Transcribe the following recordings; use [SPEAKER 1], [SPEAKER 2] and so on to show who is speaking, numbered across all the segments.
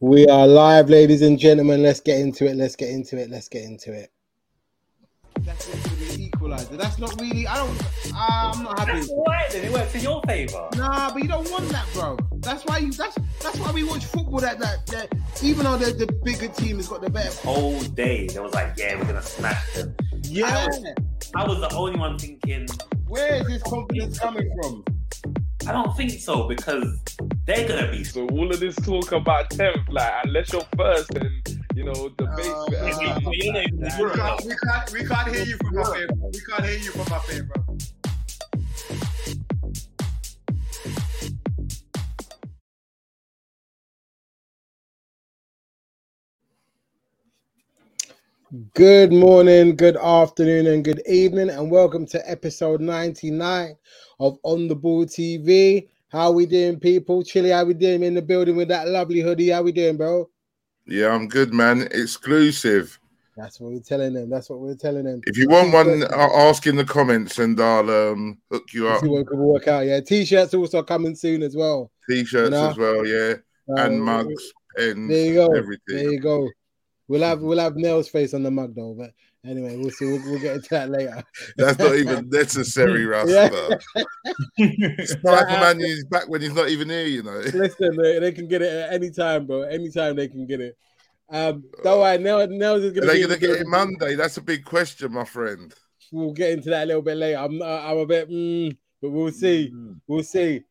[SPEAKER 1] We are live, ladies and gentlemen. Let's get into it. Let's get into it. Let's get into it.
[SPEAKER 2] That's it for the equalizer. That's not really. I don't. I'm not happy.
[SPEAKER 3] That's why then it works in your favour.
[SPEAKER 2] Nah, but you don't want that, bro. That's why you. That's that's why we watch football. That that, that even though the, the bigger team has got the better.
[SPEAKER 3] Whole day, they was like, yeah, we're gonna smash them.
[SPEAKER 2] Yeah.
[SPEAKER 3] I was the only one thinking,
[SPEAKER 2] Where is this confidence coming from?
[SPEAKER 3] I don't think so because they're gonna be.
[SPEAKER 4] So all of this talk about tenth, like unless you're first, then you know the
[SPEAKER 5] Oh,
[SPEAKER 3] You're
[SPEAKER 4] base.
[SPEAKER 5] man.
[SPEAKER 3] not even
[SPEAKER 5] We
[SPEAKER 3] Europe.
[SPEAKER 5] can't, we can't, we can't hear you from up here. bro. We can't hear you from up here, bro.
[SPEAKER 1] Good morning, good afternoon, and good evening, and welcome to episode 99 of On the Ball TV. How we doing, people? Chilly, how we doing in the building with that lovely hoodie? How we doing, bro?
[SPEAKER 6] Yeah, I'm good, man. Exclusive.
[SPEAKER 1] That's what we're telling them. That's what we're telling them.
[SPEAKER 6] If you want one, I'll ask in the comments and I'll um, hook you up.
[SPEAKER 1] See what could work out. Yeah, t-shirts also coming soon as well.
[SPEAKER 6] T-shirts
[SPEAKER 1] No.
[SPEAKER 6] as well, yeah, and
[SPEAKER 1] Um,
[SPEAKER 6] mugs, pens,
[SPEAKER 1] There you go. There
[SPEAKER 6] everything.
[SPEAKER 1] you go. We'll have we'll have Nell's face on the mug though, but anyway, we'll see. We'll, we'll get into that later.
[SPEAKER 6] That's not even necessary, Rasta. Spider-Man is back when he's not even here, you know.
[SPEAKER 1] Listen, they, they can get it at any time, bro. Anytime they can get it. Um, don't worry, Nell, Nell's is
[SPEAKER 6] Are
[SPEAKER 1] gonna,
[SPEAKER 6] they
[SPEAKER 1] be
[SPEAKER 6] going to get it Monday? That's a big question, my friend.
[SPEAKER 1] We'll get into that a little bit later. I'm not, I'm a bit, mm, but we'll see. We'll see.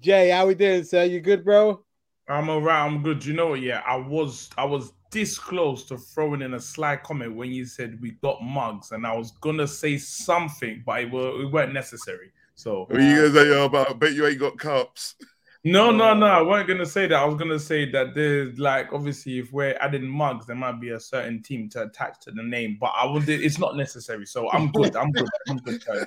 [SPEAKER 1] Jay, how we doing, sir? You good, bro?
[SPEAKER 7] I'm alright. I'm good. You know what? Yeah, I was I was this close to throwing in a sly comment when you said we got mugs, and I was gonna say something, but it, were, it weren't necessary. So
[SPEAKER 6] What are you going to say oh, but I bet you ain't got cups?
[SPEAKER 7] no, no, no. I wasn't gonna say that. I was gonna say that there's like obviously if we're adding mugs, there might be a certain team to attach to the name, but I would. It's not necessary. So I'm good. I'm good. I'm good. guys.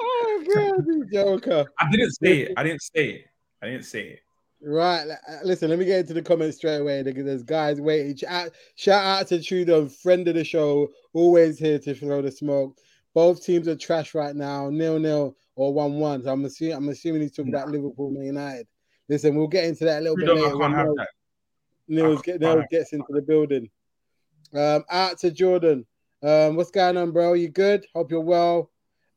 [SPEAKER 1] Oh, God, you Joker.
[SPEAKER 7] I didn't say it. I didn't say it. I didn't say it.
[SPEAKER 1] Right. li- uh, Listen, let me get into the comments straight away because there's guys waiting. Shout out, shout out to Trudeau, friend of the show, always here to throw the smoke. Both teams are trash right now, nil nil or one one. So I'm assuming I'm assuming he's talking about Liverpool Man United. Listen, we'll get into that a little bit
[SPEAKER 7] You don't,
[SPEAKER 1] later.
[SPEAKER 7] I
[SPEAKER 1] when
[SPEAKER 7] can't have
[SPEAKER 1] Nils-
[SPEAKER 7] that.
[SPEAKER 1] Nils,
[SPEAKER 7] I
[SPEAKER 1] get,
[SPEAKER 7] can't
[SPEAKER 1] Nils
[SPEAKER 7] have
[SPEAKER 1] gets into the building. Um, out to Jordan. Um, what's going on, bro? You good? Hope you're well.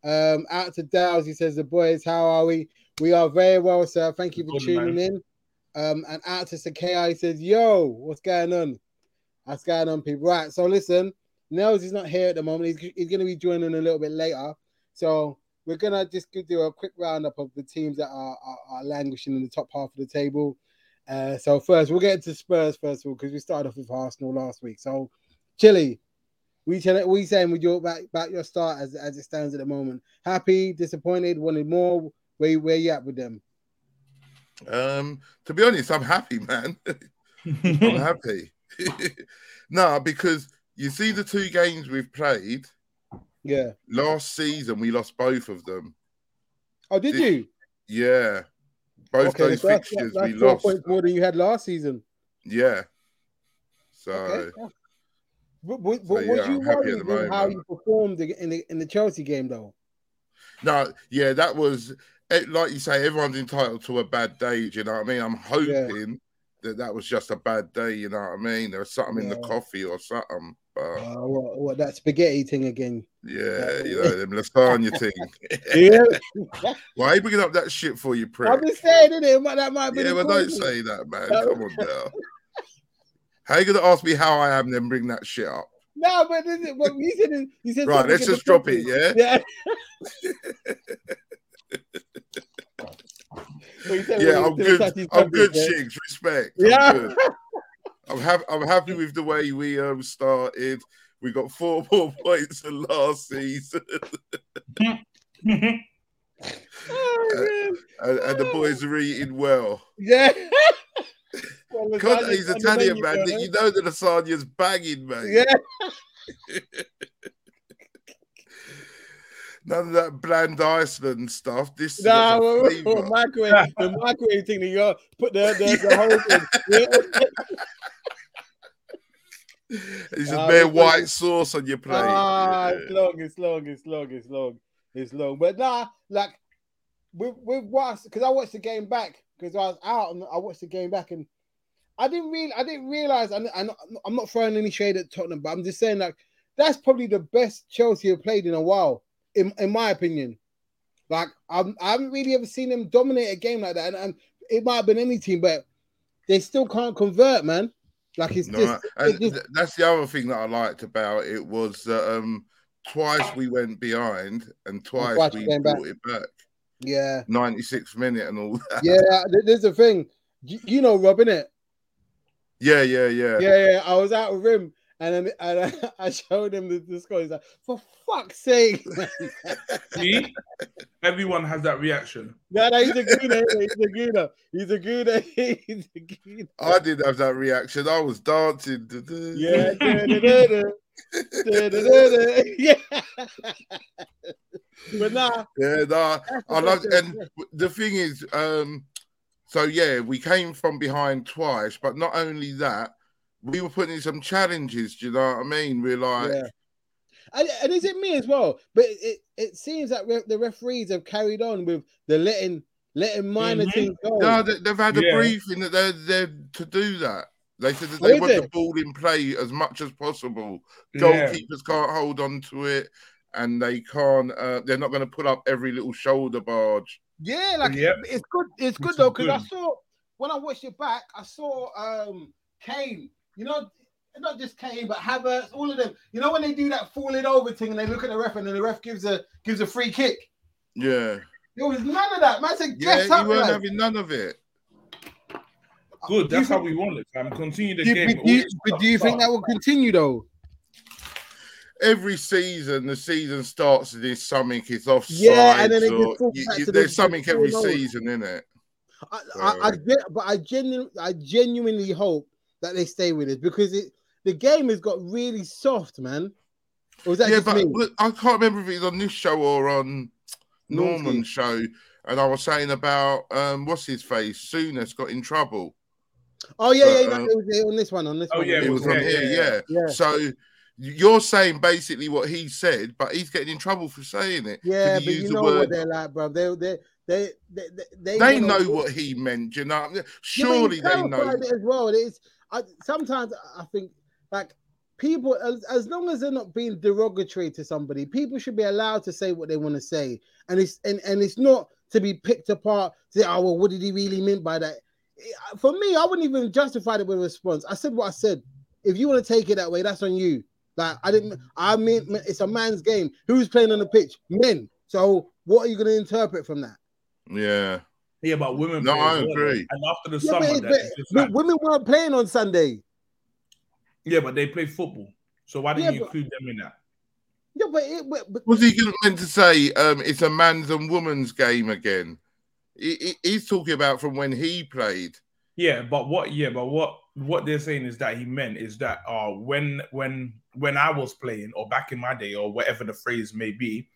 [SPEAKER 1] Um, out to Dowles. He says, "The boys, how are we? We are very well, sir. Thank you for
[SPEAKER 7] Good,
[SPEAKER 1] tuning in." Um, and out to Sakei. He says, "Yo, what's going on? What's going on, people? Right. So listen, Nels is not here at the moment. He's, he's going to be joining a little bit later. So we're gonna just go do a quick roundup of the teams that are, are, are languishing in the top half of the table. Uh, so first, we'll get to Spurs first of all because we started off with Arsenal last week. So, Chile, we tell we saying with your about, about your start as as it stands at the moment. Happy, disappointed, wanted more. Where where you at with them?
[SPEAKER 6] Um, to be honest, I'm happy, man. I'm happy. no, because you see the two games we've played
[SPEAKER 1] Yeah.
[SPEAKER 6] last season, we lost both of them.
[SPEAKER 1] Oh, did
[SPEAKER 6] Did-
[SPEAKER 1] you?
[SPEAKER 6] Yeah, both
[SPEAKER 1] Okay,
[SPEAKER 6] those
[SPEAKER 1] so that's,
[SPEAKER 6] fixtures
[SPEAKER 1] that's
[SPEAKER 6] we
[SPEAKER 1] four
[SPEAKER 6] lost.
[SPEAKER 1] points more than you had last season.
[SPEAKER 6] Yeah. So
[SPEAKER 1] Okay. But, but,
[SPEAKER 6] So,
[SPEAKER 1] but
[SPEAKER 6] yeah,
[SPEAKER 1] was you
[SPEAKER 6] I'm happy
[SPEAKER 1] worried
[SPEAKER 6] at the
[SPEAKER 1] with how
[SPEAKER 6] moment.
[SPEAKER 1] you performed in the in the Chelsea game though?
[SPEAKER 6] no, yeah, that was eh, like you say. Everyone's entitled to a bad day. Do you know what I mean? I'm hoping that that was just a bad day. You know what I mean? There was something in the
[SPEAKER 1] Yeah.
[SPEAKER 6] coffee or something. But
[SPEAKER 1] Uh, what, what that spaghetti thing again?
[SPEAKER 6] yeah, you know them lasagna thing.
[SPEAKER 1] Yeah,
[SPEAKER 6] Why are you bringing up that shit for you, prick?
[SPEAKER 1] I'm just saying, isn't it? Might- That might be.
[SPEAKER 6] Yeah,
[SPEAKER 1] the
[SPEAKER 6] but
[SPEAKER 1] problem.
[SPEAKER 6] don't say that, man.
[SPEAKER 1] No.
[SPEAKER 6] Come on now. How you gonna ask me how I am, then bring that shit up?
[SPEAKER 1] No, but this is, but you said you said.
[SPEAKER 6] Right,
[SPEAKER 1] something
[SPEAKER 6] let's
[SPEAKER 1] in the
[SPEAKER 6] just drop
[SPEAKER 1] picture.
[SPEAKER 6] it, yeah?
[SPEAKER 1] Yeah. Well, you said-
[SPEAKER 6] Yeah,
[SPEAKER 1] well, you
[SPEAKER 6] I'm
[SPEAKER 1] said it's
[SPEAKER 6] good.
[SPEAKER 1] actually
[SPEAKER 6] I'm good,
[SPEAKER 1] something,
[SPEAKER 6] Shigs. Respect.
[SPEAKER 1] Yeah.
[SPEAKER 6] I'm, good. I'm happy. I'm happy with the way we um started. We got four more points than last season,
[SPEAKER 1] yeah. Oh,
[SPEAKER 6] and, and the boys are eating well.
[SPEAKER 1] man. Yeah. Well, lasagna's
[SPEAKER 6] God, he's
[SPEAKER 1] on the
[SPEAKER 6] Italian,
[SPEAKER 1] menu,
[SPEAKER 6] man.
[SPEAKER 1] bro.
[SPEAKER 6] You know the lasagna's banging, mate.
[SPEAKER 1] eh? Yeah.
[SPEAKER 6] None of that bland Iceland stuff. This
[SPEAKER 1] Nah, well,
[SPEAKER 6] is
[SPEAKER 1] well, microwave, the microwave thing that you got, put the, the, the whole thing. Yeah.
[SPEAKER 6] It's just
[SPEAKER 1] Nah,
[SPEAKER 6] bare
[SPEAKER 1] we-
[SPEAKER 6] white sauce on your plate.
[SPEAKER 1] Ah,
[SPEAKER 6] Yeah.
[SPEAKER 1] it's long, it's long, it's long, it's long, it's long. But nah, like with with what because I watched the game back because I was out and I watched the game back and I didn't really, I didn't realize. And I'm, I'm not throwing any shade at Tottenham, but I'm just saying like that's probably the best Chelsea have played in a while, in in my opinion. Like I'm, I haven't really ever seen them dominate a game like that, and, and it might have been any team, but they still can't convert, man. Like it's
[SPEAKER 6] No,
[SPEAKER 1] just,
[SPEAKER 6] and
[SPEAKER 1] it's just
[SPEAKER 6] th- that's the other thing that I liked about it was that um, twice we went behind and twice,
[SPEAKER 1] twice
[SPEAKER 6] we
[SPEAKER 1] we came back.
[SPEAKER 6] brought it back.
[SPEAKER 1] yeah.
[SPEAKER 6] 96 minute and all that.
[SPEAKER 1] yeah, th- there's the thing. You, you know Rob, innit?
[SPEAKER 6] Yeah, yeah, yeah.
[SPEAKER 1] Yeah, yeah. I was out with him and then and I, I showed him the, the score. He's like, for fuck's sake. man."
[SPEAKER 7] See, everyone has that reaction.
[SPEAKER 1] no, no, he's a gooner. innit? He's a gooner. He's a gooner. He's a gooner.
[SPEAKER 6] I did have that reaction. I was dancing.
[SPEAKER 1] Yeah. da-da-da-da. Da-da-da-da. yeah. But nah,
[SPEAKER 6] Yeah, nah,
[SPEAKER 1] that's the
[SPEAKER 6] I love,
[SPEAKER 1] thing.
[SPEAKER 6] and the thing is, um, so yeah, we came from behind twice, but not only that, we were putting in some challenges. Do you know what I mean? We're like,
[SPEAKER 1] Yeah. And, and is it me as well? But it, it, it seems that re- the referees have carried on with the letting letting minor
[SPEAKER 7] Mhm.
[SPEAKER 1] things go.
[SPEAKER 6] Mm-hmm. no, they, have had a
[SPEAKER 7] Yeah.
[SPEAKER 6] briefing that they're there to do that. They said that
[SPEAKER 1] Oh,
[SPEAKER 6] they
[SPEAKER 1] is
[SPEAKER 6] want the
[SPEAKER 1] it?
[SPEAKER 6] ball in play as much as possible.
[SPEAKER 7] Yeah.
[SPEAKER 6] Goalkeepers can't hold on to it, and they can't. Uh, they're not going to put up every little shoulder barge.
[SPEAKER 1] Yeah, like
[SPEAKER 7] Yep.
[SPEAKER 1] it's good. It's good
[SPEAKER 7] It's
[SPEAKER 1] though because I
[SPEAKER 7] good.
[SPEAKER 1] saw when I watched it back, I saw um Kane. You know, not just Kane, but Havertz, all of them. You know when they do that falling over thing and they look at the ref and then the ref gives a gives a free kick.
[SPEAKER 6] Yeah,
[SPEAKER 1] There was none of that. Man said,
[SPEAKER 6] yeah,
[SPEAKER 1] get
[SPEAKER 6] you
[SPEAKER 1] up,
[SPEAKER 6] weren't
[SPEAKER 1] man.
[SPEAKER 6] having none of it.
[SPEAKER 7] Good. That's how we want it. I'm continue the
[SPEAKER 1] Do you-
[SPEAKER 7] game.
[SPEAKER 1] but do you-
[SPEAKER 7] Always
[SPEAKER 1] but do you think that will continue though?
[SPEAKER 6] every season the season starts and there's something it's offside.
[SPEAKER 1] Yeah, and then it just
[SPEAKER 6] or,
[SPEAKER 1] falls
[SPEAKER 6] you-
[SPEAKER 1] back
[SPEAKER 6] you-
[SPEAKER 1] to the-
[SPEAKER 6] there's something
[SPEAKER 1] the
[SPEAKER 6] every
[SPEAKER 1] goal.
[SPEAKER 6] season, isn't it?
[SPEAKER 1] I, I, I get, but I genuinely, I genuinely hope that they stay with it because it the game has got really soft, man. Or was that
[SPEAKER 6] yeah,
[SPEAKER 1] just
[SPEAKER 6] but
[SPEAKER 1] me?
[SPEAKER 6] look, I can't remember if it was on this show or on
[SPEAKER 1] Norman's
[SPEAKER 6] Norman's show. And I was saying about um, what's his face? Souness got in trouble.
[SPEAKER 1] Oh yeah, yeah,
[SPEAKER 6] but,
[SPEAKER 1] no,
[SPEAKER 6] uh,
[SPEAKER 1] it was on this one, on this
[SPEAKER 7] Oh,
[SPEAKER 1] one.
[SPEAKER 7] yeah,
[SPEAKER 6] It was on
[SPEAKER 7] yeah,
[SPEAKER 6] here,
[SPEAKER 7] yeah,
[SPEAKER 6] yeah.
[SPEAKER 1] yeah.
[SPEAKER 6] So you're saying basically what he said, but he's getting in trouble for saying it. 'cause
[SPEAKER 1] Yeah,
[SPEAKER 6] he
[SPEAKER 1] but
[SPEAKER 6] used
[SPEAKER 1] you
[SPEAKER 6] the
[SPEAKER 1] know
[SPEAKER 6] word-
[SPEAKER 1] what they're like, bro. They they they they they,
[SPEAKER 6] They
[SPEAKER 1] wanna-
[SPEAKER 6] know what he meant, you know.
[SPEAKER 1] Yeah, but you
[SPEAKER 6] Surely they know.
[SPEAKER 1] clarified it as well. It is. I, sometimes I think like people, as, as long as they're not being derogatory to somebody, people should be allowed to say what they want to say, and it's and, and it's not to be picked apart. Say, oh well, what did he really mean by that? Eh, For me, I wouldn't even justify it with a response. I said what I said. If you want to take it that way, that's on you. Like I didn't. I mean, it's a man's game. Who's playing on the pitch? Men. So what are you going to interpret from that?
[SPEAKER 6] Yeah.
[SPEAKER 7] Yeah, but women.
[SPEAKER 6] No,
[SPEAKER 7] play
[SPEAKER 6] I
[SPEAKER 7] as well,
[SPEAKER 6] agree.
[SPEAKER 7] And after the
[SPEAKER 1] Yeah,
[SPEAKER 7] summer,
[SPEAKER 1] but,
[SPEAKER 7] that
[SPEAKER 1] but-
[SPEAKER 7] is just
[SPEAKER 1] but
[SPEAKER 7] like-
[SPEAKER 1] women weren't playing on Sunday.
[SPEAKER 7] yeah, but they play football. So why didn't
[SPEAKER 1] Yeah,
[SPEAKER 7] you
[SPEAKER 1] but-
[SPEAKER 7] include them in that?
[SPEAKER 1] Yeah, but, it, but, but
[SPEAKER 6] Was he gonna- meant to say um, it's a man's and woman's game again? He, he- he's talking about from when he played.
[SPEAKER 7] Yeah, but what? Yeah, but what? What they're saying is that he meant is that uh when when when I was playing or back in my day or whatever the phrase may be,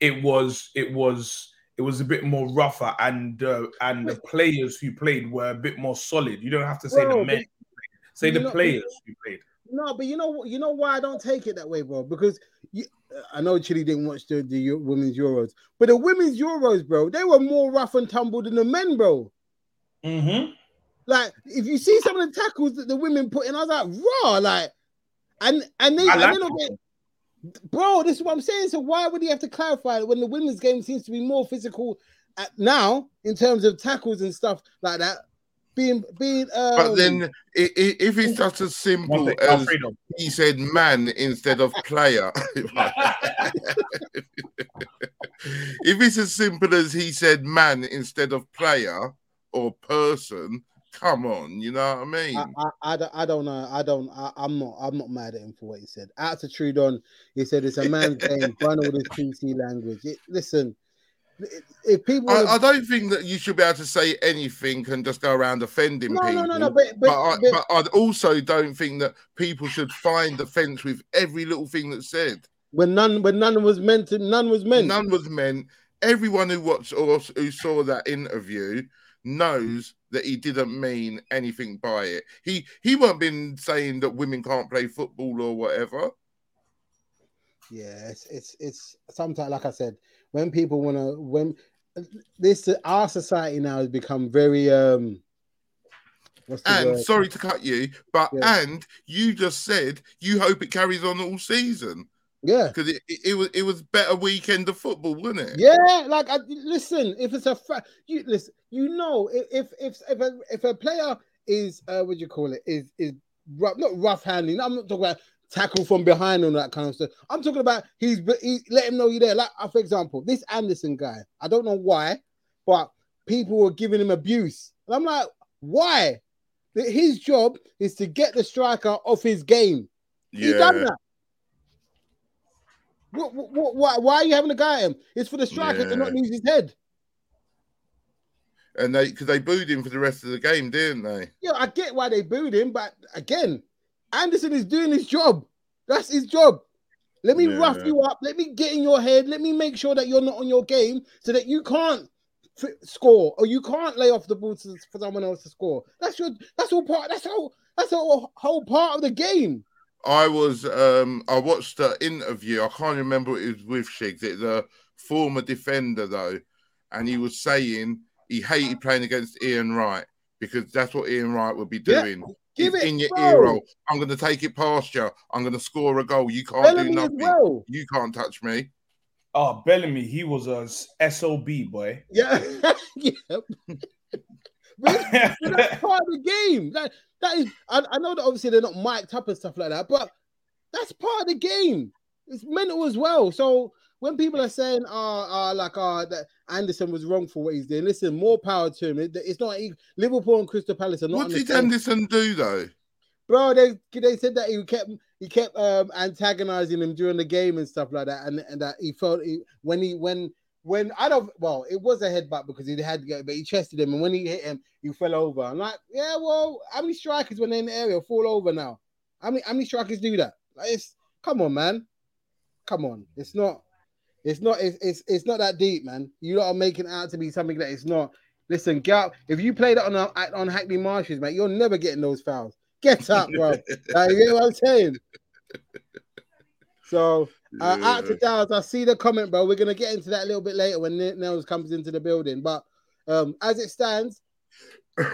[SPEAKER 7] it was it was it was a bit more rougher and uh, and the players who played were a bit more solid. You don't have to say
[SPEAKER 1] Bro,
[SPEAKER 7] the men,
[SPEAKER 1] but-
[SPEAKER 7] say
[SPEAKER 1] you
[SPEAKER 7] the
[SPEAKER 1] know-
[SPEAKER 7] players who played.
[SPEAKER 1] no, but you know, you know why I don't take it that way, bro. Because you, I know Chile didn't watch the, the Eu- women's Euros, but the women's Euros, bro, they were more rough and tumble than the men, bro.
[SPEAKER 7] Mm-hmm.
[SPEAKER 1] Like if you see some of the tackles that the women put in, I was like, raw, like, and and they,
[SPEAKER 7] I
[SPEAKER 1] and
[SPEAKER 7] like
[SPEAKER 1] they don't get- bro, this is what I'm saying. So why would he have to clarify it when the women's game seems to be more physical at, now in terms of tackles and stuff like that? Being being, um,
[SPEAKER 6] But then, i- i- if it's just as
[SPEAKER 7] One
[SPEAKER 6] simple
[SPEAKER 7] thing,
[SPEAKER 6] as
[SPEAKER 7] Alfredo.
[SPEAKER 6] he said "man" instead of "player," if it's as simple as he said "man" instead of "player" or "person," come on, you know what I mean?
[SPEAKER 1] I, I, I, don't, I don't know. I don't. I, I'm not. I'm not mad at him for what he said. Out to Trudon, he said it's a man's game. Run all this PC language. It, listen, if people,
[SPEAKER 6] I, I don't think that you should be able to say anything and just go around offending
[SPEAKER 1] no,
[SPEAKER 6] people.
[SPEAKER 1] no, no, no. But, but,
[SPEAKER 6] but I,
[SPEAKER 1] but-
[SPEAKER 6] but I also don't think that people should find offence with every little thing that's said.
[SPEAKER 1] when none, when none was meant to, none was meant.
[SPEAKER 6] None was meant. Everyone who watched or who saw that interview knows that he didn't mean anything by it. He he weren't been saying that women can't play football or whatever.
[SPEAKER 1] Yeah, it's, it's it's sometimes like I said, when people wanna when this our society now has become very um. What's the
[SPEAKER 6] And
[SPEAKER 1] word?
[SPEAKER 6] sorry to cut you, but
[SPEAKER 1] Yeah.
[SPEAKER 6] and you just said you hope it carries on all season
[SPEAKER 1] yeah,
[SPEAKER 6] because it, it, it was it was better weekend of football, wasn't it?
[SPEAKER 1] yeah. Like, I, listen, if it's a fa- you listen, you know, i- if if if a, if a player is uh, what do you call it is is rough, not rough handling. I'm not talking about tackle from behind and all that kind of stuff. I'm talking about he's he, let him know you're there. Like, uh, for example, this Anderson guy. I don't know why, but people were giving him abuse, and I'm like, why? That His job is to get the striker off his game. He done that. What, what, why, why are you having a guy at him? It's for the striker to not lose his head.
[SPEAKER 6] and they because they booed him for the rest of the game, didn't they?
[SPEAKER 1] Yeah, I get why they booed him, but again, Anderson is doing his job. That's his job. Let me
[SPEAKER 6] Yeah.
[SPEAKER 1] rough you up. Let me get in your head. Let me make sure that you're not on your game so that you can't f- score or you can't lay off the ball to, for someone else to score. That's your. That's all part. That's all. That's all whole part of the game.
[SPEAKER 6] I was um I watched an interview. I can't remember what it was with Shigs. It's a former defender though, and he was saying he hated playing against Ian Wright because that's what Ian Wright would be
[SPEAKER 1] Yeah.
[SPEAKER 6] doing.
[SPEAKER 1] Give
[SPEAKER 6] He's
[SPEAKER 1] it
[SPEAKER 6] in your
[SPEAKER 1] bro.
[SPEAKER 6] ear roll. I'm going to take it past you. I'm going to score a goal. You can't do
[SPEAKER 1] Bellamy as
[SPEAKER 6] nothing.
[SPEAKER 1] well.
[SPEAKER 6] You can't touch me.
[SPEAKER 7] Oh, Bellamy, he was a s- SOB boy.
[SPEAKER 1] Yeah. yeah. Really? But that's part of the game. That that is. I, I know that obviously they're not mic'd up and stuff like that, but that's part of the game. It's mental as well. So when people are saying, "Ah, uh, like, ah, that Anderson was wrong for what he's doing," listen, more power to him. It- it's not e- Liverpool and Crystal Palace are not.
[SPEAKER 6] What
[SPEAKER 1] on the
[SPEAKER 6] did
[SPEAKER 1] same-
[SPEAKER 6] Anderson do though?
[SPEAKER 1] Bro, they they said that he kept he kept um antagonizing him during the game and stuff like that, and and that he felt he, when he when when I don't well, it was a headbutt because he had to go, but he chested him, and when he hit him, he fell over. I'm like, yeah, well, how many strikers when they're in the area fall over now? How many how many strikers do that? Like, it's come on, man, come on, it's not. It's not it's, it's it's not that deep, man. You lot are making it out to be something that it's not. Listen, get up. If you play that on a- on Hackney Marshes, mate, you're never getting those fouls. Get up, bro. Like, you know what I'm saying? So, uh, out to Downs, I see the comment, bro. We're going to get into that a little bit later when N- Nels comes into the building. But um, as it stands,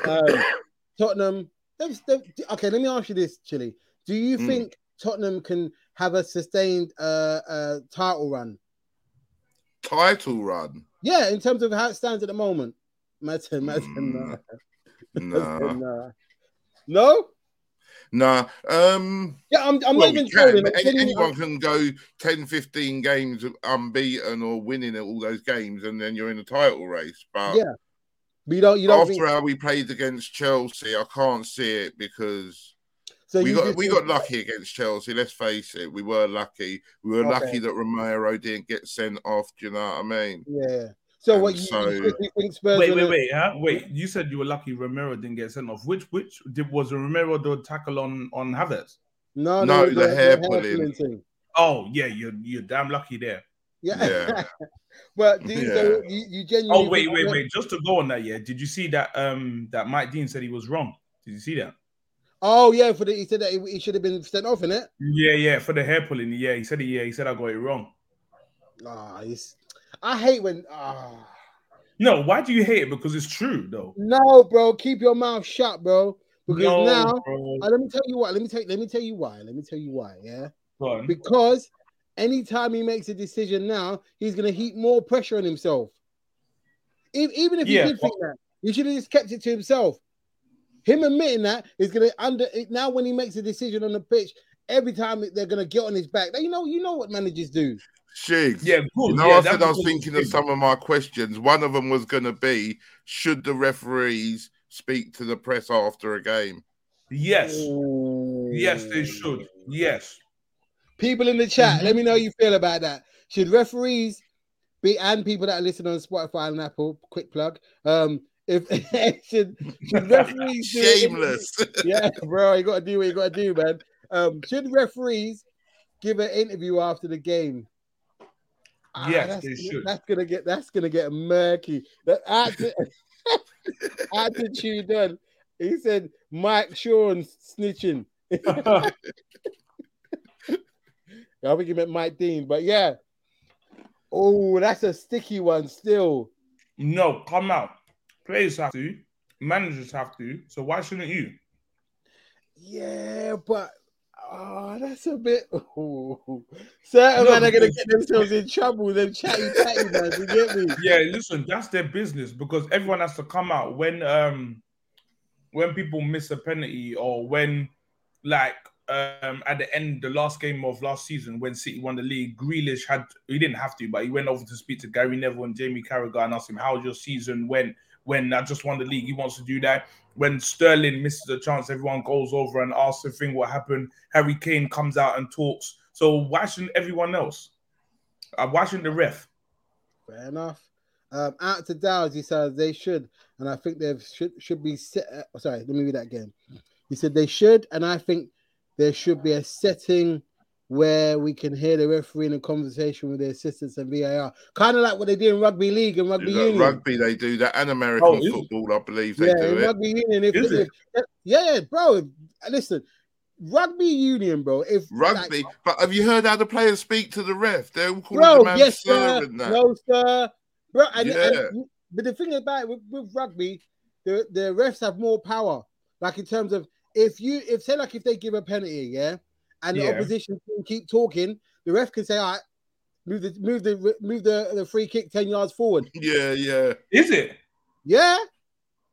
[SPEAKER 1] um, Tottenham, they've, they've- okay, let me ask you this, Chili. Do you
[SPEAKER 6] Mm.
[SPEAKER 1] think Tottenham can have a sustained uh, uh, title run?
[SPEAKER 6] Title run.
[SPEAKER 1] Yeah, in terms of how it stands at the moment. Madden, Madden,
[SPEAKER 6] Mm,
[SPEAKER 1] nah.
[SPEAKER 6] Nah,
[SPEAKER 1] Nah. No?
[SPEAKER 6] nah. Um,
[SPEAKER 1] Yeah, I'm, I'm
[SPEAKER 6] well,
[SPEAKER 1] not even
[SPEAKER 6] we can,
[SPEAKER 1] trolling.
[SPEAKER 6] but
[SPEAKER 1] I'm
[SPEAKER 6] any-
[SPEAKER 1] genuinely-
[SPEAKER 6] anyone can go 10, 15 games unbeaten or winning at all those games, and then you're in a title race. But
[SPEAKER 1] Yeah, but you don't, you don't
[SPEAKER 6] after
[SPEAKER 1] think-
[SPEAKER 6] how we played against Chelsea, I can't see it because
[SPEAKER 1] so
[SPEAKER 6] we
[SPEAKER 1] you
[SPEAKER 6] got
[SPEAKER 1] just
[SPEAKER 6] we
[SPEAKER 1] think-
[SPEAKER 6] got lucky against Chelsea. Let's face it, we were lucky. We were
[SPEAKER 1] Okay.
[SPEAKER 6] lucky that Romero didn't get sent off. Do you know what I mean?
[SPEAKER 1] Yeah. So
[SPEAKER 6] And
[SPEAKER 1] what you,
[SPEAKER 6] so-
[SPEAKER 1] you think- think Spurs?
[SPEAKER 7] Wait,
[SPEAKER 1] gonna-
[SPEAKER 7] wait, wait, huh? Wait, you said you were lucky Romero didn't get sent off. Which, which did, was Romero the tackle on on Havertz?
[SPEAKER 1] No,
[SPEAKER 6] No,
[SPEAKER 1] no,
[SPEAKER 6] the
[SPEAKER 1] the
[SPEAKER 6] hair
[SPEAKER 1] hair
[SPEAKER 6] pulling.
[SPEAKER 1] pulling thing.
[SPEAKER 7] Oh yeah, you're you're damn lucky there.
[SPEAKER 1] Yeah.
[SPEAKER 6] Yeah.
[SPEAKER 1] but do you, so
[SPEAKER 6] Yeah.
[SPEAKER 1] you, you genuinely?
[SPEAKER 7] Oh wait,
[SPEAKER 1] think-
[SPEAKER 7] wait, wait. Just to go on that, yeah. Did you see that? Um, that Mike Dean said he was wrong. Did you see that?
[SPEAKER 1] Oh yeah, for the, he said that he, he should have been sent off in it.
[SPEAKER 7] Yeah, yeah. For the hair pulling, yeah. He said, yeah. He said I got it wrong.
[SPEAKER 1] Ah, it's- I hate when. ah.
[SPEAKER 7] No, why do you hate it? Because it's true, though.
[SPEAKER 1] no, bro, keep your mouth shut, bro. Because
[SPEAKER 7] no,
[SPEAKER 1] now,
[SPEAKER 7] bro.
[SPEAKER 1] Ah, let me tell you why. Let me tell. Let me tell you why. Let me tell you why. Yeah,
[SPEAKER 7] Go on.
[SPEAKER 1] because anytime he makes a decision now, he's gonna heap more pressure on himself. E- even if
[SPEAKER 7] Yeah.
[SPEAKER 1] he did think that, he should have just kept it to himself. Him admitting that is gonna under now when he makes a decision on the pitch. Every time they're gonna get on his back, you know, you know what managers do.
[SPEAKER 6] Shigs.
[SPEAKER 7] Yeah, good.
[SPEAKER 6] You know,
[SPEAKER 7] yeah,
[SPEAKER 6] I
[SPEAKER 7] that's
[SPEAKER 6] said I was
[SPEAKER 7] what
[SPEAKER 6] thinking
[SPEAKER 7] it
[SPEAKER 6] of
[SPEAKER 7] is.
[SPEAKER 6] some of my questions. One of them was going to be should the referees speak to the press after a game?
[SPEAKER 7] Yes, yes, they should. Yes,
[SPEAKER 1] People in the chat,
[SPEAKER 7] Mhm.
[SPEAKER 1] let me know how you feel about that. Should referees be and people that are listening on Spotify and Apple, quick plug. Um, if should, should referees do it in-
[SPEAKER 6] Shameless.
[SPEAKER 1] yeah, bro, you gotta do what you gotta do, man. Um, should referees give an interview after the game? Ah,
[SPEAKER 7] Yes,
[SPEAKER 1] that's,
[SPEAKER 7] they should.
[SPEAKER 1] That's gonna get that's gonna get murky. That atti- attitude done. He said Mike Sean snitching. I think he meant Mike Dean, but yeah. Oh, that's a sticky one still.
[SPEAKER 7] No, come out. Players have to, managers have to. So why shouldn't you?
[SPEAKER 1] Yeah, but oh, that's a bit. Ooh. Certain men are going to get themselves in trouble. Them chatty chatty man, you get me?
[SPEAKER 7] Yeah, listen, that's their business because everyone has to come out when um when people miss a penalty or when like um at the end the last game of last season when City won the league, Grealish had he didn't have to, but he went over to speak to Gary Neville and Jamie Carragher and asked him how's your season when when I just won the league, he wants to do that. When Sterling misses a chance, everyone goes over and asks the thing what happened. Harry Kane comes out and talks. So why shouldn't everyone else? I'm watching the ref.
[SPEAKER 1] Fair enough. Um, out to Dowds, he says they should, and I think they should should be. Set, uh, sorry, let me read that again. He said they should, and I think there should be a setting where we can hear the referee in a conversation with the assistants and VAR, kind of like what they do in rugby league and rugby
[SPEAKER 6] Is that
[SPEAKER 1] union.
[SPEAKER 6] Rugby, they do that, and American
[SPEAKER 7] Oh, is it?
[SPEAKER 6] football, I believe they
[SPEAKER 1] yeah,
[SPEAKER 6] do
[SPEAKER 1] in
[SPEAKER 6] it.
[SPEAKER 1] rugby union. If,
[SPEAKER 7] Is
[SPEAKER 1] if, yeah, bro. Listen, rugby union, bro. If like,
[SPEAKER 6] Rugby, but have you heard how the players speak to the ref? They're all calling
[SPEAKER 1] bro,
[SPEAKER 6] the man
[SPEAKER 1] yes,
[SPEAKER 6] sir
[SPEAKER 1] sir,
[SPEAKER 6] and that.
[SPEAKER 1] no, sir, bro. And, and-
[SPEAKER 6] Yeah.
[SPEAKER 1] but the thing about it with, with rugby, the, the refs have more power. Like in terms of if you if say like if they give a penalty, yeah, and
[SPEAKER 7] Yeah.
[SPEAKER 1] the opposition team keep talking, the ref can say, "All right, move the move the move the, the free kick ten yards forward."
[SPEAKER 6] Yeah, yeah,
[SPEAKER 7] Is it?
[SPEAKER 1] Yeah,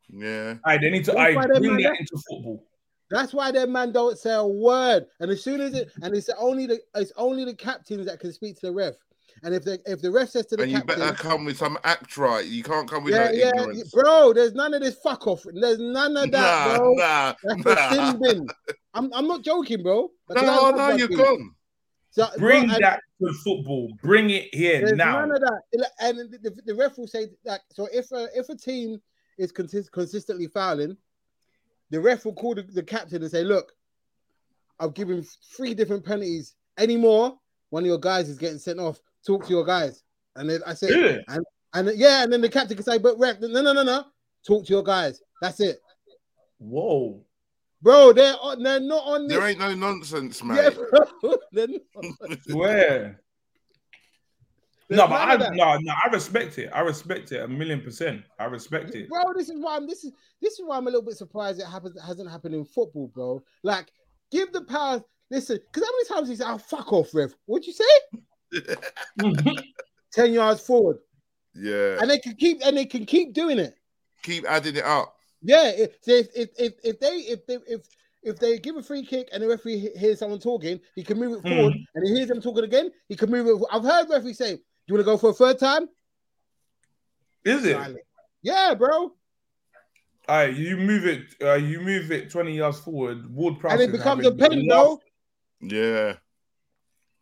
[SPEAKER 6] yeah.
[SPEAKER 7] I they need to
[SPEAKER 1] That's
[SPEAKER 7] I
[SPEAKER 1] why they
[SPEAKER 7] bring
[SPEAKER 1] made
[SPEAKER 7] that
[SPEAKER 1] that-
[SPEAKER 7] into football.
[SPEAKER 1] that's why their man don't say a word. And as soon as it and it's only the it's only the captains that can speak to the ref. And if the if the ref says to the
[SPEAKER 6] And you
[SPEAKER 1] captain,
[SPEAKER 6] better come with some act right. You can't come with
[SPEAKER 1] yeah,
[SPEAKER 6] no
[SPEAKER 1] yeah,
[SPEAKER 6] ignorance.
[SPEAKER 1] bro. There's none of this fuck off. There's none of that, bro.
[SPEAKER 6] nah,
[SPEAKER 1] That's
[SPEAKER 6] nah,
[SPEAKER 1] a
[SPEAKER 6] nah.
[SPEAKER 1] sin bin. I'm, I'm not joking, bro. Like, I
[SPEAKER 6] No,
[SPEAKER 1] love
[SPEAKER 6] no, you're
[SPEAKER 1] rugby.
[SPEAKER 6] gone.
[SPEAKER 1] So,
[SPEAKER 7] Bring
[SPEAKER 1] bro, and
[SPEAKER 7] that to football. Bring it here
[SPEAKER 1] There's
[SPEAKER 7] now.
[SPEAKER 1] none of that. Like, And the, the ref will say like, so if a, if a team is consist- consistently fouling, the ref will call the, the captain and say, look, I've given three different penalties. Any more, one of your guys is getting sent off. Talk to your guys. And then I say,
[SPEAKER 7] Yeah.
[SPEAKER 1] and then- yeah, and then the captain can say, but ref, no, no, no, no. Talk to your guys. That's it.
[SPEAKER 7] Whoa.
[SPEAKER 1] Bro, they're on, they're not on this.
[SPEAKER 6] There ain't no nonsense, mate.
[SPEAKER 1] Yeah, bro. They're not-
[SPEAKER 7] Swear.
[SPEAKER 1] There's
[SPEAKER 7] no, but
[SPEAKER 1] none
[SPEAKER 7] I
[SPEAKER 1] of that.
[SPEAKER 7] no, no, I respect it. I respect it a million percent. I respect it.
[SPEAKER 1] bro. This is why I'm. This is this is why I'm a little bit surprised it happens. Hasn't happened in football, bro. Like, give the power. Listen, because how many times he said, "Oh, fuck off, ref." What'd you say? Ten yards forward,
[SPEAKER 6] yeah,
[SPEAKER 1] and they can keep and they can keep doing it.
[SPEAKER 6] keep adding it up.
[SPEAKER 1] Yeah. If if if if, if they if they if if they give a free kick and the referee he- hears someone talking, he can move it
[SPEAKER 7] Hmm.
[SPEAKER 1] forward, and he hears them talking again, he can move it. I've heard referees say, "Do you want to go for a third time?"
[SPEAKER 7] Is it?
[SPEAKER 1] Silent. Yeah, bro.
[SPEAKER 7] Aye, you move it. Uh, you move it twenty yards forward. Wood Prowse.
[SPEAKER 1] and it
[SPEAKER 7] is
[SPEAKER 1] becomes a pen,
[SPEAKER 7] having laugh-
[SPEAKER 1] bro.
[SPEAKER 6] Yeah,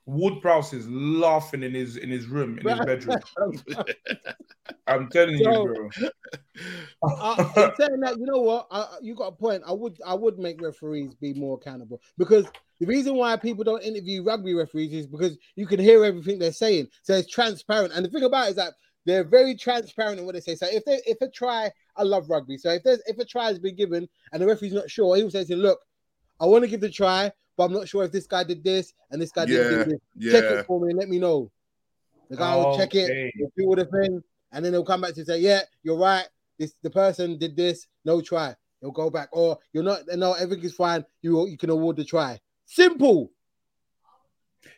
[SPEAKER 7] Wood Prowse is laughing in his in his room in his
[SPEAKER 1] Bro.
[SPEAKER 7] bedroom. I'm telling you,
[SPEAKER 1] Yo.
[SPEAKER 7] bro.
[SPEAKER 1] uh, in saying that, you know what? I, you got a point. I would I would make referees be more accountable because the reason why people don't interview rugby referees is because you can hear everything they're saying, so it's transparent. And the thing about it is that they're very transparent in what they say. So if they if a try, I love rugby. So if there's if a try has been given and the referee's not sure, he will say, to him, "Look, I want to give the try, but I'm not sure if this guy did this and this guy didn't do this. Check
[SPEAKER 6] yeah.
[SPEAKER 1] it for me and let me know." The guy
[SPEAKER 7] Oh,
[SPEAKER 1] will check it
[SPEAKER 7] Okay.
[SPEAKER 1] they'll do all the thing, and then they'll come back to you and say, "Yeah, you're right. This the person did this. No try." They'll go back, or you're not. No, everything is fine. You you can award the try. Simple.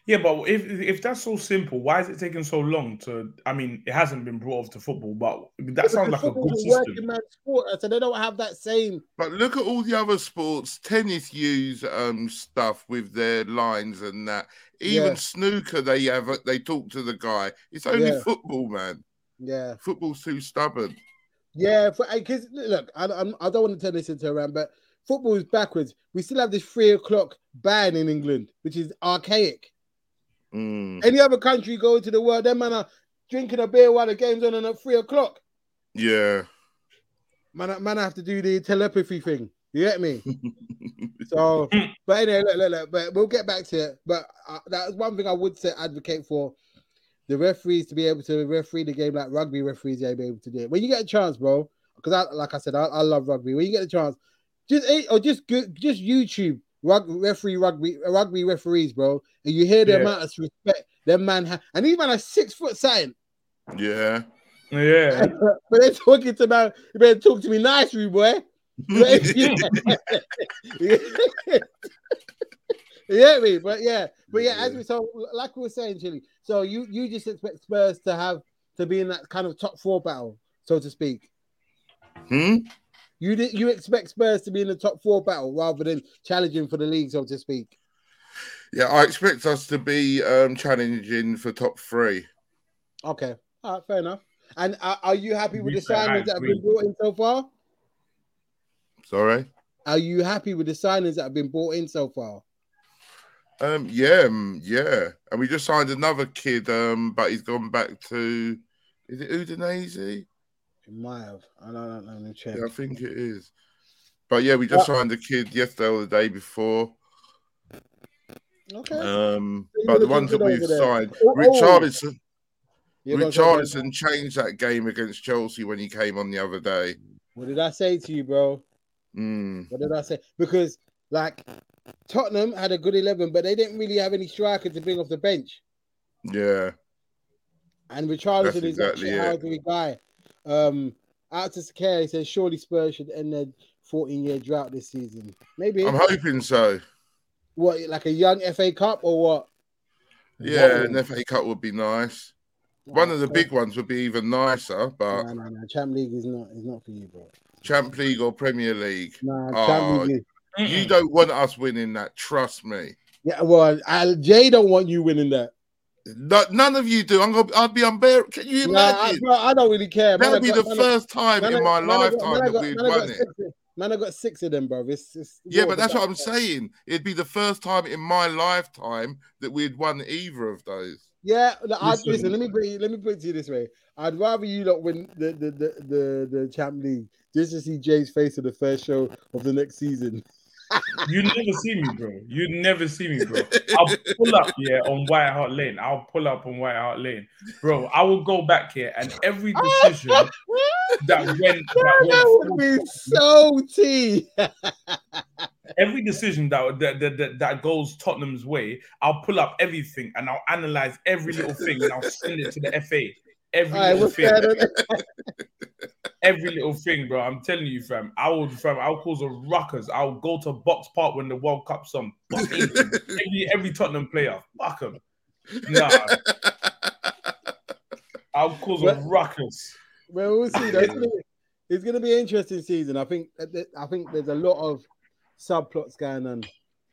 [SPEAKER 7] Yeah, but if if that's so simple, why is it taking so long to? I mean, it hasn't been brought off to football, but that sounds like a
[SPEAKER 1] Football's
[SPEAKER 7] good
[SPEAKER 1] working
[SPEAKER 7] system.
[SPEAKER 1] man sport, so they don't have that same.
[SPEAKER 6] But look at all the other sports. Tennis use um stuff with their lines and that. Even
[SPEAKER 1] Yeah.
[SPEAKER 6] snooker, they have a, they talk to the guy. It's only
[SPEAKER 1] Yeah.
[SPEAKER 6] football, man.
[SPEAKER 1] Yeah,
[SPEAKER 6] Football's too stubborn.
[SPEAKER 1] yeah. Because look, I, I'm, I don't want to turn this into a rant, but football is backwards. We still have this three o'clock ban in England, which is archaic.
[SPEAKER 6] Mm,
[SPEAKER 1] Any other country go into the world, them man are drinking a beer while the game's on and at three o'clock.
[SPEAKER 6] Yeah,
[SPEAKER 1] Man, man, I have to do the telepathy thing. You get me? so, but anyway, look, look, look, but we'll get back to it. But uh, that's one thing I would say advocate for the referees to be able to referee the game like rugby referees are able to do it. When you get a chance, bro, because I, like I said, I, I love rugby. When you get a chance, just eh, or just go- just YouTube rug, referee rugby rugby referees, bro, and you hear the
[SPEAKER 7] Yeah.
[SPEAKER 1] amount of respect that man ha- and these man are six foot sign.
[SPEAKER 6] yeah.
[SPEAKER 7] Yeah.
[SPEAKER 1] But they're talking to my, you better talk to me nicely, boy. yeah, me, but yeah, but yeah, as we so like we were saying, Chili. So you you just expect Spurs to have to be in that kind of top four battle, so to speak.
[SPEAKER 6] Hmm?
[SPEAKER 1] You did you expect Spurs to be in the top four battle rather than challenging for the league, so to speak.
[SPEAKER 6] Yeah, I expect us to be um, challenging for top three.
[SPEAKER 1] Okay, all right, fair enough. And are, are you happy with
[SPEAKER 7] You
[SPEAKER 1] the
[SPEAKER 7] said I
[SPEAKER 1] signings that have been
[SPEAKER 7] agree.
[SPEAKER 1] brought in so far?
[SPEAKER 6] Sorry.
[SPEAKER 1] Are you happy with the signings that have been brought in so far?
[SPEAKER 6] Um, yeah, mm, yeah. And we just signed another kid, um, but he's gone back to is it Udinese?
[SPEAKER 1] It might have. I don't know. Let me check.
[SPEAKER 6] Yeah, I think it is. But yeah, we just
[SPEAKER 1] Uh,
[SPEAKER 6] signed a kid yesterday or the day before.
[SPEAKER 1] Okay.
[SPEAKER 6] Um,
[SPEAKER 1] So you
[SPEAKER 6] but the
[SPEAKER 1] look
[SPEAKER 6] ones that
[SPEAKER 1] good
[SPEAKER 6] we've
[SPEAKER 1] over there.
[SPEAKER 6] signed,
[SPEAKER 1] Oh, oh.
[SPEAKER 6] Richarlison,
[SPEAKER 1] Yeah, go on, go on, go on.
[SPEAKER 6] Richarlison changed that game against Chelsea when he came on the other day.
[SPEAKER 1] What did I say to you, bro?
[SPEAKER 6] Mm,
[SPEAKER 1] What did I say? Because like Tottenham had a good eleven, but they didn't really have any striker to bring off the bench.
[SPEAKER 6] yeah,
[SPEAKER 1] And Richarlison
[SPEAKER 6] That's
[SPEAKER 1] is that
[SPEAKER 6] exactly
[SPEAKER 1] shit hungry guy. Um, out to Sakari says surely Spurs should end their 14 year drought this season. Maybe
[SPEAKER 6] I'm hoping so.
[SPEAKER 1] what like a young FA Cup or what?
[SPEAKER 6] Yeah, an FA Cup would be nice. One of the big ones would be even nicer, but
[SPEAKER 1] No, no, no. Champ League is not is not for you, bro.
[SPEAKER 6] Champ League or Premier League.
[SPEAKER 1] Nah,
[SPEAKER 6] Oh,
[SPEAKER 1] Champ League. Is,
[SPEAKER 6] You don't want us winning that, trust me.
[SPEAKER 1] yeah, well, I, Jay don't want you winning that.
[SPEAKER 6] No, none of you do. I'm gonna, I'd be unbearable. Can you
[SPEAKER 1] Nah, I,
[SPEAKER 6] imagine?
[SPEAKER 1] bro, I don't really care. Man, I
[SPEAKER 6] That'd be
[SPEAKER 1] got-
[SPEAKER 6] the
[SPEAKER 1] man, I-
[SPEAKER 6] first time
[SPEAKER 1] Man,
[SPEAKER 6] in
[SPEAKER 1] I-
[SPEAKER 6] my
[SPEAKER 1] man, I got-
[SPEAKER 6] lifetime
[SPEAKER 1] man, I
[SPEAKER 6] that
[SPEAKER 1] got-
[SPEAKER 6] we'd
[SPEAKER 1] man, I got
[SPEAKER 6] won it.
[SPEAKER 1] six of- Man, I got six of them, bro. It's, it's
[SPEAKER 6] Yeah,
[SPEAKER 1] war
[SPEAKER 6] but that's
[SPEAKER 1] about
[SPEAKER 6] what I'm
[SPEAKER 1] that.
[SPEAKER 6] saying. It'd be the first time in my lifetime that we'd won either of those.
[SPEAKER 1] Yeah, look, I'd,
[SPEAKER 7] Listen.
[SPEAKER 1] listen. Let me put you, let me put it to you this way. I'd rather you not win the the the the, the champ league just to see Jay's face at the first show of the next season.
[SPEAKER 7] You never see me, bro. You never see me, bro. I'll pull up, yeah, on White Hart Lane. I'll pull up on White Hart Lane, bro. I will go back here, and every decision that went,
[SPEAKER 1] that
[SPEAKER 7] that
[SPEAKER 1] would
[SPEAKER 7] went
[SPEAKER 1] be so tea.
[SPEAKER 7] every decision that that, that that that goes Tottenham's way, I'll pull up everything and I'll analyze every little thing and I'll send it to the FA. Every
[SPEAKER 1] All right,
[SPEAKER 7] little
[SPEAKER 1] what's
[SPEAKER 7] thing,
[SPEAKER 1] going on?
[SPEAKER 7] every little thing, bro. I'm telling you, fam. I would, fam. I'll cause a ruckus. I'll go to Box Park when the World Cup's on. Fuck England. every every Tottenham player, fuck them. Nah, I'll cause a
[SPEAKER 1] But-
[SPEAKER 7] ruckus.
[SPEAKER 1] Well, we'll see. though. It's gonna be, it's gonna be an interesting season. I think I think there's a lot of subplots going on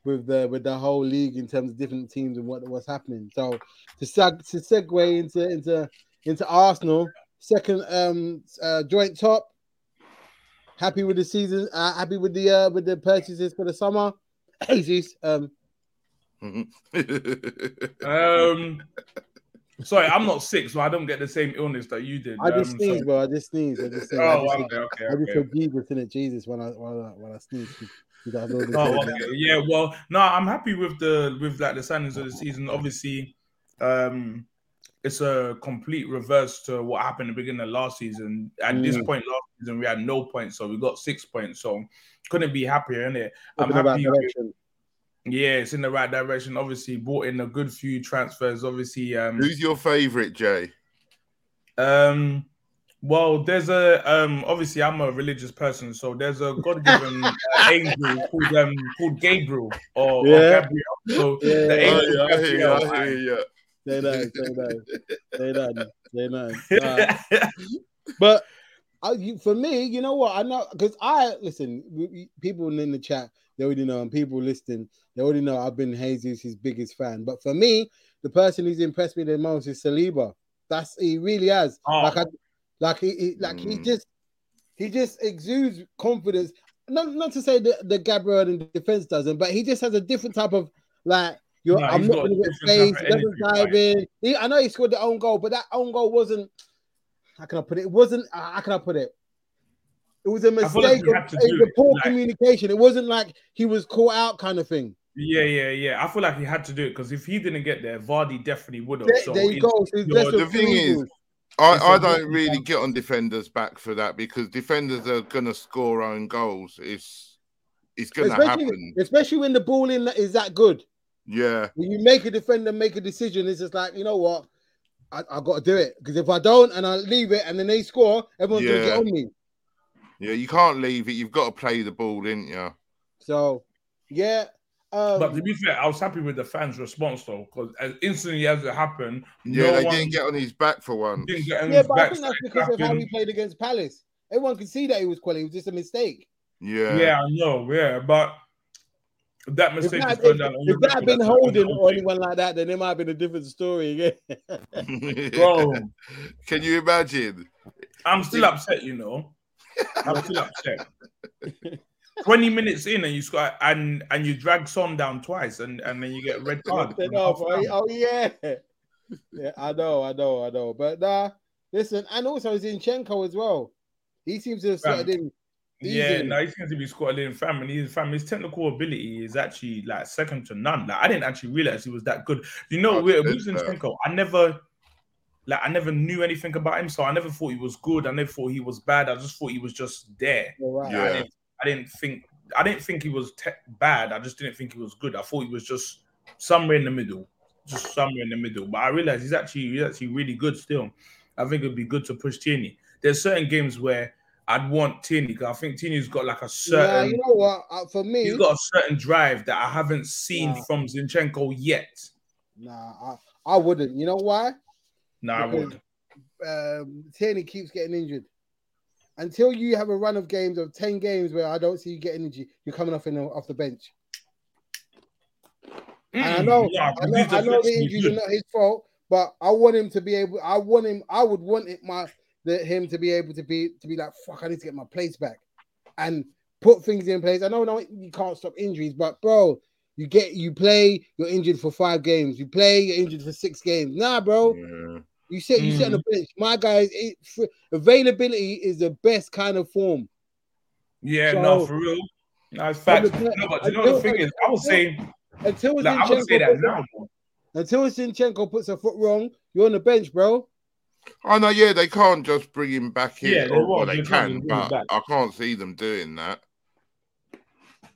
[SPEAKER 1] with the with the whole league in terms of different teams and what what's happening. So to seg- to segue into into into Arsenal second um uh, joint top. Happy with the season. Uh, happy with the uh, with the purchases for the summer. Jesus, um,
[SPEAKER 7] Um, sorry, I'm not sick, so I don't get the same illness that you did.
[SPEAKER 1] I just
[SPEAKER 7] Um,
[SPEAKER 1] sneezed,
[SPEAKER 7] so-
[SPEAKER 1] bro. I just sneezed. I just sneezed. I
[SPEAKER 7] Oh,
[SPEAKER 1] just,
[SPEAKER 7] okay,
[SPEAKER 1] said-
[SPEAKER 7] okay,
[SPEAKER 1] I just
[SPEAKER 7] okay.
[SPEAKER 1] said Jesus in it. Jesus when I when I, when I sneezed. because I was already-
[SPEAKER 7] Oh, okay. yeah. Well, no, I'm happy with the with like the signings of the season. Obviously, um, it's a complete reverse to what happened at the beginning of last season. At this
[SPEAKER 1] Mm.
[SPEAKER 7] point last season, we had no points, so we got six points. So couldn't be happier, innit? I'm
[SPEAKER 1] Talking about
[SPEAKER 7] happy. With,
[SPEAKER 1] direction.
[SPEAKER 7] yeah, it's in the right direction. Obviously, brought in a good few transfers. Obviously, um,
[SPEAKER 6] Who's your favourite, Jay?
[SPEAKER 7] um, well, there's a um. Obviously, I'm a religious person, so there's a God-given uh, angel called um called Gabriel or,
[SPEAKER 1] Yeah.
[SPEAKER 7] or Gabriel. So
[SPEAKER 1] Yeah.
[SPEAKER 7] the
[SPEAKER 6] Oh,
[SPEAKER 7] angel
[SPEAKER 6] yeah, I hear you,
[SPEAKER 7] Gabriel,
[SPEAKER 6] I hear you.
[SPEAKER 1] They don't. They don't. They don't. They don't. Uh,
[SPEAKER 7] yeah,
[SPEAKER 1] but uh, you, for me, you know what? I know because I listen. We, we- people in the chat, they already know, and people listening, they already know. I've been Jesus' his biggest fan. But for me, the person who's impressed me the most is Saliba. That's he really has.
[SPEAKER 7] Oh. Hmm.
[SPEAKER 1] Like I, like he, he like he
[SPEAKER 6] Mm.
[SPEAKER 1] just he just exudes confidence. Not not to say that the Gabriel in defense doesn't, but he just has a different type of like. You're,
[SPEAKER 7] No,
[SPEAKER 1] I'm
[SPEAKER 7] he's
[SPEAKER 1] not
[SPEAKER 7] got a
[SPEAKER 1] going to get
[SPEAKER 7] different
[SPEAKER 1] faced.
[SPEAKER 7] type
[SPEAKER 1] He
[SPEAKER 7] of
[SPEAKER 1] doesn't
[SPEAKER 7] energy,
[SPEAKER 1] dive in. He, I know he scored the own goal, but that own goal wasn't. How can I put it? It wasn't. uh, How can I put it? It was a
[SPEAKER 7] like
[SPEAKER 1] mistake.
[SPEAKER 7] you
[SPEAKER 1] of-
[SPEAKER 7] have to
[SPEAKER 1] it
[SPEAKER 7] do
[SPEAKER 1] was a
[SPEAKER 7] it,
[SPEAKER 1] poor
[SPEAKER 7] like-
[SPEAKER 1] communication. It wasn't like he was caught out, kind of thing.
[SPEAKER 7] yeah, yeah. I feel like he had to do it because if he didn't get there, Vardy definitely would have.
[SPEAKER 1] There,
[SPEAKER 7] so
[SPEAKER 1] there you
[SPEAKER 7] it's-
[SPEAKER 1] go. So
[SPEAKER 7] the
[SPEAKER 1] that's
[SPEAKER 6] The
[SPEAKER 1] what
[SPEAKER 6] thing
[SPEAKER 1] we
[SPEAKER 6] is,
[SPEAKER 1] do. It's a
[SPEAKER 6] I, I
[SPEAKER 1] good
[SPEAKER 6] don't really get on defenders back for that because defenders are gonna score own goals. It's it's gonna
[SPEAKER 1] especially,
[SPEAKER 6] happen.
[SPEAKER 1] especially when the ball in is that good.
[SPEAKER 6] Yeah.
[SPEAKER 1] When you make a defender make a decision, it's just like you know what. I, I got to do it because if I don't and I leave it and then they score, everyone's gonna
[SPEAKER 6] Yeah.
[SPEAKER 1] get on me.
[SPEAKER 6] Yeah, you can't leave it. You've got to play the ball, didn't you?
[SPEAKER 1] So, yeah. Um,
[SPEAKER 7] But to be fair, I was happy with the fans' response though, because as instantly as it happened,
[SPEAKER 6] Yeah,
[SPEAKER 7] no
[SPEAKER 6] they
[SPEAKER 7] one
[SPEAKER 6] didn't get on his back for one.
[SPEAKER 7] didn't get any
[SPEAKER 1] yeah, but I
[SPEAKER 7] back
[SPEAKER 1] think that's because of how
[SPEAKER 7] clapping.
[SPEAKER 1] we played against Palace. Everyone could see that it was quality. It was just a mistake.
[SPEAKER 6] Yeah.
[SPEAKER 7] Yeah, I know. Yeah, but that
[SPEAKER 1] If
[SPEAKER 7] mistake is
[SPEAKER 1] that,
[SPEAKER 7] going
[SPEAKER 1] if,
[SPEAKER 7] down. on
[SPEAKER 1] if
[SPEAKER 7] your
[SPEAKER 1] that had
[SPEAKER 7] record.
[SPEAKER 1] been
[SPEAKER 7] That's
[SPEAKER 1] Holding
[SPEAKER 7] not
[SPEAKER 1] or
[SPEAKER 7] okay.
[SPEAKER 1] anyone like that, then it might have been a different story again.
[SPEAKER 7] bro,
[SPEAKER 6] Can you imagine?
[SPEAKER 7] I'm still upset. You know, I'm still upset. Twenty minutes in, and you score, and and you drag Son down twice, and and then you get a red card.
[SPEAKER 1] Then off, oh, oh, yeah. Yeah, I know, I know, I know. But nah, listen, and also Zinchenko as well. He seems to have
[SPEAKER 7] Fam.
[SPEAKER 1] started in.
[SPEAKER 7] Yeah,
[SPEAKER 1] Easy.
[SPEAKER 7] no, he's going to be squatted in fam, and he's fam. His technical ability is actually like second to none. Like I didn't actually realize he was that good. You know,
[SPEAKER 6] That's
[SPEAKER 7] with
[SPEAKER 6] good,
[SPEAKER 7] with
[SPEAKER 6] man.
[SPEAKER 7] Zinchenko, I never, like, I never knew anything about him, so I never thought he was good. I never thought he was bad. I just thought he was just there.
[SPEAKER 1] All right.
[SPEAKER 7] I,
[SPEAKER 6] Yeah.
[SPEAKER 7] didn't, I didn't think I didn't think he was te- bad. I just didn't think he was good. I thought he was just somewhere in the middle, just somewhere in the middle. But I realized he's actually he's actually really good still. I think it'd be good to push Tierney. There's certain games where I'd want Tierney because I think Tierney's got like a
[SPEAKER 1] Nah,
[SPEAKER 7] certain
[SPEAKER 1] you know what? Uh, for me,
[SPEAKER 7] he's got a certain drive that I haven't seen
[SPEAKER 1] Yeah.
[SPEAKER 7] from Zinchenko yet.
[SPEAKER 1] nah, I, I wouldn't. You know why?
[SPEAKER 7] No, I
[SPEAKER 1] Because-
[SPEAKER 7] would.
[SPEAKER 1] um, Tierney keeps getting injured. Until you have a run of games of ten games where I don't see you getting injured, you're coming off in the, off the bench. And I
[SPEAKER 7] Mm,
[SPEAKER 1] know,
[SPEAKER 7] yeah,
[SPEAKER 1] I
[SPEAKER 7] because
[SPEAKER 1] know,
[SPEAKER 7] he's
[SPEAKER 1] I know the
[SPEAKER 7] defensively
[SPEAKER 1] injuries
[SPEAKER 7] good.
[SPEAKER 1] are not his fault, but I want him to be able. I want him. I would want it my the, him to be able to be to be like fuck. I need to get my place back and put things in place. I know, no, you can't stop injuries, but bro, you get you play. You're injured for five games. You play. You're injured for six games. Nah, bro.
[SPEAKER 6] Yeah.
[SPEAKER 1] You sit, you sit on the
[SPEAKER 7] Mm.
[SPEAKER 1] bench. My guys, it, fr- availability is the best kind of form.
[SPEAKER 7] Yeah,
[SPEAKER 1] So-
[SPEAKER 7] no, for real. No, it's fact.
[SPEAKER 1] the play-
[SPEAKER 7] No, but you know
[SPEAKER 1] until-
[SPEAKER 7] the thing is, I would say,
[SPEAKER 1] Until
[SPEAKER 7] like, I would
[SPEAKER 1] Zinchenko,
[SPEAKER 7] say that
[SPEAKER 1] puts-
[SPEAKER 7] now.
[SPEAKER 1] until Zinchenko puts a foot wrong, you're on the bench, bro.
[SPEAKER 6] I know, Oh, yeah, they can't just bring him back in.
[SPEAKER 7] Yeah, they
[SPEAKER 6] or,
[SPEAKER 7] won't.
[SPEAKER 6] well, they
[SPEAKER 7] They can't just
[SPEAKER 6] can,
[SPEAKER 7] bring him
[SPEAKER 6] but
[SPEAKER 7] back.
[SPEAKER 6] I can't see them doing that.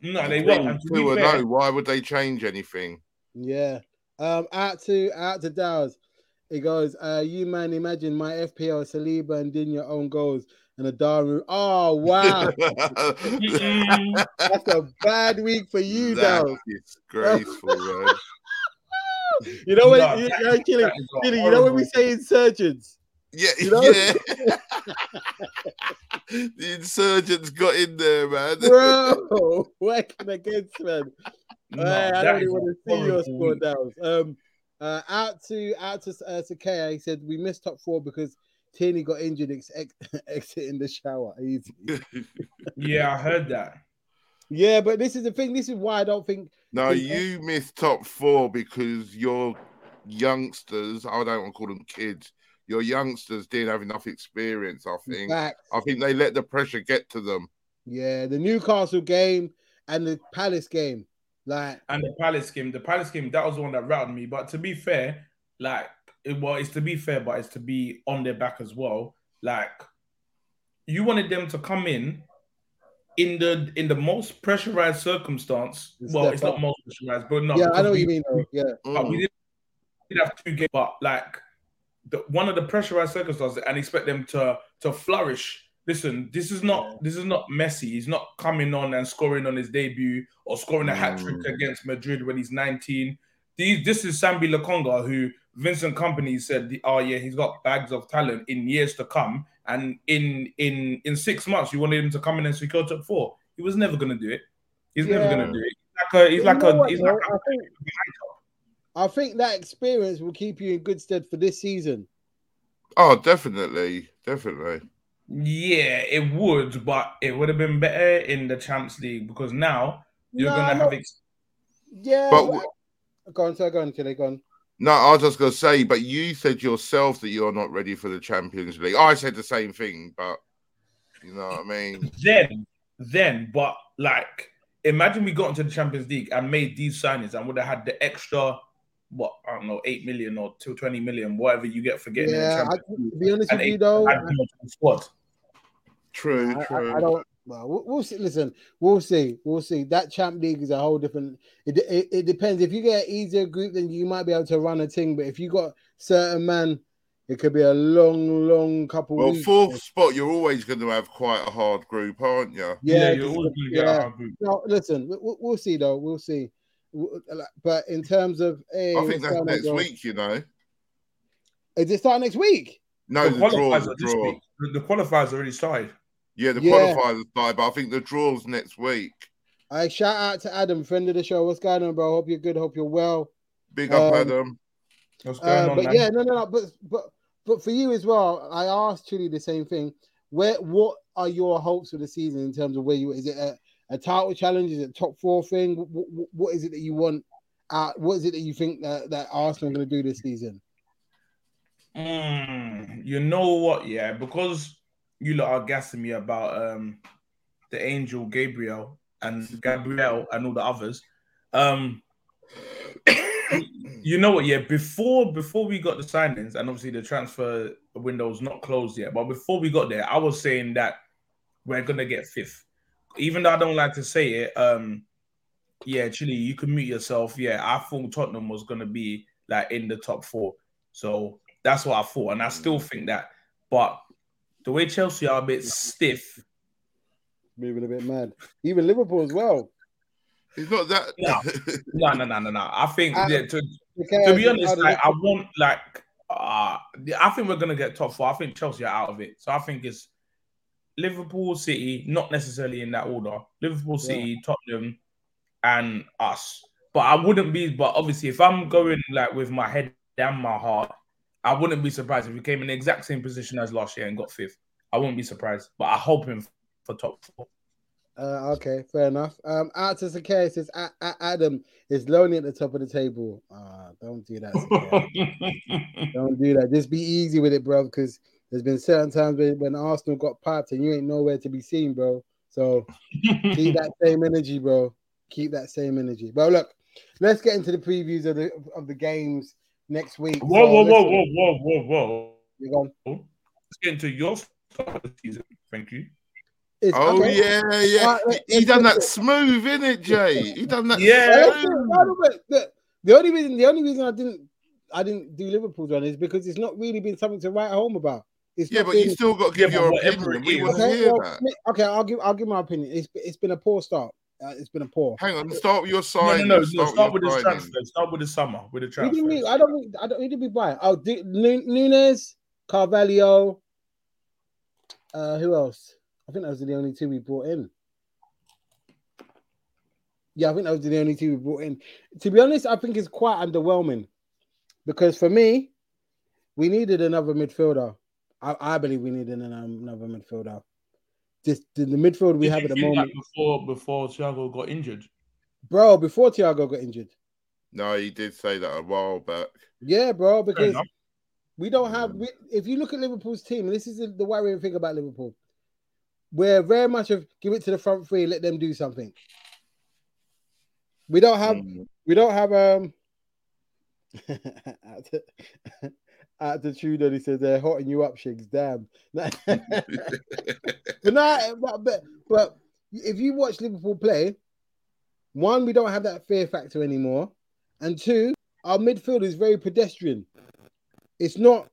[SPEAKER 7] No, they
[SPEAKER 6] Well,
[SPEAKER 7] won't. And to be
[SPEAKER 6] two and
[SPEAKER 7] fair-
[SPEAKER 6] oh, why would they change anything?
[SPEAKER 1] Yeah. Um, out to out to Dow's. He goes, uh, you man, imagine my FPL Saliba and Din your own goals and a Daru. Oh
[SPEAKER 7] Ah.
[SPEAKER 1] wow,
[SPEAKER 7] Mm-mm.
[SPEAKER 1] that's a bad week for you,
[SPEAKER 6] That's
[SPEAKER 1] Dow.
[SPEAKER 6] disgraceful, man.
[SPEAKER 1] You know what?
[SPEAKER 7] No,
[SPEAKER 1] you,
[SPEAKER 7] that-
[SPEAKER 1] you're killing,
[SPEAKER 7] that is a
[SPEAKER 1] killing. You know when
[SPEAKER 7] horrible-
[SPEAKER 1] we say insurgents,
[SPEAKER 6] Yeah,
[SPEAKER 1] You know?
[SPEAKER 6] yeah. the insurgents got in there, man.
[SPEAKER 1] bro, working against man.
[SPEAKER 7] No,
[SPEAKER 1] Hey, I
[SPEAKER 7] that
[SPEAKER 1] don't
[SPEAKER 7] is
[SPEAKER 1] even
[SPEAKER 7] a
[SPEAKER 1] want to see your
[SPEAKER 7] horrible
[SPEAKER 1] score
[SPEAKER 7] week.
[SPEAKER 1] downs. Um, uh, out to out to uh, Sakea, he said we missed top four because Tierney got injured ex- ex- exiting the shower. Easy.
[SPEAKER 7] Yeah, I heard that.
[SPEAKER 1] Yeah, but this is the thing. This is why I don't think.
[SPEAKER 6] No,
[SPEAKER 1] Yeah.
[SPEAKER 6] you missed top four because your youngsters, I don't want to call them kids, your youngsters didn't have enough experience, I think.
[SPEAKER 1] Back.
[SPEAKER 6] I think they let the pressure get to them.
[SPEAKER 1] Yeah, the Newcastle game and the Palace game. Like,
[SPEAKER 7] And the Palace game, the Palace game, that was the one that rattled me. But to be fair, like, it, well, it's to be fair, but it's to be on their back as well. Like, you wanted them to come in in the in the most pressurized circumstance.
[SPEAKER 1] And
[SPEAKER 7] Well,
[SPEAKER 1] step
[SPEAKER 7] it's
[SPEAKER 1] up.
[SPEAKER 7] not most pressurized, but no.
[SPEAKER 1] yeah, I
[SPEAKER 7] because
[SPEAKER 1] know what
[SPEAKER 7] we-
[SPEAKER 1] you mean. Though. Yeah,
[SPEAKER 7] But we
[SPEAKER 6] Mm.
[SPEAKER 7] did, did have two games, but like the, one of the pressurized circumstances, and expect them to to flourish. Listen, this is not this is not Messi. He's not coming on and scoring on his debut or scoring a hat trick
[SPEAKER 6] Mm.
[SPEAKER 7] against Madrid when he's 19. These, this is Sambi Lakonga, who Vincent Company said, the- "Oh yeah, he's got bags of talent in years to come." And in in in six months, you wanted him to come in and secure top four. He was never gonna do it. He's never
[SPEAKER 1] Yeah.
[SPEAKER 7] gonna do it. He's like a he's
[SPEAKER 1] You
[SPEAKER 7] like
[SPEAKER 1] know
[SPEAKER 7] a
[SPEAKER 1] what,
[SPEAKER 7] he's
[SPEAKER 1] though?
[SPEAKER 7] like a
[SPEAKER 1] I think- I think that experience will keep you in good stead for this season.
[SPEAKER 6] Oh, definitely. Definitely.
[SPEAKER 7] Yeah, it would, but it would have been better in the Champions League because now you're
[SPEAKER 1] No,
[SPEAKER 7] gonna
[SPEAKER 1] no,
[SPEAKER 7] have ex-
[SPEAKER 1] Yeah,
[SPEAKER 6] But
[SPEAKER 1] but, go on, sir, go on, Chile, go on.
[SPEAKER 6] No, I was just going to say, but you said yourself that you're not ready for the Champions League. I said the same thing, but you know what I mean?
[SPEAKER 7] then, then, but like, imagine we got into the Champions League and made these signings and would have had the extra, what I don't know, eight million or two twenty million, whatever you get for getting in the
[SPEAKER 1] Yeah, I,
[SPEAKER 7] Champions
[SPEAKER 1] to be honest
[SPEAKER 7] And
[SPEAKER 1] with you
[SPEAKER 7] eight-
[SPEAKER 1] though,
[SPEAKER 7] League. Add more to the squad.
[SPEAKER 6] True,
[SPEAKER 1] I,
[SPEAKER 6] true.
[SPEAKER 1] I, I don't. Well, we'll- we'll see. Listen, we'll see. We'll see. That champ league is a whole different. It, it, it depends. If you get an easier group, then you might be able to run a thing. But if you got certain man It could be a long, long couple
[SPEAKER 6] Well,
[SPEAKER 1] weeks.
[SPEAKER 6] fourth spot, you're always going to have quite a hard group, aren't you?
[SPEAKER 1] yeah,
[SPEAKER 7] you're
[SPEAKER 1] just-
[SPEAKER 7] always gonna get
[SPEAKER 1] yeah.
[SPEAKER 7] out of group.
[SPEAKER 1] No, listen, we- we- we'll see though. We'll see. W- like, But in terms of, hey,
[SPEAKER 6] I
[SPEAKER 1] what's
[SPEAKER 6] think that's
[SPEAKER 1] going on,
[SPEAKER 6] next
[SPEAKER 1] bro?
[SPEAKER 6] week, you know.
[SPEAKER 1] Is it starting next week?
[SPEAKER 6] No,
[SPEAKER 7] the
[SPEAKER 6] the, draw,
[SPEAKER 7] qualifiers
[SPEAKER 6] the
[SPEAKER 7] are this
[SPEAKER 6] draw.
[SPEAKER 7] week. The, the qualifiers already started.
[SPEAKER 6] Yeah, the
[SPEAKER 1] Yeah.
[SPEAKER 6] qualifiers are started, but I think the draw's next week.
[SPEAKER 1] I shout out to Adam, friend of the show. What's going on, bro? Hope you're good. Hope you're well.
[SPEAKER 6] Big up,
[SPEAKER 1] Um,
[SPEAKER 6] Adam.
[SPEAKER 7] What's going
[SPEAKER 1] Uh,
[SPEAKER 7] on,
[SPEAKER 1] but
[SPEAKER 7] man?
[SPEAKER 1] yeah, no, no, no. But but but for you as well, I asked Chili the same thing. Where what are your hopes for the season in terms of where you is it a, a title challenge? Is it top four thing? What, what is it that you want? Uh, what is it that you think that, that Arsenal are going to do this season?
[SPEAKER 7] Mm, you know what? Yeah, because you lot are gassing me about um the angel Gabriel and Gabriel and all the others. Um, you know what? Yeah, before before we got the signings and obviously the transfer window's not closed yet, but before we got there, I was saying that we're gonna get fifth, even though I don't like to say it. Um, yeah, Chile, you can mute yourself. Yeah, I thought Tottenham was gonna be like in the top four, so that's what I thought, and I still think that. But the way Chelsea are a bit stiff,
[SPEAKER 1] Moving a bit mad. Even Liverpool as well.
[SPEAKER 6] It's not that.
[SPEAKER 7] Yeah. no, no, no, no, no. I think
[SPEAKER 1] Uh,
[SPEAKER 7] yeah, to,
[SPEAKER 1] Okay,
[SPEAKER 7] to be honest,
[SPEAKER 1] Adam-
[SPEAKER 7] like, I want like uh I think we're gonna get top four. I think Chelsea are out of it, so I think it's Liverpool, City, not necessarily in that order. Liverpool, City, Tottenham, and us. But I wouldn't be. But obviously, if I'm going like with my head and my heart, I wouldn't be surprised if we came in the exact same position as last year and got fifth. I wouldn't be surprised. But I hope him for top four.
[SPEAKER 1] Uh, okay, fair enough. Um, out to Sakay says "A- A- Adam is lonely at the top of the table. Ah, don't do that. Sakay. don't do that. Just be easy with it, bro. Because there's been certain times when, when Arsenal got piped and you ain't nowhere to be seen, bro. So keep that same energy, bro. Keep that same energy. But look, let's get into the previews of the of the games next week.
[SPEAKER 7] Whoa,
[SPEAKER 1] So
[SPEAKER 7] whoa, whoa,
[SPEAKER 1] let's-
[SPEAKER 7] whoa, whoa, whoa, whoa.
[SPEAKER 1] You're gone.
[SPEAKER 7] Let's get into your start of the season. Thank you.
[SPEAKER 1] It's-
[SPEAKER 6] Oh
[SPEAKER 1] okay. Uh,
[SPEAKER 6] yeah, yeah.
[SPEAKER 1] Alright, let's-
[SPEAKER 6] He, he done
[SPEAKER 1] let's-
[SPEAKER 6] that smooth, innit, Jay? He done that.
[SPEAKER 7] Yeah.
[SPEAKER 1] That's
[SPEAKER 6] smooth.
[SPEAKER 1] it. By the way, the- the only reason the only reason I didn't I didn't do Liverpool's one is because it's not really been something to write home about. It's
[SPEAKER 6] Yeah,
[SPEAKER 1] not
[SPEAKER 6] but
[SPEAKER 1] been-
[SPEAKER 6] you still got to give
[SPEAKER 7] Yeah, but
[SPEAKER 6] your
[SPEAKER 7] whatever
[SPEAKER 6] opinion.
[SPEAKER 7] it
[SPEAKER 6] We
[SPEAKER 7] is.
[SPEAKER 6] want to
[SPEAKER 1] okay,
[SPEAKER 6] hear
[SPEAKER 1] well,
[SPEAKER 6] that.
[SPEAKER 1] me- okay, I'll give I'll give my opinion. It's it's been a poor start. Uh, it's been a poor.
[SPEAKER 6] Hang on, start with your
[SPEAKER 7] No,
[SPEAKER 6] sign.
[SPEAKER 7] no, no. no, Start, with
[SPEAKER 6] your
[SPEAKER 7] the
[SPEAKER 6] signing.
[SPEAKER 7] transfer. Start with the summer. With the
[SPEAKER 1] We
[SPEAKER 7] transfer.
[SPEAKER 1] didn't really, I don't really- I don't we didn't be buying. Oh, D- Nu- Nunes, Carvalho. Uh, who else? I think those are the only two we brought in. Yeah, I think those are the only two we brought in. To be honest, I think it's quite underwhelming because for me, we needed another midfielder. I, I believe we needed an- another midfielder. Just the, the midfield we
[SPEAKER 7] Did
[SPEAKER 1] have
[SPEAKER 7] you
[SPEAKER 1] at the
[SPEAKER 7] feel that
[SPEAKER 1] moment,
[SPEAKER 7] Before, before Thiago got injured.
[SPEAKER 1] bro. Before Thiago got injured,
[SPEAKER 6] No, he did say that a while back.
[SPEAKER 1] yeah, bro,
[SPEAKER 7] Fair
[SPEAKER 1] because
[SPEAKER 7] enough.
[SPEAKER 1] We don't have. We, if you look at Liverpool's team, this is the, the worrying thing about Liverpool. We're very much of give it to the front three, let them do something. We don't have.
[SPEAKER 6] Mm.
[SPEAKER 1] We don't have. Um. at, the, at the Trudeau, he says they're hotting you up, Shigs. Damn. but no, but, but but if you watch Liverpool play, one, we don't have that fear factor anymore, and two, our midfield is very pedestrian. It's not.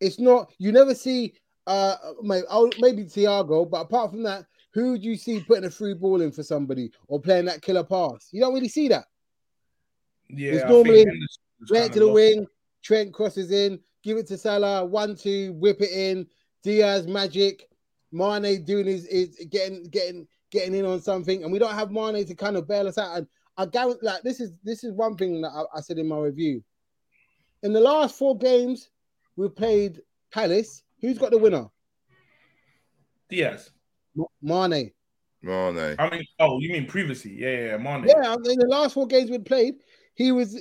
[SPEAKER 1] It's not. You never see. Uh, maybe, maybe Thiago, but apart from that, who do you see putting a free ball in for somebody or playing that killer pass? You don't really see that.
[SPEAKER 7] Yeah.
[SPEAKER 1] It's
[SPEAKER 7] I
[SPEAKER 1] normally
[SPEAKER 7] think Henderson's
[SPEAKER 1] Right
[SPEAKER 7] kinda
[SPEAKER 1] to the
[SPEAKER 7] lost.
[SPEAKER 1] wing, Trent crosses in, give it to Salah, one two, whip it in. Diaz magic, Mane doing his is getting getting getting in on something, and we don't have Mane to kind of bail us out. And I guarantee, like this is this is one thing that I, I said in my review. In the last four games, we played Palace. Who's got the winner?
[SPEAKER 7] Diaz.
[SPEAKER 1] Ma- Mane.
[SPEAKER 6] Mane.
[SPEAKER 7] I mean, oh, you mean previously? Yeah, yeah, yeah. Mane.
[SPEAKER 1] Yeah, in the last four games we played, he was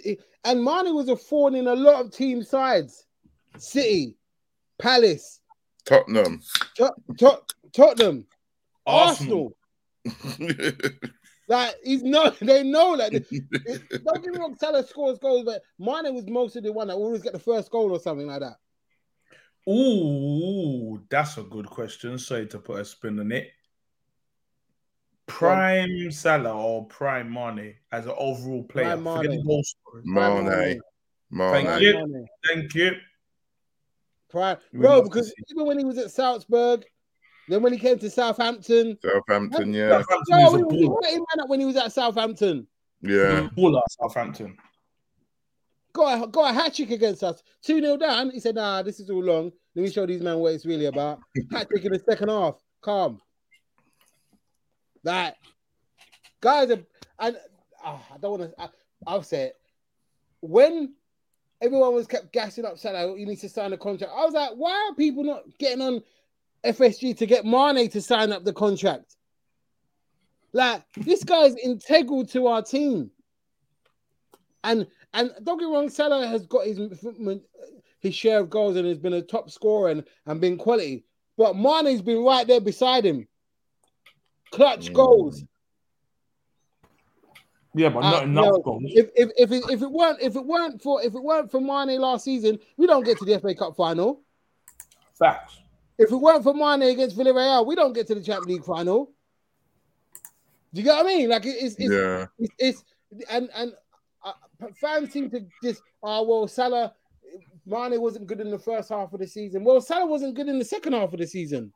[SPEAKER 1] and Mane was a thorn in a lot of team sides. City, Palace,
[SPEAKER 6] Tottenham.
[SPEAKER 1] Tot- Tot- Tottenham,
[SPEAKER 7] Arsenal.
[SPEAKER 1] Arsenal. Like he's no, they know like it- don't get me wrong, Salah scores goals, but Mane was mostly the one that always get the first goal or something like that.
[SPEAKER 7] Ooh, that's a good question. Sorry to put a spin on it. Prime Salah or Prime Mane as an overall player.
[SPEAKER 1] Prime
[SPEAKER 7] Forget
[SPEAKER 1] Mane.
[SPEAKER 7] the goal scorer.
[SPEAKER 6] Mane.
[SPEAKER 1] Mane.
[SPEAKER 6] Mane.
[SPEAKER 7] Thank you. Thank you.
[SPEAKER 1] prior,
[SPEAKER 7] We
[SPEAKER 1] bro.
[SPEAKER 7] must
[SPEAKER 1] Because
[SPEAKER 7] see.
[SPEAKER 1] even when he was at Salzburg, then when he came to Southampton,
[SPEAKER 6] Southampton, yeah,
[SPEAKER 7] Southampton
[SPEAKER 1] no,
[SPEAKER 7] is a
[SPEAKER 1] he was
[SPEAKER 7] baller.
[SPEAKER 1] he man up when he was at Southampton.
[SPEAKER 6] yeah.
[SPEAKER 7] He's a baller, Southampton.
[SPEAKER 1] Got a, got a hat trick against us, two 0 down. He said, "Nah, this is all long. Let me show these men what it's really about." hat trick in the second half. Calm. That guys, are, and oh, I don't want to. I'll say it. When everyone was kept gassing up Salah, you need to sign a contract. I was like, why are people not getting on FSG to get Mane to sign up the contract? Like this guy's integral to our team. And and don't get me wrong, Salah has got his his share of goals and has been a top scorer and, and been quality. But Mane's been right there beside him. Clutch
[SPEAKER 6] Mm.
[SPEAKER 1] goals.
[SPEAKER 7] Yeah, but
[SPEAKER 1] Uh,
[SPEAKER 7] not enough
[SPEAKER 1] no.
[SPEAKER 7] goals.
[SPEAKER 1] If if if it, if it weren't if it weren't for if it weren't for Mane last season, we don't get to the FA Cup final.
[SPEAKER 7] Facts.
[SPEAKER 1] If it weren't for Mane against Villarreal, we don't get to the Champions League final. Do you get what I mean? Like it- it's it's,
[SPEAKER 6] Yeah,
[SPEAKER 1] it's, it's and and uh, fans seem to just oh well Salah, Mane wasn't good in the first half of the season. Well, Salah wasn't good in the second half of the season.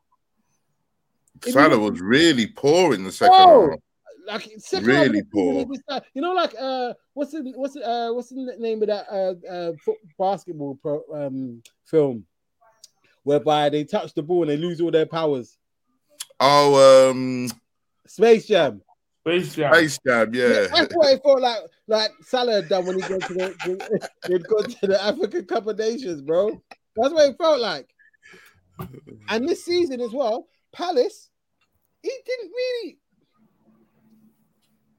[SPEAKER 1] If you
[SPEAKER 6] Salah was really poor in the second
[SPEAKER 1] Oh,
[SPEAKER 6] half.
[SPEAKER 1] like second
[SPEAKER 6] Really
[SPEAKER 1] half of the season,
[SPEAKER 6] poor.
[SPEAKER 1] it was like- You know, like uh, what's the what's the, uh, what's the name of that uh, uh foot, basketball pro, um film whereby they touch the ball and they lose all their powers?
[SPEAKER 6] Oh, um,
[SPEAKER 1] Space Jam.
[SPEAKER 7] Space Jam.
[SPEAKER 6] Space Jam, yeah.
[SPEAKER 1] That's what it felt like. Like Salah had done when he go to the he'd gone to the African Cup of Nations, bro. That's what it felt like. And this season as well, Palace, he didn't really.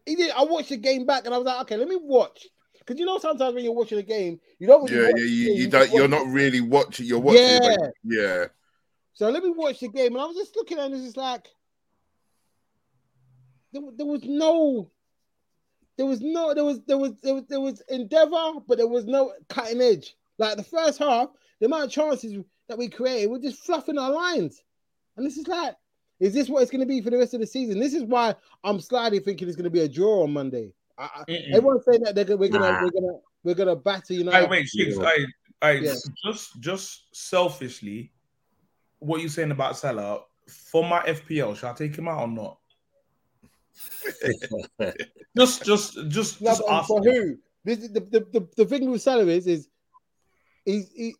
[SPEAKER 1] He did. I watched the game back and I was like, okay, let me watch. Because you know, sometimes when you're watching a game, you don't. Really
[SPEAKER 6] Yeah,
[SPEAKER 1] watch
[SPEAKER 6] yeah,
[SPEAKER 1] the
[SPEAKER 6] you,
[SPEAKER 1] game,
[SPEAKER 6] you
[SPEAKER 1] just
[SPEAKER 6] don't. You're
[SPEAKER 1] watch
[SPEAKER 6] not
[SPEAKER 1] it.
[SPEAKER 6] really watching. You're watching. it,
[SPEAKER 1] Yeah.
[SPEAKER 6] but- yeah.
[SPEAKER 1] So let me watch the game, and I was just looking at it, and it's just like there, there was no, there was no, there was there was there was there was endeavor, but there was no cutting edge. Like the first half, the amount of chances that we created, we're just fluffing our lines, and this is like, is this what it's going to be for the rest of the season? This is why I'm slightly thinking it's going to be a draw on Monday. I, I,
[SPEAKER 7] Mm-mm.
[SPEAKER 1] everyone's saying that they're gonna, we're gonna we're gonna we're gonna batter United.
[SPEAKER 7] Hmm. Hey, wait, Shiggs, hey, hey,
[SPEAKER 1] Yeah.
[SPEAKER 7] just just selfishly, what you saying about Salah for my FPL? Should I take him out or not? just, just, just,
[SPEAKER 1] No,
[SPEAKER 7] just
[SPEAKER 1] but
[SPEAKER 7] ask.
[SPEAKER 1] for
[SPEAKER 7] him.
[SPEAKER 1] who? This is the, the, the, the thing with Salah is is he's he,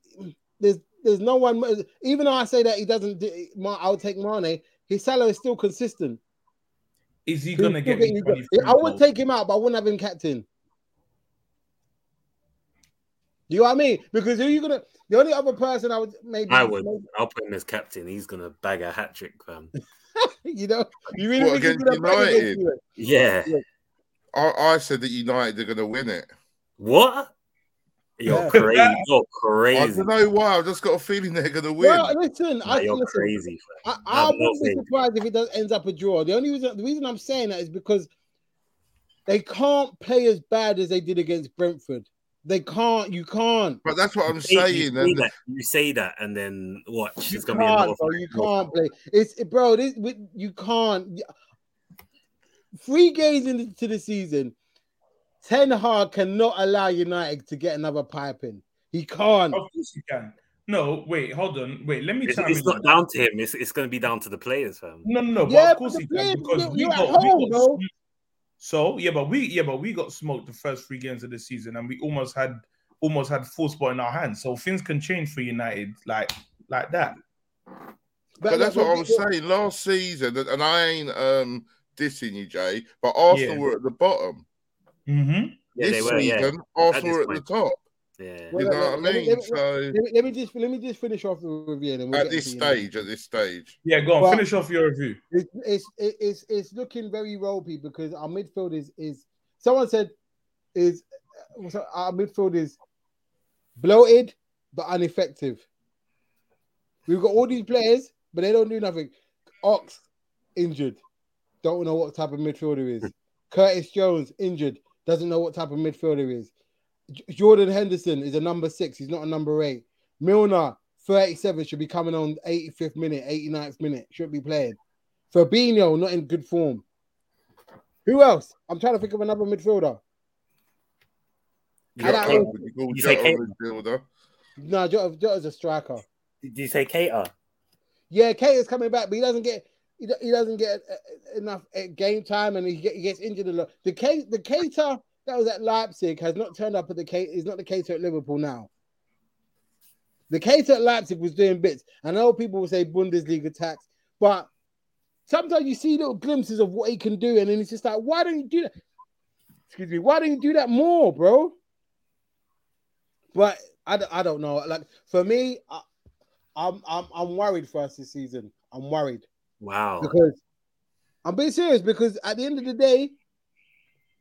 [SPEAKER 1] there's there's no one even though I say that he doesn't do, Ma- I'll take Mane his salary is still consistent.
[SPEAKER 7] Is he
[SPEAKER 1] He's
[SPEAKER 7] gonna
[SPEAKER 1] still
[SPEAKER 7] get me
[SPEAKER 1] getting-
[SPEAKER 7] 23
[SPEAKER 1] I would
[SPEAKER 7] goals?
[SPEAKER 1] take him out, but I wouldn't have him captain. Do you know what I mean? Because who you gonna the only other person I would maybe
[SPEAKER 8] I would. I'll put him as captain. He's gonna bag a hat trick, fam.
[SPEAKER 1] you know you really
[SPEAKER 6] What,
[SPEAKER 1] think he's
[SPEAKER 6] against
[SPEAKER 1] gonna play against
[SPEAKER 6] United?
[SPEAKER 1] you?
[SPEAKER 8] Yeah.
[SPEAKER 6] I, I said that United are going to win it.
[SPEAKER 8] What? You're
[SPEAKER 1] Yeah.
[SPEAKER 8] crazy. You're
[SPEAKER 6] I
[SPEAKER 8] crazy.
[SPEAKER 6] don't know why. I've just got a feeling they're going to win.
[SPEAKER 1] Well, listen,
[SPEAKER 8] Nah,
[SPEAKER 1] I
[SPEAKER 8] you're
[SPEAKER 1] listen,
[SPEAKER 8] crazy.
[SPEAKER 1] I,
[SPEAKER 8] fam.
[SPEAKER 1] I
[SPEAKER 8] I'm not
[SPEAKER 1] wouldn't be
[SPEAKER 8] saying-
[SPEAKER 1] surprised if it does ends up a draw. The only reason the reason I'm saying that is because they can't play as bad as they did against Brentford. They can't. You can't.
[SPEAKER 6] but that's what I'm
[SPEAKER 8] Hey,
[SPEAKER 6] saying.
[SPEAKER 8] You say,
[SPEAKER 6] And
[SPEAKER 8] that, you say that, and then watch.
[SPEAKER 1] You
[SPEAKER 8] It's gonna be another.
[SPEAKER 1] can't, bro. You can't play. It's bro. This with- you can't. Three games into the season, Ten Hag cannot allow United to get another pipe in. He can't.
[SPEAKER 6] Oh,
[SPEAKER 7] Of course he can. No, wait, hold on, wait. Let me.
[SPEAKER 8] It's,
[SPEAKER 7] chime
[SPEAKER 8] it's
[SPEAKER 7] in
[SPEAKER 8] not
[SPEAKER 7] on that.
[SPEAKER 8] down to him. It's, it's gonna be down to the players, fam.
[SPEAKER 7] No, no, no.
[SPEAKER 1] Yeah, but
[SPEAKER 7] but of course
[SPEAKER 1] the
[SPEAKER 7] he
[SPEAKER 1] players,
[SPEAKER 7] can because
[SPEAKER 1] you-
[SPEAKER 7] we
[SPEAKER 1] you're at
[SPEAKER 7] got,
[SPEAKER 1] home,
[SPEAKER 7] we
[SPEAKER 1] bro.
[SPEAKER 7] got smoked. So yeah, but we yeah, but we got smoked the first three games of the season, and we almost had almost had full spot in our hands. So things can change for United like like that.
[SPEAKER 6] but that's what I was
[SPEAKER 1] saying.
[SPEAKER 6] saying last season. And and I ain't um, dissing you, Jay, but Arsenal
[SPEAKER 7] Yeah.
[SPEAKER 6] were at the bottom.
[SPEAKER 7] Mm-hmm.
[SPEAKER 8] Yeah,
[SPEAKER 6] this
[SPEAKER 8] they were. Yeah,
[SPEAKER 6] season, Arsenal
[SPEAKER 8] this
[SPEAKER 6] were at the
[SPEAKER 8] point.
[SPEAKER 6] top.
[SPEAKER 8] yeah.
[SPEAKER 1] Well,
[SPEAKER 6] you
[SPEAKER 1] let-
[SPEAKER 6] know what I
[SPEAKER 1] let me-
[SPEAKER 6] mean?
[SPEAKER 1] let me-
[SPEAKER 6] so
[SPEAKER 1] Let me, let me just let me just finish off the review. And then we'll
[SPEAKER 6] at
[SPEAKER 1] get
[SPEAKER 6] this
[SPEAKER 1] into United.
[SPEAKER 6] stage, at this stage,
[SPEAKER 7] Yeah, go on.
[SPEAKER 1] But-
[SPEAKER 7] finish off your review.
[SPEAKER 1] It's it's it- it's it's looking very ropey because our midfield is is someone said is uh, so our midfield is bloated but ineffective. We've got all these players, but they don't do nothing. Ox injured, don't know what type of midfielder he is. Curtis Jones injured, doesn't know what type of midfielder he is. J- Jordan Henderson is a number six, he's not a number eight. Milner, 37, should be coming on 85th minute, 89th minute, should be playing. Fabinho not in good form. Who else? I'm trying to think of another midfielder.
[SPEAKER 6] you
[SPEAKER 1] I
[SPEAKER 6] got
[SPEAKER 1] don't-
[SPEAKER 6] Owen, you got
[SPEAKER 8] You say
[SPEAKER 6] Jota
[SPEAKER 8] Kane.
[SPEAKER 6] and Builder.
[SPEAKER 1] No, Jota, Jota's a striker.
[SPEAKER 8] Did you say Cater?
[SPEAKER 1] Yeah, Kate is coming back, but he doesn't get he, do- he doesn't get uh, enough uh, game time, and he, get, he gets injured a lot. The Kate the Cater that was at Leipzig has not turned up at the Kate. He's not the Cater at Liverpool now. The Cater at Leipzig was doing bits. I know people will say Bundesliga tax, but sometimes you see little glimpses of what he can do, and then it's just like, why don't you do that? Excuse me, why don't you do that more, bro? But I, don't- I don't know. Like for me, I, I'm I'm I'm worried for us this season. I'm worried
[SPEAKER 6] Oh.
[SPEAKER 8] Wow.
[SPEAKER 1] because I'm being serious. Because at the end of the day,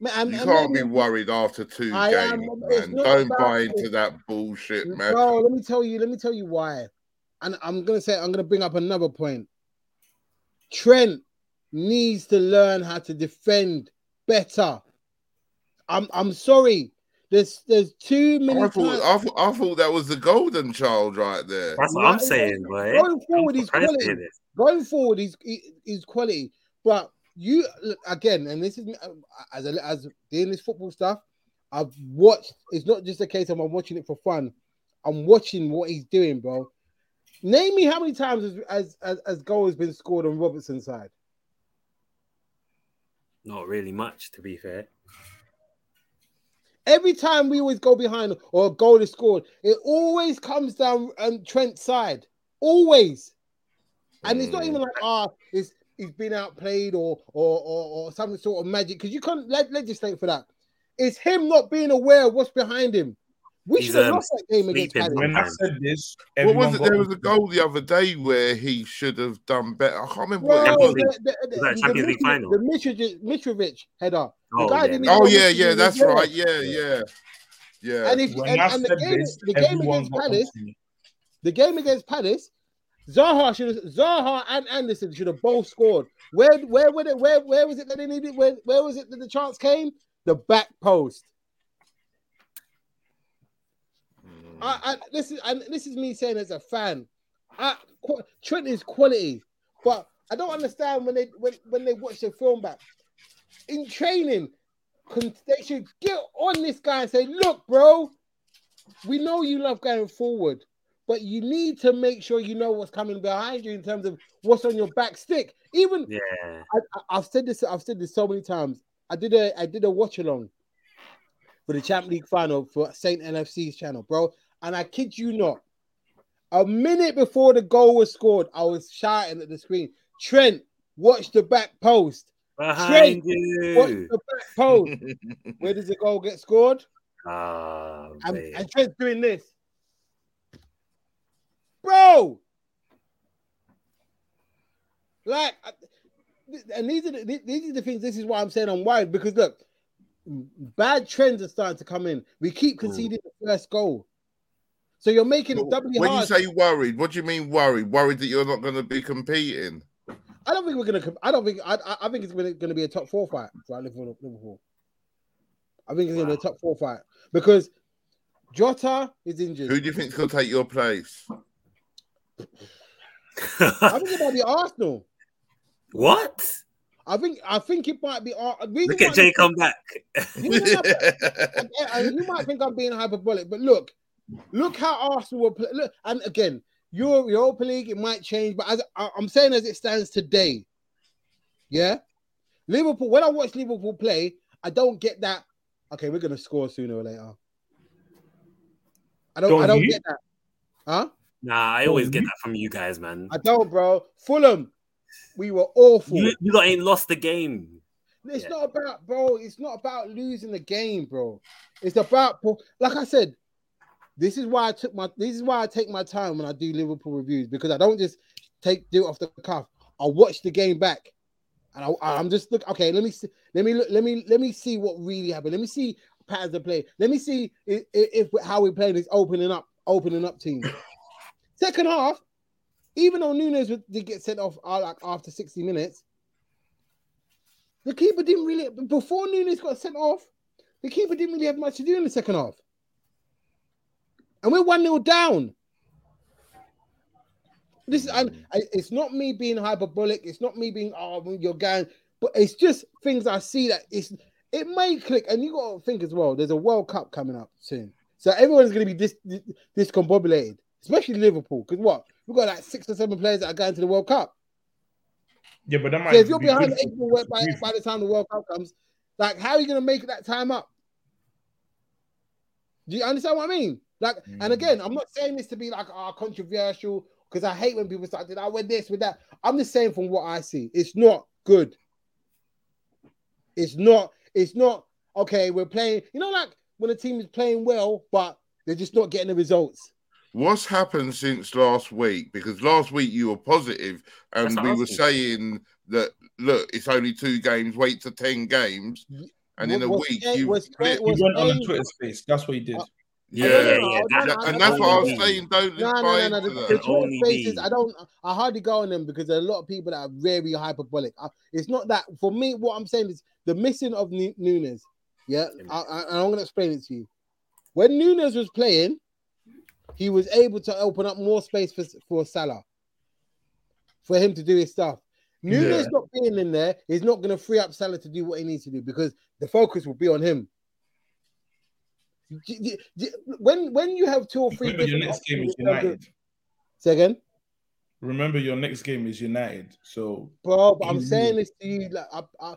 [SPEAKER 1] man, and-
[SPEAKER 6] You
[SPEAKER 1] and
[SPEAKER 6] can't be
[SPEAKER 1] maybe-
[SPEAKER 6] worried after two
[SPEAKER 1] I am-
[SPEAKER 6] games,
[SPEAKER 1] it's
[SPEAKER 6] man.
[SPEAKER 1] not
[SPEAKER 6] Don't
[SPEAKER 1] about-
[SPEAKER 6] buy into that bullshit, man.
[SPEAKER 1] Bro, let me tell you. Let me tell you why. And I'm gonna say I'm gonna bring up another point. Trent needs to learn how to defend better. I'm I'm sorry. There's there's too many.
[SPEAKER 6] I
[SPEAKER 1] times-
[SPEAKER 6] thought, I, thought, I thought that was the golden child right there.
[SPEAKER 8] That's what
[SPEAKER 1] Yeah,
[SPEAKER 8] I'm saying, boy.
[SPEAKER 1] Going
[SPEAKER 8] I'm
[SPEAKER 1] forward, he's
[SPEAKER 8] surprised to
[SPEAKER 1] quality.
[SPEAKER 8] hear this.
[SPEAKER 1] Going forward, he's he, he's quality. But you look, again, and this is as a, as doing this football stuff. I've watched. It's not just a case of I'm watching it for fun. I'm watching what he's doing, bro. Name me how many times as as as, as goal has been scored on Robertson's side.
[SPEAKER 8] Not really much, to be fair.
[SPEAKER 1] Every time we always go behind or a goal is scored, it always comes down um, Trent's side. Always. And it's not even
[SPEAKER 8] Mm.
[SPEAKER 1] like, ah, it's he's been outplayed or or or, or some sort of magic because you can't leg- legislate for that. It's him not being aware of what's behind him. We
[SPEAKER 8] He's,
[SPEAKER 1] should have
[SPEAKER 8] um,
[SPEAKER 1] lost that game against
[SPEAKER 8] sleeping.
[SPEAKER 1] Palace.
[SPEAKER 7] When I said this,
[SPEAKER 6] What was
[SPEAKER 7] everyone
[SPEAKER 6] it?
[SPEAKER 7] got
[SPEAKER 6] There was
[SPEAKER 7] on-
[SPEAKER 6] a goal the other day where he should have done better. I can't remember what it
[SPEAKER 1] Bro,
[SPEAKER 6] was.
[SPEAKER 8] League-
[SPEAKER 1] the- the- the-
[SPEAKER 8] that
[SPEAKER 1] the
[SPEAKER 8] Champions League
[SPEAKER 1] Mitrovic-
[SPEAKER 8] final?
[SPEAKER 1] The Mitrovic, Mitrovic header.
[SPEAKER 8] Oh,
[SPEAKER 1] guy
[SPEAKER 8] yeah,
[SPEAKER 1] didn't
[SPEAKER 8] no.
[SPEAKER 1] even-
[SPEAKER 6] Oh
[SPEAKER 1] was
[SPEAKER 6] yeah,
[SPEAKER 1] in
[SPEAKER 6] yeah,
[SPEAKER 1] the
[SPEAKER 6] that's
[SPEAKER 1] middle.
[SPEAKER 6] right. Yeah, yeah, yeah.
[SPEAKER 1] And, if,
[SPEAKER 7] When
[SPEAKER 1] and,
[SPEAKER 7] I
[SPEAKER 1] and
[SPEAKER 7] said
[SPEAKER 1] the game,
[SPEAKER 7] this,
[SPEAKER 1] the game
[SPEAKER 7] everyone
[SPEAKER 1] against
[SPEAKER 7] got on
[SPEAKER 1] Palace,
[SPEAKER 7] to me.
[SPEAKER 1] the game against Palace, Zaha should Zaha and Anderson should have both scored. Where where were they, where where was it that they needed? Where where was it that the chance came? The back post.
[SPEAKER 7] Hmm.
[SPEAKER 1] I, I this is and this is me saying as a fan. I qu- Trent is quality, but I don't understand when they when, when they watch the film back in training. Con- they should get on this guy and say, "Look, bro, we know you love going forward, but you need to make sure you know what's coming behind you in terms of what's on your back stick." Even
[SPEAKER 8] Yeah.
[SPEAKER 1] I, I- I've said this. I've said this so many times. I did a I did a watch along for the Champ League final for Saint NFC's channel, bro. And I kid you not, a minute before the goal was scored, I was shouting at the screen, "Trent, watch the back post!
[SPEAKER 8] Behind
[SPEAKER 1] Watch
[SPEAKER 8] you.
[SPEAKER 1] the back post!" Where does the goal get scored?
[SPEAKER 8] Ah,
[SPEAKER 1] And,
[SPEAKER 8] mate.
[SPEAKER 1] and Trent's doing this, bro. Like, I- th- and these are the, th- these are the things. This is why I'm saying I'm worried because look, bad trends are starting to come in. We keep conceding the first goal, so you're making it doubly
[SPEAKER 6] when you
[SPEAKER 1] hard.
[SPEAKER 6] say worried, what do you mean worried? Worried that you're not going to be competing?
[SPEAKER 1] I don't think we're gonna. com- I don't think. I I- I think it's gonna, gonna be a top four fight for Liverpool. Liverpool. I think it's gonna be a top four fight because Jota is injured.
[SPEAKER 6] Who do you think's going to take your place?
[SPEAKER 1] I think it might be Arsenal.
[SPEAKER 8] what?
[SPEAKER 1] I think I think it might be. Uh,
[SPEAKER 8] Look at Jay come back.
[SPEAKER 1] and, and you might think I'm being hyperbolic, but look, look how Arsenal will play. Look, and again, Euro, Europa League, it might change, but as I, I'm saying, as it stands today, yeah, Liverpool. When I watch Liverpool play, I don't get that. Okay, we're gonna score sooner or later. I don't. I
[SPEAKER 7] Don't
[SPEAKER 1] don't
[SPEAKER 7] you?
[SPEAKER 1] get that. Huh?
[SPEAKER 8] Nah, I always get that from you guys, man.
[SPEAKER 1] I don't, bro. Fulham, we were awful.
[SPEAKER 8] You, you lot ain't lost the game.
[SPEAKER 1] It's
[SPEAKER 8] Yeah.
[SPEAKER 1] not about, bro. It's not about losing the game, bro. It's about, bro, like I said, this is why I took my. This is why I take my time when I do Liverpool reviews because I don't just take do it off the cuff. I watch the game back, and I, I'm just look. Okay, let me see, let me look, let me let me see what really happened. Let me see patterns of play. Let me see if, if, if how we're playing is opening up, opening up teams. Second half, even though Nunes would- did get sent off uh, like after 60 minutes, the keeper didn't really before Nunes got sent off, the keeper didn't really have much to do in the second half. And we're one 0 down. This is and I- it's not me being hyperbolic, it's not me being oh well, you're going, but it's just things I see that it's it may click, and you gotta think as well, there's a World Cup coming up soon. So everyone's gonna be dis- dis- discombobulated. especially Liverpool. Because what we've got like six or seven players that are going to the World Cup.
[SPEAKER 7] Yeah, but that might
[SPEAKER 1] So if you're
[SPEAKER 7] be
[SPEAKER 1] behind
[SPEAKER 7] good
[SPEAKER 1] eight ball by, by the time the World Cup comes, like how are you going to make that time up? Do you understand what I mean? Like,
[SPEAKER 7] Mm.
[SPEAKER 1] and again, I'm not saying this to be like ah controversial because I hate when people start. Did I went this with that? I'm just saying from what I see, it's not good. It's not. It's not okay. We're playing. You know, like when a team is playing well, but they're just not getting the results.
[SPEAKER 6] What's happened since last week? Because last week you were positive, and
[SPEAKER 8] That's what
[SPEAKER 6] we
[SPEAKER 8] I
[SPEAKER 6] were
[SPEAKER 8] was
[SPEAKER 6] saying that look, it's only two games. Wait to ten games, and in a
[SPEAKER 1] Was-
[SPEAKER 6] week
[SPEAKER 1] was-
[SPEAKER 6] you
[SPEAKER 1] was-
[SPEAKER 6] split.
[SPEAKER 7] You
[SPEAKER 1] was-
[SPEAKER 7] went on
[SPEAKER 1] Hey.
[SPEAKER 7] a Twitter space. That's what you did.
[SPEAKER 6] yeah,
[SPEAKER 1] no, no,
[SPEAKER 6] yeah,
[SPEAKER 1] no,
[SPEAKER 8] yeah,
[SPEAKER 1] I
[SPEAKER 8] that-
[SPEAKER 1] don't- I
[SPEAKER 6] and
[SPEAKER 1] don't
[SPEAKER 6] that's
[SPEAKER 8] that's
[SPEAKER 6] what I
[SPEAKER 8] what
[SPEAKER 6] was
[SPEAKER 8] we-
[SPEAKER 6] saying. Don't
[SPEAKER 1] No, no,
[SPEAKER 6] buy
[SPEAKER 1] no, no. The,
[SPEAKER 6] into that.
[SPEAKER 1] the
[SPEAKER 8] It'll
[SPEAKER 1] Twitter
[SPEAKER 8] only
[SPEAKER 1] spaces,
[SPEAKER 8] be-
[SPEAKER 1] I don't, I hardly go on them because there are a lot of people that are very hyperbolic. I, it's not that for me. What I'm saying is the missing of Nu- Nunes. Yeah, I, I, and I'm gonna explain it to you. When Nunes was playing, he was able to open up more space for for Salah, for him to do his stuff. Nunes
[SPEAKER 6] Yeah.
[SPEAKER 1] not being in there is not gonna free up Salah to do what he needs to do because the focus will be on him. D- d- d- When when you have two or three
[SPEAKER 7] Remember your
[SPEAKER 1] different
[SPEAKER 7] next game
[SPEAKER 1] options
[SPEAKER 7] is
[SPEAKER 1] in terms of-
[SPEAKER 7] United.
[SPEAKER 1] Say again.
[SPEAKER 7] Remember your next game is United. So
[SPEAKER 1] Bro, but I'm
[SPEAKER 7] Mhm.
[SPEAKER 1] saying this to you, like I, I,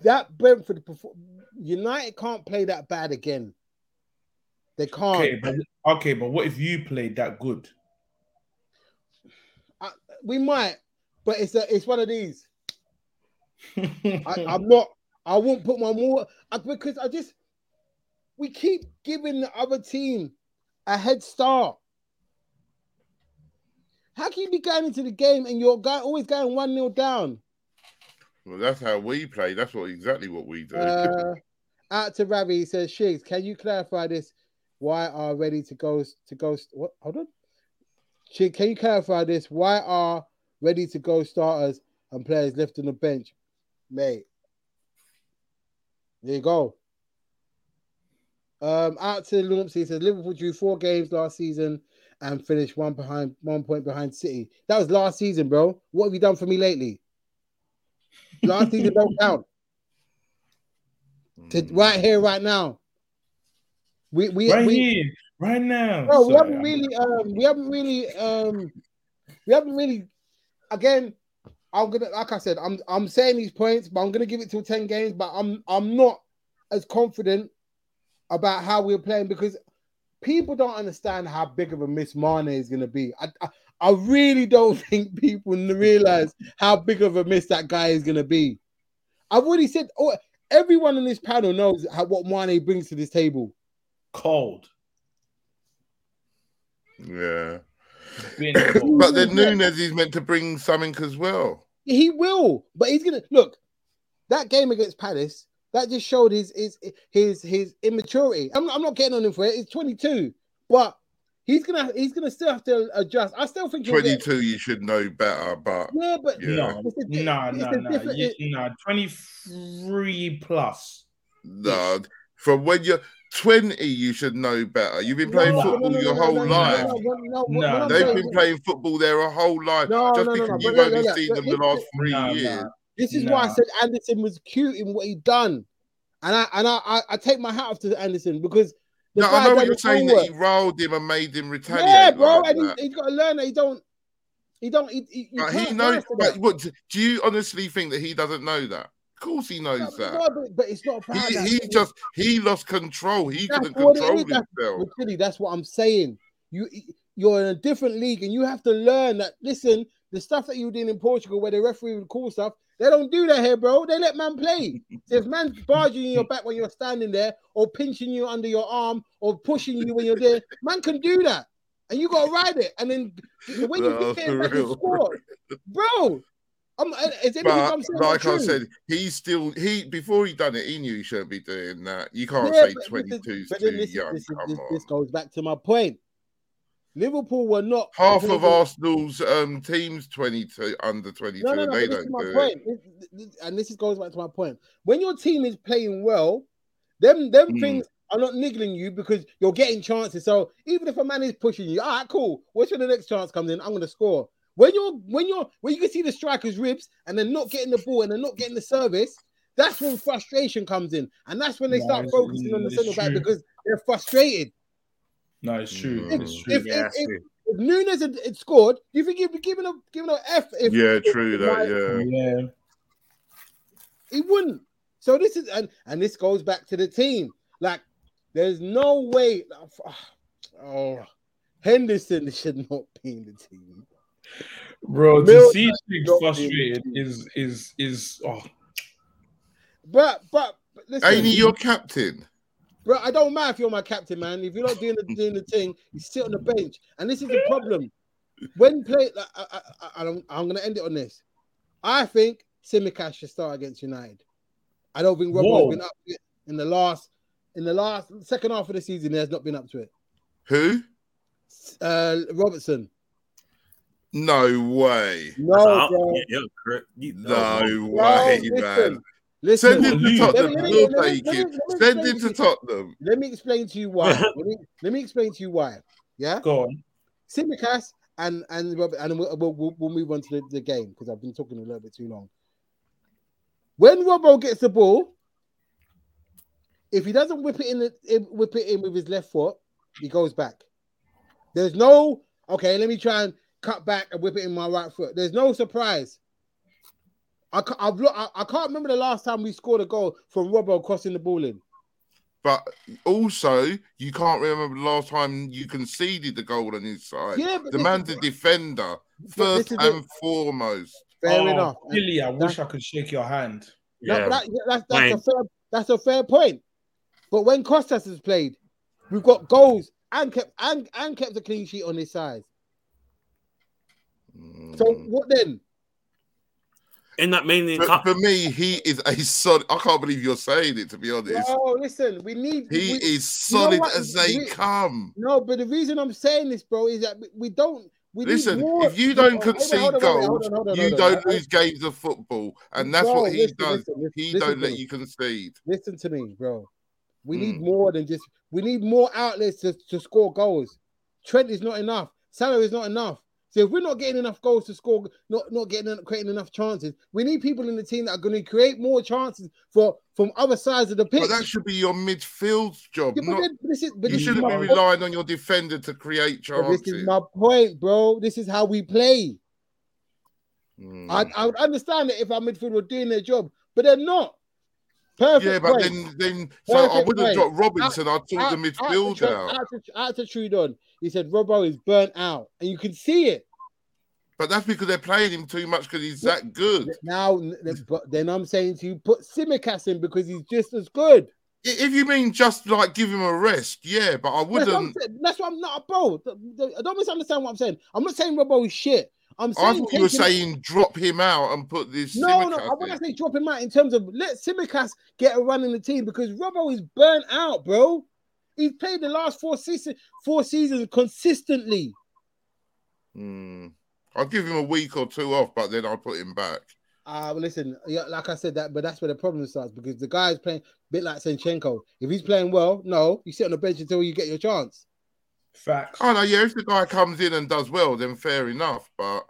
[SPEAKER 1] that Brentford perfor- United can't play that bad again. They can't.
[SPEAKER 7] okay, but okay, but what if you played that good?
[SPEAKER 1] We might, but it's a, it's one of these. I, I'm not. I won't put my more I- because I just we keep giving the other team a head start. How can you be going into the game and you're go, always going one 0 down?
[SPEAKER 6] Well, that's how we play. That's what exactly what we do.
[SPEAKER 1] Uh, out to Ravi he says, Shigs, can you clarify this? Why are ready to go to go? What? Hold on. Shig, can you clarify this? Why are ready to go starters and players left on the bench, mate? There you go. Um, out to Lumps, he says Liverpool drew four games last season and finished one behind one point behind City. That was last season, bro. What have you done for me lately? Last season don't count
[SPEAKER 6] Mm.
[SPEAKER 1] to right here, right now. We we
[SPEAKER 7] right
[SPEAKER 1] we,
[SPEAKER 7] here, right now.
[SPEAKER 1] bro, we
[SPEAKER 7] Mm. Sorry,
[SPEAKER 1] haven't
[SPEAKER 7] I'm-
[SPEAKER 1] really um we haven't really um we haven't really again. I'm gonna like I said, I'm I'm saying these points, but I'm gonna give it till 10 games, but I'm I'm not as confident about how we're playing because people don't understand how big of a miss Mane is gonna be. I I, I really don't think people realize how big of a miss that guy is gonna be. I've already said oh, everyone on this panel knows how, what Mane brings to this table.
[SPEAKER 7] cold.
[SPEAKER 6] yeah,
[SPEAKER 7] Been cold.
[SPEAKER 6] but then
[SPEAKER 1] Yeah.
[SPEAKER 6] Nunes is meant to bring something as well.
[SPEAKER 1] He will, but he's gonna look. That game against Palace, that just showed his his his his immaturity. I'm, I'm not getting on him for it. He's 22, but he's gonna he's gonna still have to adjust. I still think he'll get,
[SPEAKER 6] Twenty-two, you should know better, but
[SPEAKER 1] yeah, but
[SPEAKER 6] yeah.
[SPEAKER 7] No,
[SPEAKER 1] It's a di-
[SPEAKER 7] no,
[SPEAKER 1] it's
[SPEAKER 7] no,
[SPEAKER 1] a
[SPEAKER 7] no.
[SPEAKER 1] different-
[SPEAKER 7] Yeah, no. Twenty-three plus.
[SPEAKER 6] No, from when you're 20, you should know better. You've been playing
[SPEAKER 1] No, no,
[SPEAKER 6] football
[SPEAKER 1] no, no,
[SPEAKER 6] your
[SPEAKER 1] no,
[SPEAKER 6] whole
[SPEAKER 1] no, no,
[SPEAKER 6] life.
[SPEAKER 1] no, no, no,
[SPEAKER 7] No,
[SPEAKER 1] what I'm
[SPEAKER 6] They've
[SPEAKER 1] saying-
[SPEAKER 6] been playing football their whole life.
[SPEAKER 1] No,
[SPEAKER 6] Just
[SPEAKER 1] no, no, no,
[SPEAKER 6] because
[SPEAKER 1] but
[SPEAKER 6] you've
[SPEAKER 1] look,
[SPEAKER 6] only
[SPEAKER 1] look, look,
[SPEAKER 6] seen
[SPEAKER 1] lout
[SPEAKER 6] them
[SPEAKER 1] this-
[SPEAKER 6] the last three
[SPEAKER 7] No, no.
[SPEAKER 6] years.
[SPEAKER 1] This is why I
[SPEAKER 7] Nah.
[SPEAKER 1] said Anderson was cute in what he done, and I and I I, I take my hat off to Anderson because the
[SPEAKER 6] No, I
[SPEAKER 1] guy
[SPEAKER 6] know
[SPEAKER 1] done
[SPEAKER 6] what you're
[SPEAKER 1] his
[SPEAKER 6] saying
[SPEAKER 1] homework.
[SPEAKER 6] that he rolled him and made him retaliate.
[SPEAKER 1] Yeah, bro,
[SPEAKER 6] like
[SPEAKER 1] and
[SPEAKER 6] that.
[SPEAKER 1] he, he's got to learn that he don't, he don't, he, he, you
[SPEAKER 6] But
[SPEAKER 1] can't
[SPEAKER 6] he knows.
[SPEAKER 1] dance to
[SPEAKER 6] But
[SPEAKER 1] that.
[SPEAKER 6] what do you honestly think that he doesn't know that? Of course, he knows
[SPEAKER 1] No,
[SPEAKER 6] that.
[SPEAKER 1] but, but it's not about
[SPEAKER 6] He,
[SPEAKER 1] that.
[SPEAKER 6] he just he lost control. He
[SPEAKER 1] That's
[SPEAKER 6] couldn't
[SPEAKER 1] what it
[SPEAKER 6] control
[SPEAKER 1] is, that's-
[SPEAKER 6] himself.
[SPEAKER 1] But really, that's what I'm saying. You you're in a different league, and you have to learn that. Listen, the stuff that you did in Portugal, where the referee would call stuff, they don't do that here, bro. They let man play. So if man's barging in your back when you're standing there, or pinching you under your arm, or pushing you when you're there, man can do that, and you gotta ride it. And then the way you
[SPEAKER 6] No,
[SPEAKER 1] get there,
[SPEAKER 6] for
[SPEAKER 1] is like
[SPEAKER 6] real.
[SPEAKER 1] you score, bro. I'm, uh, is anything
[SPEAKER 6] But
[SPEAKER 1] I'm saying not
[SPEAKER 6] like I
[SPEAKER 1] true?
[SPEAKER 6] said, he still he before he done it, he knew he shouldn't be doing that. You can't
[SPEAKER 1] Yeah,
[SPEAKER 6] say
[SPEAKER 1] but
[SPEAKER 6] twenty
[SPEAKER 1] this is-
[SPEAKER 6] two's
[SPEAKER 1] but
[SPEAKER 6] too
[SPEAKER 1] then this is-
[SPEAKER 6] young.
[SPEAKER 1] this is-
[SPEAKER 6] Come
[SPEAKER 1] this-
[SPEAKER 6] on.
[SPEAKER 1] this goes back to my point. Liverpool were not
[SPEAKER 6] Half of Arsenal's um, teams twenty two under twenty two.
[SPEAKER 1] No, no, no.
[SPEAKER 6] they
[SPEAKER 1] But this
[SPEAKER 6] don't
[SPEAKER 1] is my
[SPEAKER 6] do it.
[SPEAKER 1] point, This- this- and this is goes back to my point. When your team is playing well, them them
[SPEAKER 6] Mm.
[SPEAKER 1] things are not niggling you because you're getting chances. So even if a man is pushing you, all right, cool. What's when the next chance comes in? I'm going to score. When you're when you're when you can see the striker's ribs and they're not getting the ball and they're not getting the service, that's when frustration comes in, and that's when they
[SPEAKER 7] No,
[SPEAKER 1] start
[SPEAKER 7] it's-
[SPEAKER 1] focusing on the
[SPEAKER 7] it's
[SPEAKER 1] centre back
[SPEAKER 7] true.
[SPEAKER 1] because they're frustrated.
[SPEAKER 7] No, it's true.
[SPEAKER 6] If-
[SPEAKER 7] It's true.
[SPEAKER 1] if-
[SPEAKER 8] Yeah, that's
[SPEAKER 1] if-
[SPEAKER 8] true.
[SPEAKER 1] if Nunes had, had scored, do you think he'd be giving a giving an F? If
[SPEAKER 6] Yeah, true that. Yeah,
[SPEAKER 7] Yeah.
[SPEAKER 1] He wouldn't. So this is and and this goes back to the team. Like, there's no way. Oh, Henderson should not be in the team.
[SPEAKER 7] Bro, to
[SPEAKER 1] Milner
[SPEAKER 7] see Chicks
[SPEAKER 1] got
[SPEAKER 7] frustrated is is is oh
[SPEAKER 1] But but, but listen,
[SPEAKER 6] ain't he your captain?
[SPEAKER 1] Bro, I don't mind if you're my captain, man. If you're not doing the, doing the thing, you sit on the bench, and this is the problem. When play, like, I, I, I, I don't, I'm going to end it on this. I think Simicast should start against United. I don't think
[SPEAKER 7] Whoa.
[SPEAKER 1] Robbo's been up to it in the last in the last second half of the season. He has not been up to it.
[SPEAKER 6] Who?
[SPEAKER 1] Uh, Robertson,
[SPEAKER 6] No way.
[SPEAKER 8] That's
[SPEAKER 1] no,
[SPEAKER 8] out.
[SPEAKER 1] bro,
[SPEAKER 8] Yeah, you're correct. You-
[SPEAKER 6] No
[SPEAKER 1] No,
[SPEAKER 6] way, man.
[SPEAKER 1] listen, listen.
[SPEAKER 6] Send him to
[SPEAKER 7] Leave.
[SPEAKER 6] Tottenham.
[SPEAKER 1] Let me-
[SPEAKER 6] We'll
[SPEAKER 1] let me-
[SPEAKER 6] take
[SPEAKER 1] let me-
[SPEAKER 6] him.
[SPEAKER 1] let me
[SPEAKER 6] Send
[SPEAKER 1] explain
[SPEAKER 6] him to
[SPEAKER 1] to-
[SPEAKER 6] Tottenham.
[SPEAKER 1] let me explain to you why. let, me, let me explain to you why. Yeah.
[SPEAKER 7] go on.
[SPEAKER 1] Simicast and and Robert, and we'll, we'll, we'll- we'll move on to the, the game because I've been talking a little bit too long. When Robbo gets the ball, if he doesn't whip it in, the, in- whip it in with his left foot, he goes back. There's no okay. Let me try and cut back and whip it in my right foot. There's no surprise. I ca- I've look, I, I can't remember the last time we scored a goal from Robbo crossing the ball in.
[SPEAKER 6] But also, you can't remember the last time you conceded the goal on his side.
[SPEAKER 1] Yeah, but
[SPEAKER 6] the
[SPEAKER 1] this
[SPEAKER 6] man's
[SPEAKER 1] is-
[SPEAKER 6] a defender,
[SPEAKER 1] but this
[SPEAKER 6] first
[SPEAKER 1] is
[SPEAKER 6] and
[SPEAKER 1] it.
[SPEAKER 6] foremost.
[SPEAKER 1] fair
[SPEAKER 7] oh,
[SPEAKER 1] enough.
[SPEAKER 7] Billy, I wish I could shake your hand.
[SPEAKER 1] No,
[SPEAKER 8] Yeah.
[SPEAKER 1] that, that's, that's a
[SPEAKER 8] Right.
[SPEAKER 1] fair that's a fair point. But when Costas has played, we've got goals and kept and, and kept a clean sheet on his side. So
[SPEAKER 6] Mm.
[SPEAKER 1] what then?
[SPEAKER 8] In that mainly
[SPEAKER 6] But for me, he is a solid. I can't believe you're saying it. To be honest,
[SPEAKER 1] Oh, listen, we need
[SPEAKER 6] he
[SPEAKER 1] we-
[SPEAKER 6] is
[SPEAKER 1] you know
[SPEAKER 6] solid
[SPEAKER 1] what?
[SPEAKER 6] as they
[SPEAKER 1] We-
[SPEAKER 6] come.
[SPEAKER 1] no. But the reason I'm saying this, bro, is that we, we don't. We need
[SPEAKER 6] Listen,
[SPEAKER 1] more-
[SPEAKER 6] if you
[SPEAKER 1] Hold
[SPEAKER 6] don't
[SPEAKER 1] on,
[SPEAKER 6] concede
[SPEAKER 1] hold on, hold on, hold
[SPEAKER 6] goals,
[SPEAKER 1] on, hold on,
[SPEAKER 6] you
[SPEAKER 1] hold on.
[SPEAKER 6] don't
[SPEAKER 1] I- I-
[SPEAKER 6] lose games of football, and that's
[SPEAKER 1] Bro,
[SPEAKER 6] what he
[SPEAKER 1] listen,
[SPEAKER 6] does.
[SPEAKER 1] listen, listen,
[SPEAKER 6] he
[SPEAKER 1] listen
[SPEAKER 6] don't
[SPEAKER 1] to
[SPEAKER 6] let
[SPEAKER 1] me.
[SPEAKER 6] you concede.
[SPEAKER 1] listen to me, bro. We need
[SPEAKER 6] Mm.
[SPEAKER 1] more than just we need more outlets to, to score goals. Trent is not enough. Salah is not enough. So if we're not getting enough goals to score, not not getting creating enough chances, we need people in the team that are going to create more chances for from other sides of the pitch.
[SPEAKER 6] But that should be your midfield's job.
[SPEAKER 1] Yeah, but
[SPEAKER 6] Not,
[SPEAKER 1] then this is- but this
[SPEAKER 6] you
[SPEAKER 1] is
[SPEAKER 6] shouldn't
[SPEAKER 1] my
[SPEAKER 6] be
[SPEAKER 1] point.
[SPEAKER 6] relying on your defender to create
[SPEAKER 1] But
[SPEAKER 6] chances.
[SPEAKER 1] This is my point, bro. This is how we play.
[SPEAKER 6] Mm.
[SPEAKER 1] I, I would understand it if our midfield were doing their job, but they're not. Perfect.
[SPEAKER 6] yeah, but
[SPEAKER 1] point.
[SPEAKER 6] then, then so I
[SPEAKER 1] Perfect
[SPEAKER 6] wouldn't
[SPEAKER 1] point.
[SPEAKER 6] drop Robinson. I'd
[SPEAKER 1] out-
[SPEAKER 6] talk the
[SPEAKER 1] out to
[SPEAKER 6] midfield
[SPEAKER 1] Trent-
[SPEAKER 6] out.
[SPEAKER 1] out to- Out to Trudon, he said Robbo is burnt out, and you can see it
[SPEAKER 6] But that's because they're playing him too much because he's that good.
[SPEAKER 1] now. n- n- But then I'm saying to you, put Simicast in because he's just as good.
[SPEAKER 6] I- If you mean just like give him a rest, yeah, but I
[SPEAKER 1] That's what, I'm
[SPEAKER 6] wouldn't.
[SPEAKER 1] saying. That's what I'm not, bro. th- th- Don't misunderstand what I'm saying. I'm not saying Robbo is shit. I'm saying
[SPEAKER 6] I thought you were
[SPEAKER 1] taking-
[SPEAKER 6] saying drop him out and put this.
[SPEAKER 1] No, no,
[SPEAKER 6] Simicass
[SPEAKER 1] I want to
[SPEAKER 6] in.
[SPEAKER 1] say drop him out in terms of let Simicast get a run in the team because Robbo is burnt out, bro. He's played the last four seasons, four seasons consistently.
[SPEAKER 6] Hmm. I'll give him a week or two off, but then I'll put him back.
[SPEAKER 1] Uh, well, listen, yeah, like I said, that but that's where the problem starts because the guy is playing a bit like Senchenko. If he's playing well, no, you sit on the bench until you get your chance.
[SPEAKER 7] Facts.
[SPEAKER 6] Oh no, yeah, if the guy comes in and does well, then fair enough. But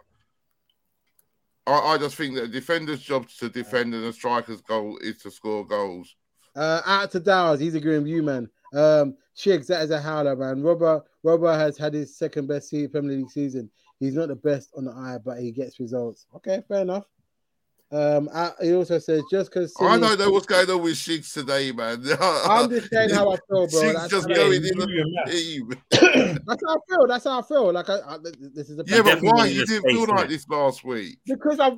[SPEAKER 6] I, I just think that a defender's job is to defend and a striker's goal is to score goals.
[SPEAKER 1] Uh, out to Dowers, he's agreeing with you, man. Um, Shigs, that is a howler, man. Robert, Robert has had his second best se- Premier League season. He's not the best on the eye, but he gets results. Okay, fair enough. Um, uh, he also says just because
[SPEAKER 6] Oh, I don't know what's going on with Shiggs today, man.
[SPEAKER 1] I'm just saying how I feel, bro.
[SPEAKER 6] Shiggs
[SPEAKER 1] That's,
[SPEAKER 6] just
[SPEAKER 7] Yeah,
[SPEAKER 6] going
[SPEAKER 7] you
[SPEAKER 6] in
[SPEAKER 7] do your
[SPEAKER 6] the
[SPEAKER 7] math.
[SPEAKER 6] team.
[SPEAKER 1] that's how I feel. That's how I feel. Like I, I this is a
[SPEAKER 6] Yeah, but
[SPEAKER 8] Definitely
[SPEAKER 6] why
[SPEAKER 8] in
[SPEAKER 6] you
[SPEAKER 8] the
[SPEAKER 6] didn't
[SPEAKER 8] space,
[SPEAKER 6] feel like
[SPEAKER 8] innit?
[SPEAKER 6] this last week?
[SPEAKER 1] Because I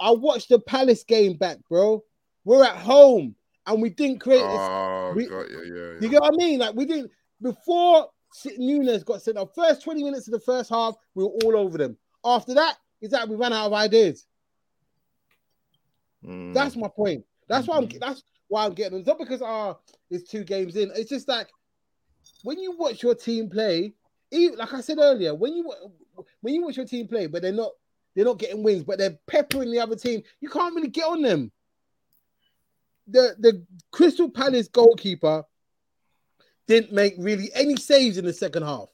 [SPEAKER 1] I watched the Palace game back, bro. We're at home and we didn't create. a-
[SPEAKER 6] Oh,
[SPEAKER 1] we-
[SPEAKER 6] got you, yeah, yeah.
[SPEAKER 1] You get what I mean? Like we didn't before S- Nunes got sent off. First twenty minutes of the first half, we were all over them. After that, is that we ran out of ideas.
[SPEAKER 6] Mm.
[SPEAKER 1] That's my point. That's why I'm. That's why I'm getting. It's not because ah, it's two games in. It's just like when you watch your team play. Even, like I said earlier, when you wa- when you watch your team play, but they're not they're not getting wins, but they're peppering the other team. You can't really get on them. The the Crystal Palace goalkeeper didn't make really any saves in the second half,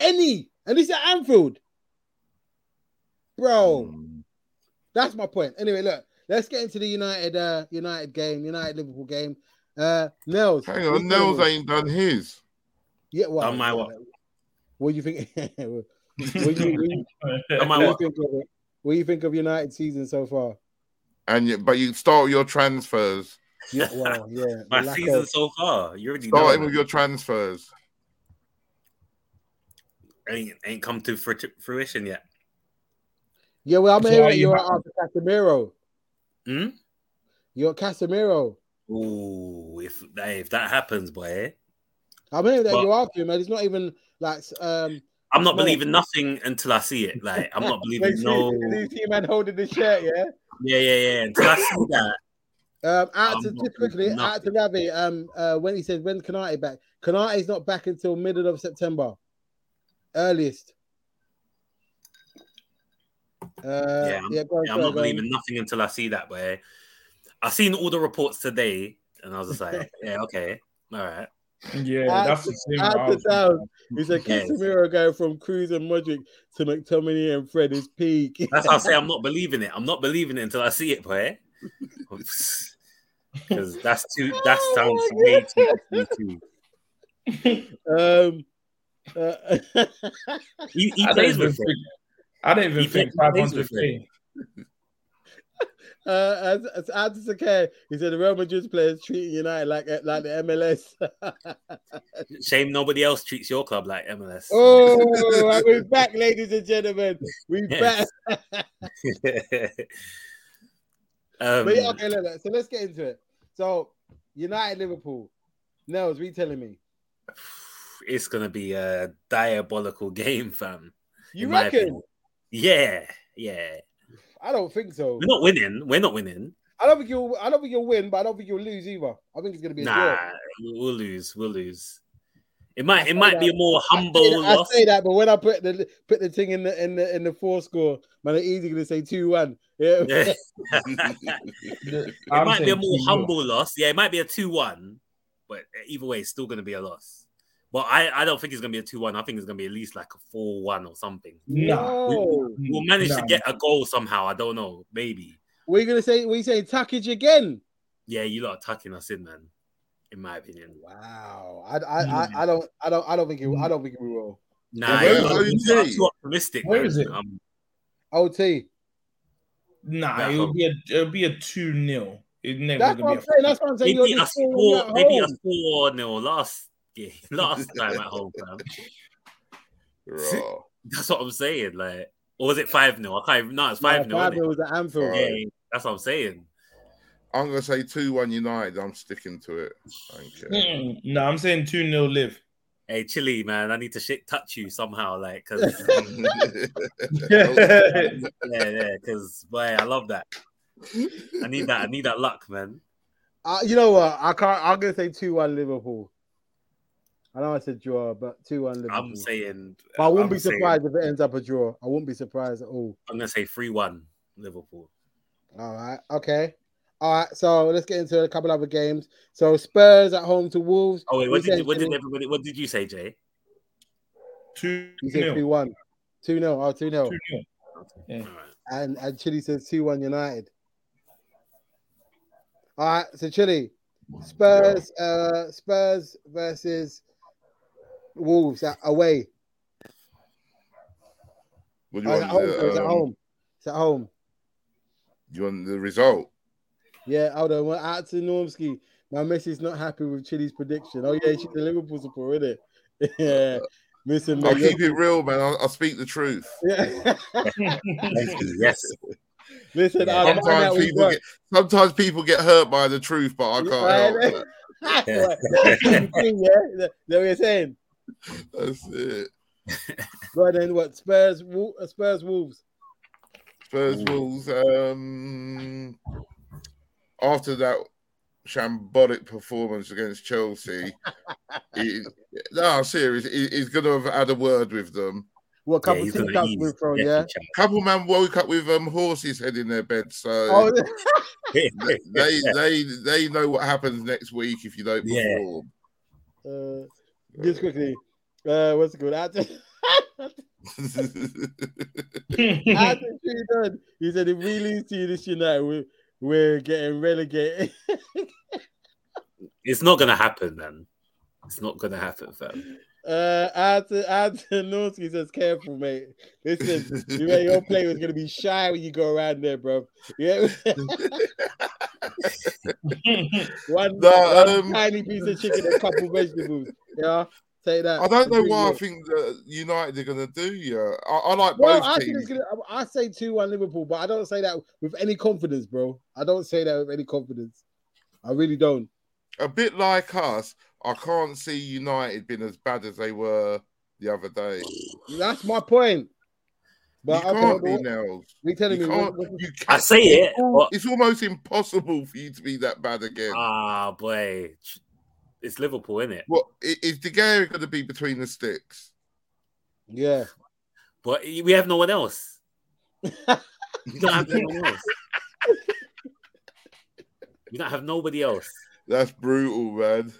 [SPEAKER 1] any, and this is at Anfield, bro.
[SPEAKER 6] Mm.
[SPEAKER 1] That's my point. Anyway, look, let's get into the United uh United game, United Liverpool game. Uh Nels.
[SPEAKER 6] Hang
[SPEAKER 1] what's your-
[SPEAKER 6] on, Nels ain't done his.
[SPEAKER 1] Yeah, well,
[SPEAKER 8] Done my what?
[SPEAKER 1] What do you think? What do you, what do you-
[SPEAKER 8] Am I
[SPEAKER 1] what do you think
[SPEAKER 8] what?
[SPEAKER 1] of it? What do you think of United season so far?
[SPEAKER 6] and you, but you start with your transfers.
[SPEAKER 1] Yeah, well, yeah. the
[SPEAKER 8] My
[SPEAKER 1] lack
[SPEAKER 8] season
[SPEAKER 1] of-
[SPEAKER 8] so far, you already know.
[SPEAKER 6] Starting
[SPEAKER 8] man.
[SPEAKER 6] with your transfers.
[SPEAKER 8] Ain't, ain't come to fruit- fruition yet.
[SPEAKER 1] yeah, well, I'm
[SPEAKER 7] So
[SPEAKER 1] hearing
[SPEAKER 7] you
[SPEAKER 1] you're
[SPEAKER 7] have-
[SPEAKER 1] after Casemiro.
[SPEAKER 8] Hmm?
[SPEAKER 1] You're Casemiro.
[SPEAKER 8] Ooh, if that if that happens, boy,
[SPEAKER 1] I'm hearing that
[SPEAKER 8] Well-
[SPEAKER 1] you're after him, and it's not even like um.
[SPEAKER 8] I'm not
[SPEAKER 1] No.
[SPEAKER 8] believing nothing until I see it. Like I'm not
[SPEAKER 1] Wait,
[SPEAKER 8] believing
[SPEAKER 1] see-
[SPEAKER 8] no.
[SPEAKER 1] see- see man holding the shirt, yeah.
[SPEAKER 8] Yeah, yeah, yeah. Until I see that,
[SPEAKER 1] Um, out
[SPEAKER 8] I'm
[SPEAKER 1] to
[SPEAKER 8] not
[SPEAKER 1] just
[SPEAKER 8] doing
[SPEAKER 1] quickly, out to Ravi. Um, uh, when he says when's Kanate back? Kanate's not back until middle of September, earliest. Uh,
[SPEAKER 8] Yeah,
[SPEAKER 1] go
[SPEAKER 8] I'm-
[SPEAKER 1] on,
[SPEAKER 8] yeah,
[SPEAKER 1] go
[SPEAKER 8] I'm
[SPEAKER 1] on,
[SPEAKER 8] not
[SPEAKER 1] go on.
[SPEAKER 8] believing nothing until I see that, boy. I seen all the reports today, and I was just like, yeah, okay, all right.
[SPEAKER 7] Yeah,
[SPEAKER 1] Add
[SPEAKER 7] that's
[SPEAKER 1] to-
[SPEAKER 7] the same.
[SPEAKER 1] add
[SPEAKER 7] I
[SPEAKER 1] to
[SPEAKER 7] was-
[SPEAKER 1] down. He said
[SPEAKER 8] Yes.
[SPEAKER 1] Casemiro going from Cruz and Modric to McTominay and Fred is peak.
[SPEAKER 8] That's how I say I'm not believing it. I'm not believing it until I see it, boy. Because that's too. That
[SPEAKER 1] Oh
[SPEAKER 8] sounds
[SPEAKER 1] my
[SPEAKER 8] way too. too- too.
[SPEAKER 1] um, uh,
[SPEAKER 8] He, he
[SPEAKER 7] I don't
[SPEAKER 8] plays
[SPEAKER 7] even
[SPEAKER 8] with it.
[SPEAKER 7] think. I don't even
[SPEAKER 8] He
[SPEAKER 7] think
[SPEAKER 8] plays- he plays
[SPEAKER 7] 500k.
[SPEAKER 1] uh, as, as add to Sakai, he said the Real Madrid players treating United like like the MLS.
[SPEAKER 8] Shame nobody else treats your club like MLS.
[SPEAKER 1] Oh, and we're back, ladies and gentlemen. We're
[SPEAKER 8] Yes.
[SPEAKER 1] back.
[SPEAKER 8] um,
[SPEAKER 1] But yeah, okay, look, look, so let's get into it. So, United Liverpool. Nels, we telling me.
[SPEAKER 8] It's gonna be a diabolical game, fam.
[SPEAKER 1] You
[SPEAKER 8] in my
[SPEAKER 1] reckon?
[SPEAKER 8] opinion. Yeah, yeah.
[SPEAKER 1] I don't think so.
[SPEAKER 8] We're not winning. We're not winning.
[SPEAKER 1] I don't think you'll. I don't think you'll win, but I don't think you'll lose either. I think it's gonna be a
[SPEAKER 8] Nah,
[SPEAKER 1] draw.
[SPEAKER 8] we'll lose. We'll lose. It might. It
[SPEAKER 1] say
[SPEAKER 8] might be a
[SPEAKER 1] that.
[SPEAKER 8] more humble
[SPEAKER 1] I say, that, I
[SPEAKER 8] loss.
[SPEAKER 1] say that, but when I put the put the thing in the in the in the four score, man, it's easy gonna say two one. Yeah.
[SPEAKER 8] Yeah.
[SPEAKER 7] It
[SPEAKER 8] it might be a more humble loss. Yeah, it might be a two-one, but either way, it's still going to be a loss. But I, I don't think it's going to be a two-one. I think it's going to be at least like a four-one or something.
[SPEAKER 7] Nah,
[SPEAKER 1] No.
[SPEAKER 8] We'll manage to
[SPEAKER 7] Nah.
[SPEAKER 8] get a goal somehow. I don't know. Maybe.
[SPEAKER 1] We're gonna say we say Tuckage again.
[SPEAKER 8] Yeah, you lot are tucking us in, man. In my opinion.
[SPEAKER 1] Wow. I I, I, I don't I don't I don't think it, I don't think we will.
[SPEAKER 8] Nah,
[SPEAKER 6] where-
[SPEAKER 8] you lot-
[SPEAKER 6] where is
[SPEAKER 8] you lot are
[SPEAKER 6] it?
[SPEAKER 8] too optimistic.
[SPEAKER 7] Where
[SPEAKER 8] man.
[SPEAKER 7] is it?
[SPEAKER 8] Um,
[SPEAKER 1] OT.
[SPEAKER 7] nah.
[SPEAKER 8] Nah,
[SPEAKER 7] It'll
[SPEAKER 8] fam.
[SPEAKER 7] be a it'll be a two 0 It never
[SPEAKER 1] That's
[SPEAKER 7] gonna
[SPEAKER 1] what
[SPEAKER 7] be
[SPEAKER 1] I'm
[SPEAKER 7] a
[SPEAKER 1] saying. That's what I'm
[SPEAKER 8] they
[SPEAKER 1] saying. You're
[SPEAKER 8] beat
[SPEAKER 1] just
[SPEAKER 8] us
[SPEAKER 1] scoring when you're
[SPEAKER 8] four.
[SPEAKER 1] at
[SPEAKER 8] They beat us
[SPEAKER 1] home.
[SPEAKER 8] four nil last game, last time at home, fam.
[SPEAKER 6] Raw.
[SPEAKER 8] That's what I'm saying. Like, or was it five 0 I can't. even- No, it's
[SPEAKER 1] Yeah,
[SPEAKER 8] five 0
[SPEAKER 1] five nil was at Anfield.
[SPEAKER 8] Yeah, yeah, that's what I'm saying.
[SPEAKER 6] I'm gonna say two one United. I'm sticking to it. Thank you.
[SPEAKER 7] Mm-mm. No, I'm saying two 0 live.
[SPEAKER 8] Hey, Chili, man, I need to shit touch you somehow, like, because yeah, yeah, because boy, I love that. I need that. I need that luck, man.
[SPEAKER 1] Uh, you know what? I can't. I'm gonna say two one Liverpool. I know I said draw, but two one Liverpool.
[SPEAKER 8] I'm saying.
[SPEAKER 1] but I wouldn't
[SPEAKER 8] I'm
[SPEAKER 1] be
[SPEAKER 8] saying-
[SPEAKER 1] surprised if it ends up a draw. I wouldn't be surprised at all.
[SPEAKER 8] I'm gonna say three-one Liverpool.
[SPEAKER 1] All right. Okay. All right. So let's get into a couple other games. So Spurs at home to Wolves.
[SPEAKER 8] Oh wait, what
[SPEAKER 1] You
[SPEAKER 8] did
[SPEAKER 1] said
[SPEAKER 8] you, what did
[SPEAKER 1] three-
[SPEAKER 8] everybody? What did you say, Jay?
[SPEAKER 7] Two
[SPEAKER 1] You said 3
[SPEAKER 7] 0
[SPEAKER 1] 1. 2 0. Oh, 2 0.
[SPEAKER 7] Yeah.
[SPEAKER 8] All right.
[SPEAKER 1] And, and Chile says 2 1 United. All right. So Chile, Spurs, uh, Spurs versus Wolves at, away.
[SPEAKER 6] What do you
[SPEAKER 1] Oh, it's at home. sorry, It's
[SPEAKER 6] want? The,
[SPEAKER 1] at
[SPEAKER 6] um,
[SPEAKER 1] home. It's at home.
[SPEAKER 6] you want the result?
[SPEAKER 1] Yeah, hold on. Well, out to Normski. My missus not happy with Chile's prediction. Oh, yeah, she's a Liverpool supporter, isn't it? yeah. Missing
[SPEAKER 6] I'll keep it real, man. I'll, I'll speak the truth.
[SPEAKER 1] Yeah.
[SPEAKER 8] yes.
[SPEAKER 1] Listen,
[SPEAKER 8] Yeah,
[SPEAKER 1] I'll find out
[SPEAKER 6] Sometimes
[SPEAKER 1] what
[SPEAKER 6] people get sometimes people get hurt by the truth, but I
[SPEAKER 1] you
[SPEAKER 6] can't
[SPEAKER 1] want.
[SPEAKER 6] help it.
[SPEAKER 1] Right. yeah, that that we're saying.
[SPEAKER 6] That's it.
[SPEAKER 1] Right then, what Spurs, Wol- uh, Spurs, Wolves.
[SPEAKER 6] Spurs
[SPEAKER 8] Ooh.
[SPEAKER 6] Wolves. Um, after that shambolic performance against Chelsea, it, no, I'm serious. He, he's going to have had a word with them.
[SPEAKER 1] What a
[SPEAKER 8] Yeah,
[SPEAKER 1] couple
[SPEAKER 8] he's
[SPEAKER 1] team
[SPEAKER 8] gonna
[SPEAKER 1] cups
[SPEAKER 8] ease.
[SPEAKER 1] we've thrown,
[SPEAKER 8] Yes,
[SPEAKER 1] yeah.
[SPEAKER 6] Couple man woke up with um horses head in their bed, so
[SPEAKER 1] Oh,
[SPEAKER 8] he
[SPEAKER 6] th-
[SPEAKER 8] shall.
[SPEAKER 6] they they they know what happens next week if you don't
[SPEAKER 8] Yeah.
[SPEAKER 6] perform.
[SPEAKER 1] uh, just quickly, uh, what's it called? Out to- out to Trinidad. He said, if we lose to you this United, we're, we're getting relegated.
[SPEAKER 8] it's not gonna happen, man. It's not gonna happen, fam.
[SPEAKER 1] Uh, Arthur, Arthur Norsky says, "Careful, mate. Listen, you know your play was gonna be shy when you go around there, bro. Yeah, one,
[SPEAKER 6] No,
[SPEAKER 1] one
[SPEAKER 6] um,
[SPEAKER 1] tiny piece of chicken, and a couple vegetables. Yeah, take that.
[SPEAKER 6] I don't know
[SPEAKER 1] Bring
[SPEAKER 6] why I
[SPEAKER 1] it.
[SPEAKER 6] think that United are going to do. Yeah, I, I like
[SPEAKER 1] Well,
[SPEAKER 6] both
[SPEAKER 1] I think it's
[SPEAKER 6] teams.
[SPEAKER 1] gonna. I I say two one Liverpool, but I don't say that with any confidence, bro. I don't say that with any confidence. I really don't.
[SPEAKER 6] A bit like us, I can't see United being as bad as they were the other day.
[SPEAKER 1] That's my point. But
[SPEAKER 6] you
[SPEAKER 1] okay,
[SPEAKER 6] can't
[SPEAKER 1] but
[SPEAKER 6] be
[SPEAKER 1] what-
[SPEAKER 6] Nels.
[SPEAKER 1] we telling
[SPEAKER 6] You
[SPEAKER 1] me
[SPEAKER 6] can't.
[SPEAKER 1] what- what-
[SPEAKER 6] You
[SPEAKER 8] I
[SPEAKER 6] can't.
[SPEAKER 8] say it. but-
[SPEAKER 6] It's almost impossible for you to be that bad again.
[SPEAKER 8] Ah, boy, it's Liverpool, eh? isn't it?
[SPEAKER 6] What i- is De Gea going to be between the sticks?
[SPEAKER 1] yeah.
[SPEAKER 8] But we have no one else. We don't have no one else. We don't have nobody else.
[SPEAKER 6] That's brutal, man.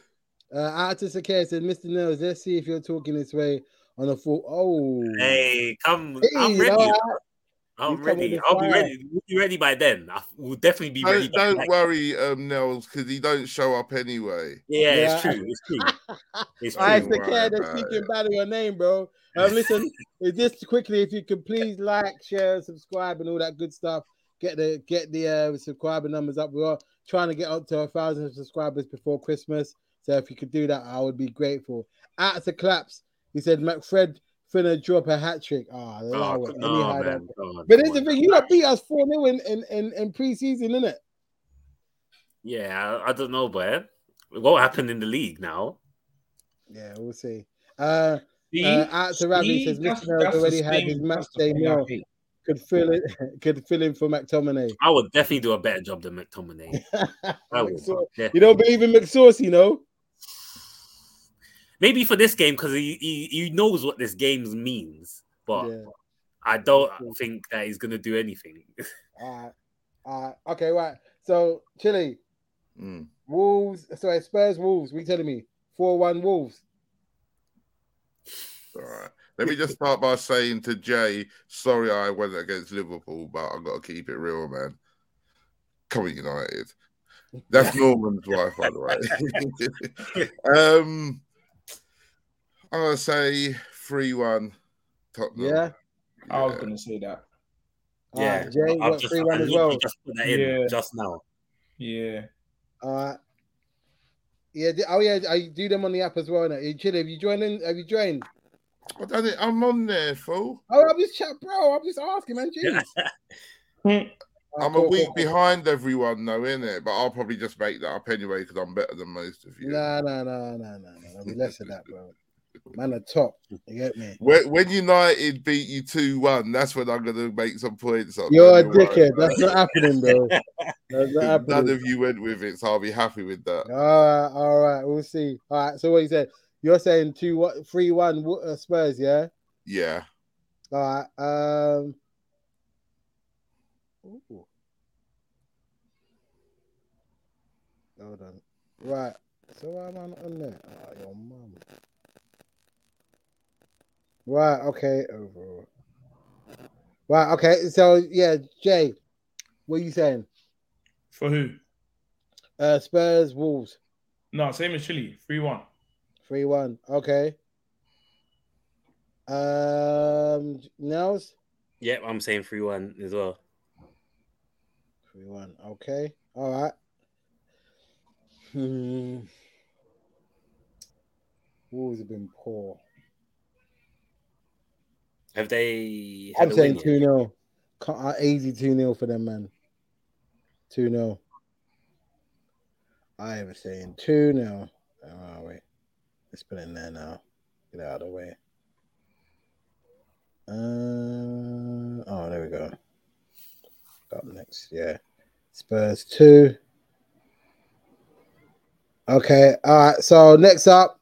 [SPEAKER 1] Uh, Artist Akea said, Mr. Nels, let's see if you're talking this way on a full. Oh,
[SPEAKER 8] Hey, come!
[SPEAKER 1] Hey,
[SPEAKER 8] I'm
[SPEAKER 1] all
[SPEAKER 8] ready.
[SPEAKER 1] right. You
[SPEAKER 8] I'm
[SPEAKER 1] come
[SPEAKER 8] ready.
[SPEAKER 1] with the
[SPEAKER 8] I'll be
[SPEAKER 1] fire.
[SPEAKER 8] ready. We'll be ready by then. I will definitely be ready.
[SPEAKER 6] Don't,
[SPEAKER 8] by
[SPEAKER 6] don't
[SPEAKER 8] then.
[SPEAKER 6] worry, um, Nels, because he don't show up anyway.
[SPEAKER 8] yeah,
[SPEAKER 1] Yeah.
[SPEAKER 8] it's true. It's true. It's
[SPEAKER 1] I
[SPEAKER 8] true.
[SPEAKER 6] Alright.
[SPEAKER 1] the care that's
[SPEAKER 6] about
[SPEAKER 1] speaking bad of your name, bro. Um, listen, just quickly, if you could please like, share, and subscribe, and all that good stuff. Get the get the uh, subscriber numbers up. We are trying to get up to a thousand subscribers before Christmas. So if you could do that, I would be grateful. At the claps, he said McFred finna drop a hat trick. Ah, oh, allow
[SPEAKER 8] Oh,
[SPEAKER 1] it.
[SPEAKER 8] come on,
[SPEAKER 1] Anyhow, that-
[SPEAKER 8] man. Come on,
[SPEAKER 1] But
[SPEAKER 8] come
[SPEAKER 1] here's the
[SPEAKER 8] on.
[SPEAKER 1] thing, you lot beat us 4 0 in, in, in, in preseason, innit?
[SPEAKER 8] Yeah, I, I don't know, but what happened in the league now?
[SPEAKER 1] Yeah, we'll see. Uh,
[SPEAKER 7] See?
[SPEAKER 1] Uh, out to Ravi
[SPEAKER 7] See?
[SPEAKER 1] says,
[SPEAKER 7] That's-
[SPEAKER 1] Mr. Nels
[SPEAKER 7] that's the
[SPEAKER 1] already had
[SPEAKER 7] thing-
[SPEAKER 1] his match
[SPEAKER 7] that's the
[SPEAKER 1] day
[SPEAKER 7] thing I
[SPEAKER 1] now.
[SPEAKER 7] hate.
[SPEAKER 1] could fill in could fill in for McTominay.
[SPEAKER 8] I would definitely do a better job than McTominay. I would.
[SPEAKER 1] McSau-
[SPEAKER 8] Yeah.
[SPEAKER 1] you don't believe in McSauce, you know?
[SPEAKER 8] Maybe for this game because he, he he knows what this game means, but
[SPEAKER 1] Yeah.
[SPEAKER 8] I don't think that he's gonna do anything.
[SPEAKER 1] All right. All right. Okay, right. So Chile,
[SPEAKER 6] Mm.
[SPEAKER 1] Wolves, sorry, Spurs Wolves. We telling me 4-1 Wolves.
[SPEAKER 6] All right. Let me just start by saying to Jay, sorry I went against Liverpool, but I've got to keep it real, man. Come on, United. That's Norman's wife, by the way. um, I'm going to say 3 1 Tottenham.
[SPEAKER 1] Yeah.
[SPEAKER 7] I was gonna say that.
[SPEAKER 1] All right, Jay,
[SPEAKER 8] I've
[SPEAKER 1] got
[SPEAKER 8] just-
[SPEAKER 1] three
[SPEAKER 8] I
[SPEAKER 1] one as
[SPEAKER 8] literally
[SPEAKER 1] well.
[SPEAKER 8] Just put that in
[SPEAKER 7] Yeah.
[SPEAKER 8] just now.
[SPEAKER 7] Yeah.
[SPEAKER 1] All right. Yeah, di- oh yeah, I do them on the app as well. Now, Chile, have you joined in? Have you joined?
[SPEAKER 6] I done it. I'm on there, fool.
[SPEAKER 1] Oh, I'm just chat, bro. I'm just asking, man. Jeez. All right,
[SPEAKER 6] I'm a
[SPEAKER 1] cool,
[SPEAKER 6] week
[SPEAKER 1] cool, cool.
[SPEAKER 6] behind everyone, though, innit? But I'll probably just make that up anyway because I'm better than most of you.
[SPEAKER 1] Nah, nah, nah, nah, nah, nah. We less than that, bro. Man, the top. You get me?
[SPEAKER 6] When, when United beat you 2 1, that's when I'm going to make some points up.
[SPEAKER 1] You're a
[SPEAKER 6] Don't worry,
[SPEAKER 1] dickhead.
[SPEAKER 6] man.
[SPEAKER 1] That's not happening, bro. That's not
[SPEAKER 6] If None
[SPEAKER 1] happening.
[SPEAKER 6] of you went with it, so I'll be happy with that.
[SPEAKER 1] All right, all right. We'll see. All right. So what you said? You're saying two, what, three, one Wo- uh, Spurs, yeah.
[SPEAKER 6] Yeah.
[SPEAKER 1] All right. Um. Ooh. Hold on. Right. So why am I not on there? Oh, your mum. Right. Okay. Overall. Right. Okay. So yeah, Jay, what are you saying?
[SPEAKER 7] For who?
[SPEAKER 1] Uh, Spurs, Wolves,
[SPEAKER 7] No, same as Chile. Three one.
[SPEAKER 1] three one. Okay. Um, Nels,
[SPEAKER 8] Yep, I'm saying three one as well.
[SPEAKER 1] three one. Okay. All right. Hmm. Wolves have been poor.
[SPEAKER 8] Have they? had
[SPEAKER 1] I'm
[SPEAKER 8] a
[SPEAKER 1] saying
[SPEAKER 8] win
[SPEAKER 1] two
[SPEAKER 8] yet?
[SPEAKER 1] 0 Easy two 0 for them, man. Two 0 I am saying two 0 Oh wait, let's put it in there now. Get it out of the way. Uh, oh, there we go. Up next, yeah. Spurs two. Okay, all right. So next up,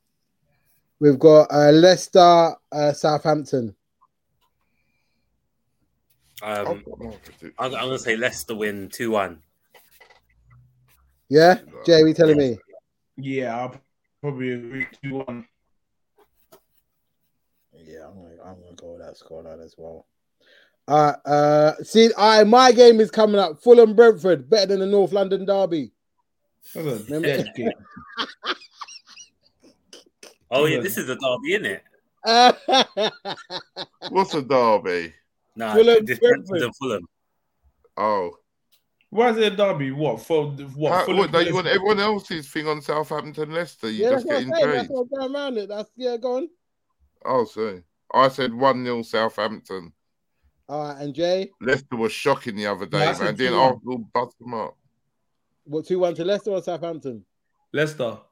[SPEAKER 1] we've got uh, Leicester, uh, Southampton. Oh.
[SPEAKER 8] Um, I'm, I'm gonna say Leicester win two one.
[SPEAKER 1] Yeah, Jay, we telling me?
[SPEAKER 7] Yeah, I'll probably agree two one.
[SPEAKER 1] Yeah, I'm gonna, I'm gonna go with that scoreline as well. Uh, uh, see, I my game is coming up. Fulham Brentford better than the North London derby.
[SPEAKER 7] That's a
[SPEAKER 1] Remember-
[SPEAKER 7] dead game.
[SPEAKER 8] Oh yeah, this is a derby, isn't it?
[SPEAKER 6] What's a derby?
[SPEAKER 8] No,
[SPEAKER 1] Fulham,
[SPEAKER 8] this
[SPEAKER 1] Brentford.
[SPEAKER 8] Brentford and Fulham.
[SPEAKER 6] Oh,
[SPEAKER 7] Why is it a derby? What for? What?
[SPEAKER 6] How-
[SPEAKER 7] Fulham
[SPEAKER 6] what, don't you
[SPEAKER 7] plays-
[SPEAKER 6] want everyone else's thing on Southampton Leicester? You
[SPEAKER 1] yeah, that's
[SPEAKER 6] just
[SPEAKER 1] what I'm
[SPEAKER 6] getting
[SPEAKER 1] saying. That's
[SPEAKER 6] paid.
[SPEAKER 1] what I'm going around it. That's yeah, go on.
[SPEAKER 6] Oh, sorry. I said 1 0 Southampton.
[SPEAKER 1] All right, and Jay,
[SPEAKER 6] Leicester was shocking the other day,
[SPEAKER 7] I said
[SPEAKER 6] man. Didn't
[SPEAKER 7] 2-1.
[SPEAKER 6] Arsenal bust them up?
[SPEAKER 1] what two one to Leicester or Southampton?
[SPEAKER 7] Leicester.
[SPEAKER 1] All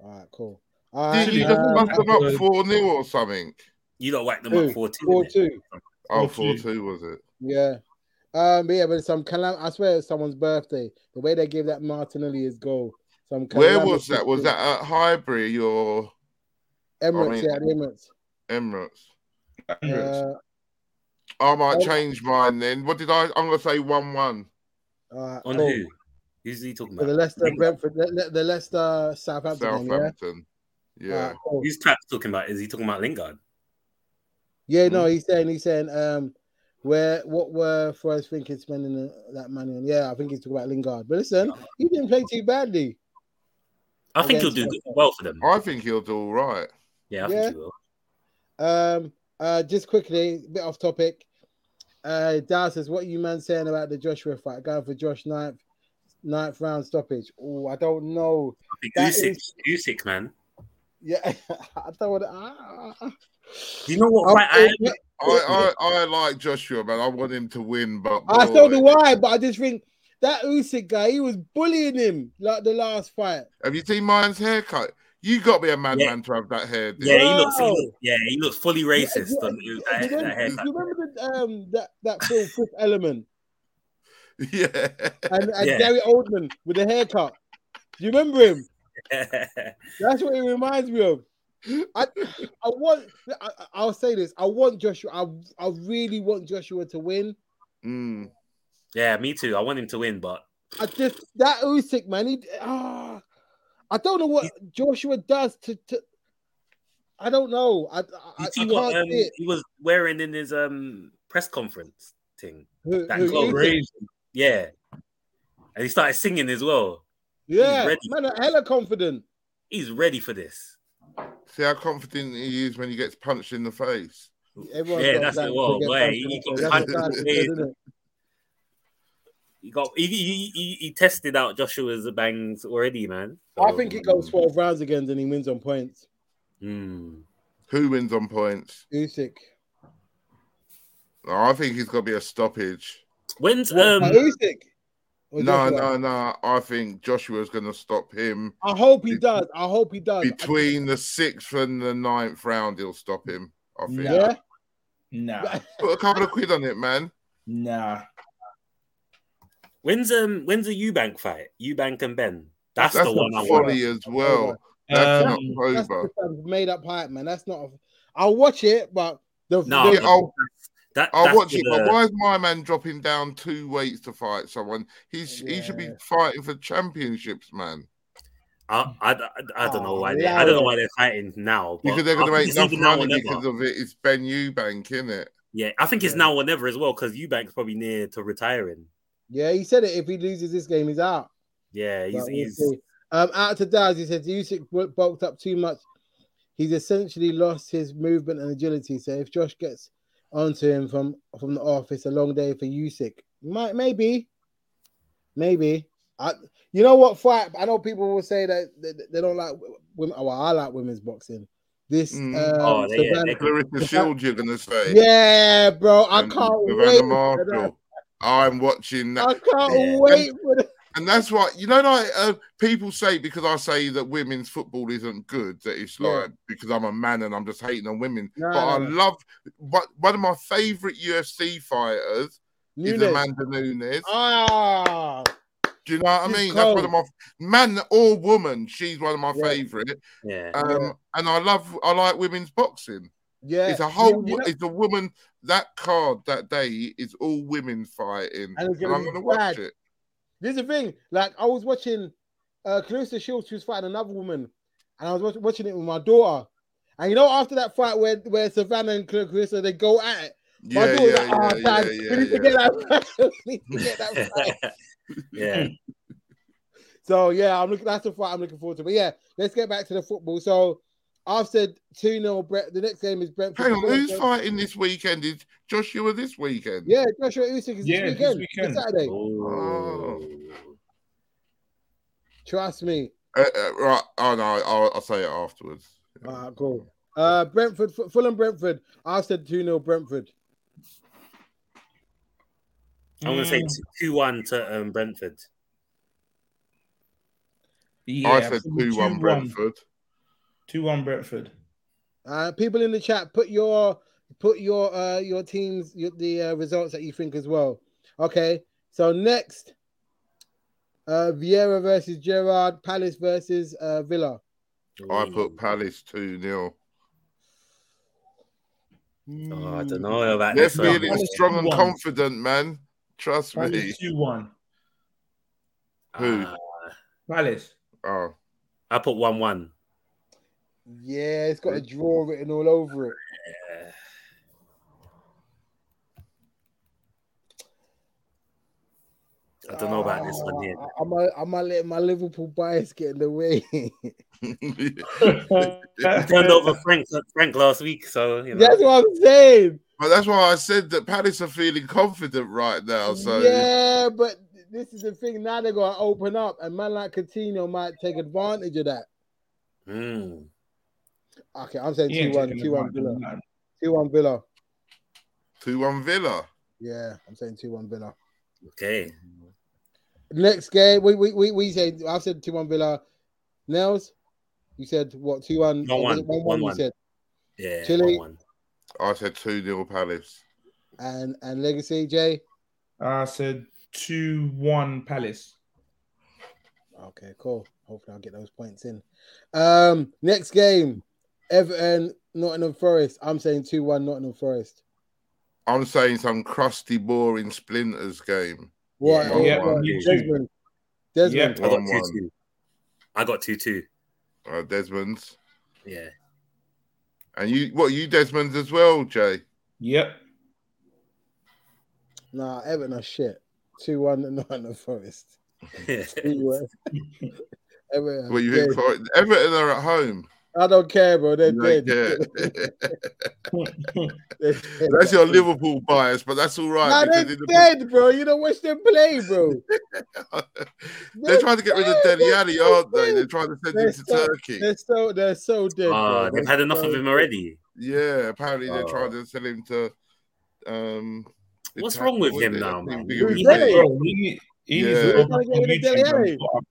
[SPEAKER 1] right, cool. All
[SPEAKER 6] Did
[SPEAKER 1] right,
[SPEAKER 6] you
[SPEAKER 7] uh,
[SPEAKER 6] just bust them up
[SPEAKER 7] uh,
[SPEAKER 6] 4 0 or something?
[SPEAKER 8] You don't whack them
[SPEAKER 1] Who?
[SPEAKER 8] up four two.
[SPEAKER 1] four
[SPEAKER 8] innit?
[SPEAKER 1] two.
[SPEAKER 6] Oh, 4
[SPEAKER 7] 4-2.
[SPEAKER 6] 2 was it?
[SPEAKER 1] Yeah. Um, but yeah, but some calam- I swear it's someone's birthday. The way they gave that Martinelli his goal. Some
[SPEAKER 6] Where
[SPEAKER 1] calamitous
[SPEAKER 6] was that? Was that at Highbury or
[SPEAKER 1] Emirates?
[SPEAKER 6] I mean-
[SPEAKER 1] yeah, at Emirates.
[SPEAKER 6] Emirates? Um,
[SPEAKER 7] Emirates.
[SPEAKER 1] Uh,
[SPEAKER 6] I might
[SPEAKER 1] Oh.
[SPEAKER 6] change mine then. What did I? I'm gonna say 1 1.
[SPEAKER 1] all right,
[SPEAKER 8] On
[SPEAKER 1] cool.
[SPEAKER 8] who? Who's he talking
[SPEAKER 1] So the
[SPEAKER 8] about?
[SPEAKER 1] Leicester Brentford, the, the- the Leicester Southampton. game,
[SPEAKER 6] Southampton.
[SPEAKER 1] Yeah. All
[SPEAKER 6] Yeah.
[SPEAKER 1] right, cool.
[SPEAKER 8] Who's Traps talking about? Is he talking about Lingard?
[SPEAKER 1] Yeah, no, he's saying he's saying um where what were Forrest thinking spending the- that money on? Yeah, I think he's talking about Lingard. But listen, he didn't play too badly.
[SPEAKER 8] I think he'll
[SPEAKER 1] Against
[SPEAKER 8] do good,
[SPEAKER 1] Leicester.
[SPEAKER 8] well for them.
[SPEAKER 6] I think he'll do all right.
[SPEAKER 8] Yeah, I
[SPEAKER 1] Yeah.
[SPEAKER 8] think he will.
[SPEAKER 1] Um, uh, just quickly, a bit off topic. Uh, Dow says, "What are you man saying about the Joshua fight? Going for Josh ninth, ninth round stoppage? Oh, I don't know.
[SPEAKER 8] I think
[SPEAKER 1] That
[SPEAKER 8] Usyk, Usyk, man.
[SPEAKER 1] Yeah, I don't. wanna- ah, ah,
[SPEAKER 8] Do you know what
[SPEAKER 1] ah.
[SPEAKER 8] fight I,
[SPEAKER 1] I,
[SPEAKER 6] I, I, I like Joshua, man. I want him to win, but
[SPEAKER 1] I
[SPEAKER 6] boy.
[SPEAKER 1] so do I, but I just think that Usyk guy, he was bullying him like the last fight.
[SPEAKER 6] Have you seen mine's haircut? You got to be a madman
[SPEAKER 8] Yeah.
[SPEAKER 6] to have that hair. Dude.
[SPEAKER 8] Yeah, he looks. He
[SPEAKER 1] Wow.
[SPEAKER 8] looks yeah, he looks fully racist.
[SPEAKER 1] Yeah,
[SPEAKER 8] on the-
[SPEAKER 1] Do
[SPEAKER 8] that-
[SPEAKER 1] you
[SPEAKER 8] that
[SPEAKER 1] remember, do
[SPEAKER 8] haircut.
[SPEAKER 1] you remember the, um, that that Phil Fifth Element
[SPEAKER 6] Yeah.
[SPEAKER 1] and, and
[SPEAKER 8] Yeah.
[SPEAKER 1] Gary Oldman with the haircut? Do you remember him? That's what it reminds me of. I, I want. I, I- I'll say this. I want Joshua. I, I really want Joshua to win.
[SPEAKER 6] Mm.
[SPEAKER 8] yeah, me too. I want him to win, but
[SPEAKER 1] I just that Usyk man. He, ah, I don't know what Joshua does to. to I don't know. I, I, I
[SPEAKER 8] you
[SPEAKER 1] I
[SPEAKER 8] see
[SPEAKER 1] can't
[SPEAKER 8] what um,
[SPEAKER 1] see it.
[SPEAKER 8] he was wearing in his um press conference thing.
[SPEAKER 1] Who-
[SPEAKER 8] that
[SPEAKER 1] who
[SPEAKER 8] globe.
[SPEAKER 1] Usyk?
[SPEAKER 7] Crazy.
[SPEAKER 8] Yeah, and he started singing as well.
[SPEAKER 1] Yeah,
[SPEAKER 8] ready.
[SPEAKER 1] man, I'm hella confident.
[SPEAKER 8] He's ready for this.
[SPEAKER 6] See how confident he is when he gets punched in the face.
[SPEAKER 1] Everyone's
[SPEAKER 8] Yeah,
[SPEAKER 1] got
[SPEAKER 8] that's
[SPEAKER 1] that
[SPEAKER 8] it. Well,
[SPEAKER 1] to get
[SPEAKER 8] boy,
[SPEAKER 1] punched in
[SPEAKER 8] he
[SPEAKER 1] the
[SPEAKER 8] got
[SPEAKER 1] face. That's what
[SPEAKER 8] punched in the
[SPEAKER 1] Tyson
[SPEAKER 8] face.
[SPEAKER 1] said, isn't it?
[SPEAKER 8] He got he he, he, he tested out Joshua's bangs already, man.
[SPEAKER 1] I think it
[SPEAKER 6] um,
[SPEAKER 1] goes 12 rounds again and he wins on points.
[SPEAKER 6] Hmm.
[SPEAKER 8] Mm.
[SPEAKER 6] Who wins on points?
[SPEAKER 1] Usyk.
[SPEAKER 6] No, I think he's got to be a stoppage.
[SPEAKER 8] When's
[SPEAKER 1] Um,
[SPEAKER 8] um
[SPEAKER 1] Usyk. Or
[SPEAKER 6] No,
[SPEAKER 1] Joshua?
[SPEAKER 6] no, no. I think Joshua's going to stop him.
[SPEAKER 1] I hope he does. I hope he does.
[SPEAKER 6] Between the sixth and the ninth round, he'll stop him. I think.
[SPEAKER 7] Yeah.
[SPEAKER 1] yeah.
[SPEAKER 7] Nah,
[SPEAKER 6] Put a couple of quid on it, man.
[SPEAKER 7] nah.
[SPEAKER 8] when's um when's the Eubank fight? Eubank and Ben. That's,
[SPEAKER 6] That's
[SPEAKER 8] the one I
[SPEAKER 6] not
[SPEAKER 8] want.
[SPEAKER 6] funny as well. That's
[SPEAKER 7] Um,
[SPEAKER 6] in
[SPEAKER 1] That's
[SPEAKER 6] October.
[SPEAKER 1] just some made up hype, man. That's not. A, I'll watch it, but the
[SPEAKER 8] No,
[SPEAKER 1] the-
[SPEAKER 6] Yeah, I'll-
[SPEAKER 8] That,
[SPEAKER 6] I'll
[SPEAKER 8] that's
[SPEAKER 6] watch it,
[SPEAKER 8] for
[SPEAKER 6] but
[SPEAKER 8] the-
[SPEAKER 6] why is my man dropping down two weights to fight someone? He's he should be
[SPEAKER 1] Yeah.
[SPEAKER 6] fighting for championships, man.
[SPEAKER 8] I, I, I don't know
[SPEAKER 1] Oh,
[SPEAKER 8] why they, I don't know
[SPEAKER 1] Larry.
[SPEAKER 8] why they're fighting now. but
[SPEAKER 6] Because they're going
[SPEAKER 8] I
[SPEAKER 6] to
[SPEAKER 8] think
[SPEAKER 6] make
[SPEAKER 8] it's
[SPEAKER 6] enough
[SPEAKER 8] either now or
[SPEAKER 6] money
[SPEAKER 8] never.
[SPEAKER 6] because of it. It's Ben Eubank, isn't it?
[SPEAKER 8] Yeah, I think it's
[SPEAKER 1] Yeah.
[SPEAKER 8] now or never as well because Eubank's probably near to retiring.
[SPEAKER 1] yeah, he said it. If he loses this game, he's out.
[SPEAKER 8] Yeah, he's,
[SPEAKER 1] But we'll
[SPEAKER 8] he's
[SPEAKER 1] see. um, out to Daz. He said Usyk bu- bulked up too much. He's essentially lost his movement and agility. So if Josh gets onto him from from the off, it's a long day for Usyk. Might maybe, maybe. I, you know what fight? I know people will say that they, they don't like women. oh, Well, I like women's boxing. This
[SPEAKER 6] Mm.
[SPEAKER 1] um,
[SPEAKER 8] Oh, they- yeah,
[SPEAKER 1] Savannah-
[SPEAKER 8] they-
[SPEAKER 6] Clarissa Shield, you're going to say.
[SPEAKER 1] Yeah, bro, I
[SPEAKER 6] And
[SPEAKER 1] can't
[SPEAKER 6] Savannah
[SPEAKER 1] wait. For that.
[SPEAKER 6] Marshall. I'm watching
[SPEAKER 1] I
[SPEAKER 6] that.
[SPEAKER 1] can't
[SPEAKER 8] Yeah.
[SPEAKER 1] wait for that.
[SPEAKER 6] And that's why, you know, like uh, people say, because I say that women's football isn't good, that it's
[SPEAKER 1] Yeah.
[SPEAKER 6] like because I'm a man and I'm just hating on women.
[SPEAKER 1] No,
[SPEAKER 6] but
[SPEAKER 1] no,
[SPEAKER 6] I
[SPEAKER 1] no.
[SPEAKER 6] love what, one of my favorite UFC fighters is
[SPEAKER 1] Nunes.
[SPEAKER 6] Amanda Nunes.
[SPEAKER 1] Ah,
[SPEAKER 6] Do you know what I
[SPEAKER 1] Oh, She's
[SPEAKER 6] mean? That's one of my man or woman. She's one of my
[SPEAKER 1] Yeah.
[SPEAKER 6] favorite.
[SPEAKER 8] yeah.
[SPEAKER 6] Um,
[SPEAKER 1] Yeah.
[SPEAKER 6] and I love I like women's boxing.
[SPEAKER 1] yeah.
[SPEAKER 6] It's a whole.
[SPEAKER 1] You- you know-
[SPEAKER 6] it's a woman. That card that day is all women fighting,
[SPEAKER 1] And
[SPEAKER 6] and,
[SPEAKER 1] it's gonna
[SPEAKER 6] I'm
[SPEAKER 1] be
[SPEAKER 6] going to watch
[SPEAKER 1] bad.
[SPEAKER 6] it.
[SPEAKER 1] This is the thing. Like I was watching uh Clarissa Shields, she was fighting another woman, and I was watch- watching it with my daughter. And you know, after that fight where where Savannah and Cla- Clarissa they go at it, my
[SPEAKER 6] Yeah,
[SPEAKER 1] daughter,
[SPEAKER 6] yeah, yeah,
[SPEAKER 1] ah,
[SPEAKER 6] yeah,
[SPEAKER 1] Dad, we
[SPEAKER 6] yeah,
[SPEAKER 1] need to
[SPEAKER 6] yeah.
[SPEAKER 1] get that. fight. we need to get that fight.
[SPEAKER 8] yeah.
[SPEAKER 1] So yeah, I'm looking. That's the fight I'm looking forward to. But yeah, let's get back to the football. So I've said 2 0. Brett. The next game is Brentford.
[SPEAKER 6] Hang on, who's fighting this weekend? Is Joshua this weekend?
[SPEAKER 1] Yeah, Joshua Usyk is
[SPEAKER 7] Yeah,
[SPEAKER 1] this
[SPEAKER 7] this
[SPEAKER 1] weekend.
[SPEAKER 7] weekend.
[SPEAKER 1] It's Saturday.
[SPEAKER 6] Oh.
[SPEAKER 1] Trust me.
[SPEAKER 6] Uh, uh, right. Oh no, I'll, I'll say it afterwards.
[SPEAKER 1] Ah, cool. Uh, Brentford, F- Fulham, Brentford. I've said 2 0 Brentford.
[SPEAKER 8] I'm going to say 2 1 to um, Brentford.
[SPEAKER 7] Yeah,
[SPEAKER 6] I said two one Brentford.
[SPEAKER 7] Two one Brentford.
[SPEAKER 1] Uh, people in the chat, put your put your uh your teams your, the uh, results that you think as well. Okay, so next, uh, Vieira versus Gerard, Palace versus uh, Villa.
[SPEAKER 6] I put Palace two 0
[SPEAKER 7] Mm.
[SPEAKER 8] Oh, I don't know about
[SPEAKER 6] They're
[SPEAKER 8] this. uh, one.
[SPEAKER 6] feeling
[SPEAKER 7] Palace
[SPEAKER 6] strong and
[SPEAKER 7] 2-1.
[SPEAKER 6] confident, man. Trust me.
[SPEAKER 7] Palace two one.
[SPEAKER 6] Who?
[SPEAKER 8] Ah,
[SPEAKER 7] Palace.
[SPEAKER 6] Oh,
[SPEAKER 8] I put 1 1.
[SPEAKER 1] Yeah, it's got a draw written all over it.
[SPEAKER 8] I don't know about this one here.
[SPEAKER 1] Ah, I, I, might, I might let my Liverpool bias get in the way.
[SPEAKER 6] but
[SPEAKER 8] I turned over Frank uh, Frank last week, so you know.
[SPEAKER 1] That's what I'm saying.
[SPEAKER 6] that's why I said that Palace are feeling confident right
[SPEAKER 7] Oh,
[SPEAKER 6] now. So
[SPEAKER 1] Yeah, but this is the thing. Now they're gonna open up, and man like Coutinho might take advantage of that.
[SPEAKER 8] Mm.
[SPEAKER 1] Okay, I'm saying
[SPEAKER 7] He ain't
[SPEAKER 1] two one,
[SPEAKER 7] taking
[SPEAKER 1] two one
[SPEAKER 7] advantage
[SPEAKER 1] Villa,
[SPEAKER 7] of that.
[SPEAKER 1] two one Villa.
[SPEAKER 6] two one Villa.
[SPEAKER 1] Yeah, I'm saying two one Villa.
[SPEAKER 8] Okay.
[SPEAKER 1] Next game, we we we, we said I said two one Villa. Nails, you said what two one?
[SPEAKER 8] One, one.
[SPEAKER 1] one
[SPEAKER 8] One,
[SPEAKER 1] one. You
[SPEAKER 8] one.
[SPEAKER 1] said
[SPEAKER 8] Yeah.
[SPEAKER 1] Chile.
[SPEAKER 8] 1-1.
[SPEAKER 6] I said two 0 Palace.
[SPEAKER 1] and and Legacy Jay.
[SPEAKER 7] I said two one Palace.
[SPEAKER 1] Okay, cool. Hopefully, I'll get those points in. Um, next game, Everton, Nottingham Forest. I'm saying two one Nottingham Forest.
[SPEAKER 6] I'm saying some crusty, boring splinters game.
[SPEAKER 1] What?
[SPEAKER 8] Yeah,
[SPEAKER 1] what-
[SPEAKER 7] yeah,
[SPEAKER 1] what-
[SPEAKER 7] you too.
[SPEAKER 1] Desmond. Desmond.
[SPEAKER 8] I got 2
[SPEAKER 6] 1-1.
[SPEAKER 8] 2. I got 2 2.
[SPEAKER 6] Uh, Desmond's
[SPEAKER 8] Yeah.
[SPEAKER 6] and you, what you Desmond's as well, Jay?
[SPEAKER 7] Yep.
[SPEAKER 1] Nah, Everton are shit. Two one Nottingham Forest. Anyway. Everton.
[SPEAKER 6] Well, you
[SPEAKER 1] dead.
[SPEAKER 6] quite, Everton are at home.
[SPEAKER 1] I don't care, bro. They're
[SPEAKER 6] You
[SPEAKER 1] dead.
[SPEAKER 6] don't care.
[SPEAKER 1] They're dead.
[SPEAKER 6] that's your Liverpool bias, but that's all right.
[SPEAKER 1] Nah,
[SPEAKER 6] because
[SPEAKER 1] they're
[SPEAKER 6] in the-
[SPEAKER 1] dead, bro. You don't watch them play, bro.
[SPEAKER 6] they're trying to get rid of
[SPEAKER 1] dead.
[SPEAKER 6] Deli Ali, aren't they? They're trying to send
[SPEAKER 1] They're
[SPEAKER 6] him to
[SPEAKER 1] so-
[SPEAKER 6] Turkey.
[SPEAKER 1] They're so they're so dead.
[SPEAKER 8] Ah,
[SPEAKER 1] bro.
[SPEAKER 8] they've had enough of him already.
[SPEAKER 6] Yeah, apparently they're
[SPEAKER 8] Oh.
[SPEAKER 6] trying to sell him to. Um,
[SPEAKER 8] What's
[SPEAKER 6] Ita-
[SPEAKER 8] wrong with
[SPEAKER 6] what
[SPEAKER 8] him
[SPEAKER 6] is it?
[SPEAKER 8] now,
[SPEAKER 6] I think
[SPEAKER 8] man?
[SPEAKER 6] we- we-
[SPEAKER 1] Really?
[SPEAKER 7] Bro, he need- he needs
[SPEAKER 6] Yeah.
[SPEAKER 7] to go back
[SPEAKER 1] Gotta
[SPEAKER 7] on
[SPEAKER 1] get rid of
[SPEAKER 7] YouTube
[SPEAKER 1] Dele
[SPEAKER 7] and put up-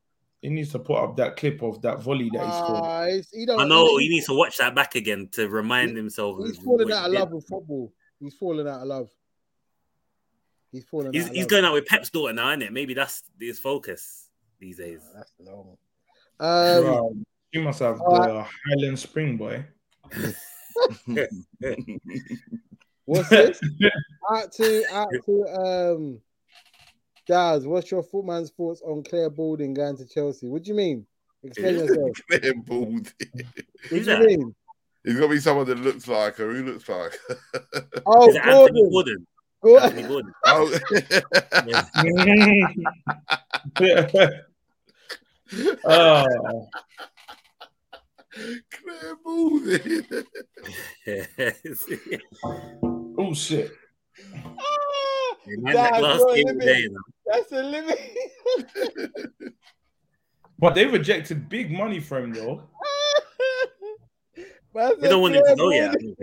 [SPEAKER 7] he needs to put up that clip of that volley that he scored.
[SPEAKER 1] Ah, he's- he don't,
[SPEAKER 8] I know he
[SPEAKER 1] he's,
[SPEAKER 8] needs to watch that back again to remind himself.
[SPEAKER 1] he's
[SPEAKER 8] of
[SPEAKER 1] falling
[SPEAKER 8] what
[SPEAKER 1] out of
[SPEAKER 8] he did.
[SPEAKER 1] love with football. He's falling out of love. He's falling
[SPEAKER 8] He's,
[SPEAKER 1] out of
[SPEAKER 8] he's
[SPEAKER 1] love.
[SPEAKER 8] going out with Pep's daughter now, isn't it? Maybe that's his focus these days.
[SPEAKER 1] Nah, that's long. Um, uh,
[SPEAKER 7] Bro, you must have the Highland Spring boy.
[SPEAKER 1] what's this? out to out to um Daz, what's your footman's thoughts on Claire Balding going to Chelsea? What do you mean? Explain yourself.
[SPEAKER 6] They're bald.
[SPEAKER 1] What
[SPEAKER 8] Who's
[SPEAKER 1] do you
[SPEAKER 8] that?
[SPEAKER 1] mean?
[SPEAKER 6] He's got to be someone that looks like her. Who looks like her?
[SPEAKER 1] Oh,
[SPEAKER 8] Is it Anthony
[SPEAKER 1] Gordon.
[SPEAKER 8] Gordon?
[SPEAKER 1] Gordon.
[SPEAKER 8] Anthony Gordon.
[SPEAKER 6] Oh,
[SPEAKER 8] Yeah.
[SPEAKER 7] oh,
[SPEAKER 6] Claire Baldy.
[SPEAKER 8] In
[SPEAKER 7] oh shit.
[SPEAKER 8] that
[SPEAKER 1] Daz,
[SPEAKER 8] last
[SPEAKER 1] you're a
[SPEAKER 8] game
[SPEAKER 1] living-
[SPEAKER 8] day, you know.
[SPEAKER 1] That's a living.
[SPEAKER 7] But they rejected big money from him though.
[SPEAKER 1] That's
[SPEAKER 8] we
[SPEAKER 1] a
[SPEAKER 8] don't want him to
[SPEAKER 1] Claire
[SPEAKER 8] go yet. I
[SPEAKER 1] Balding.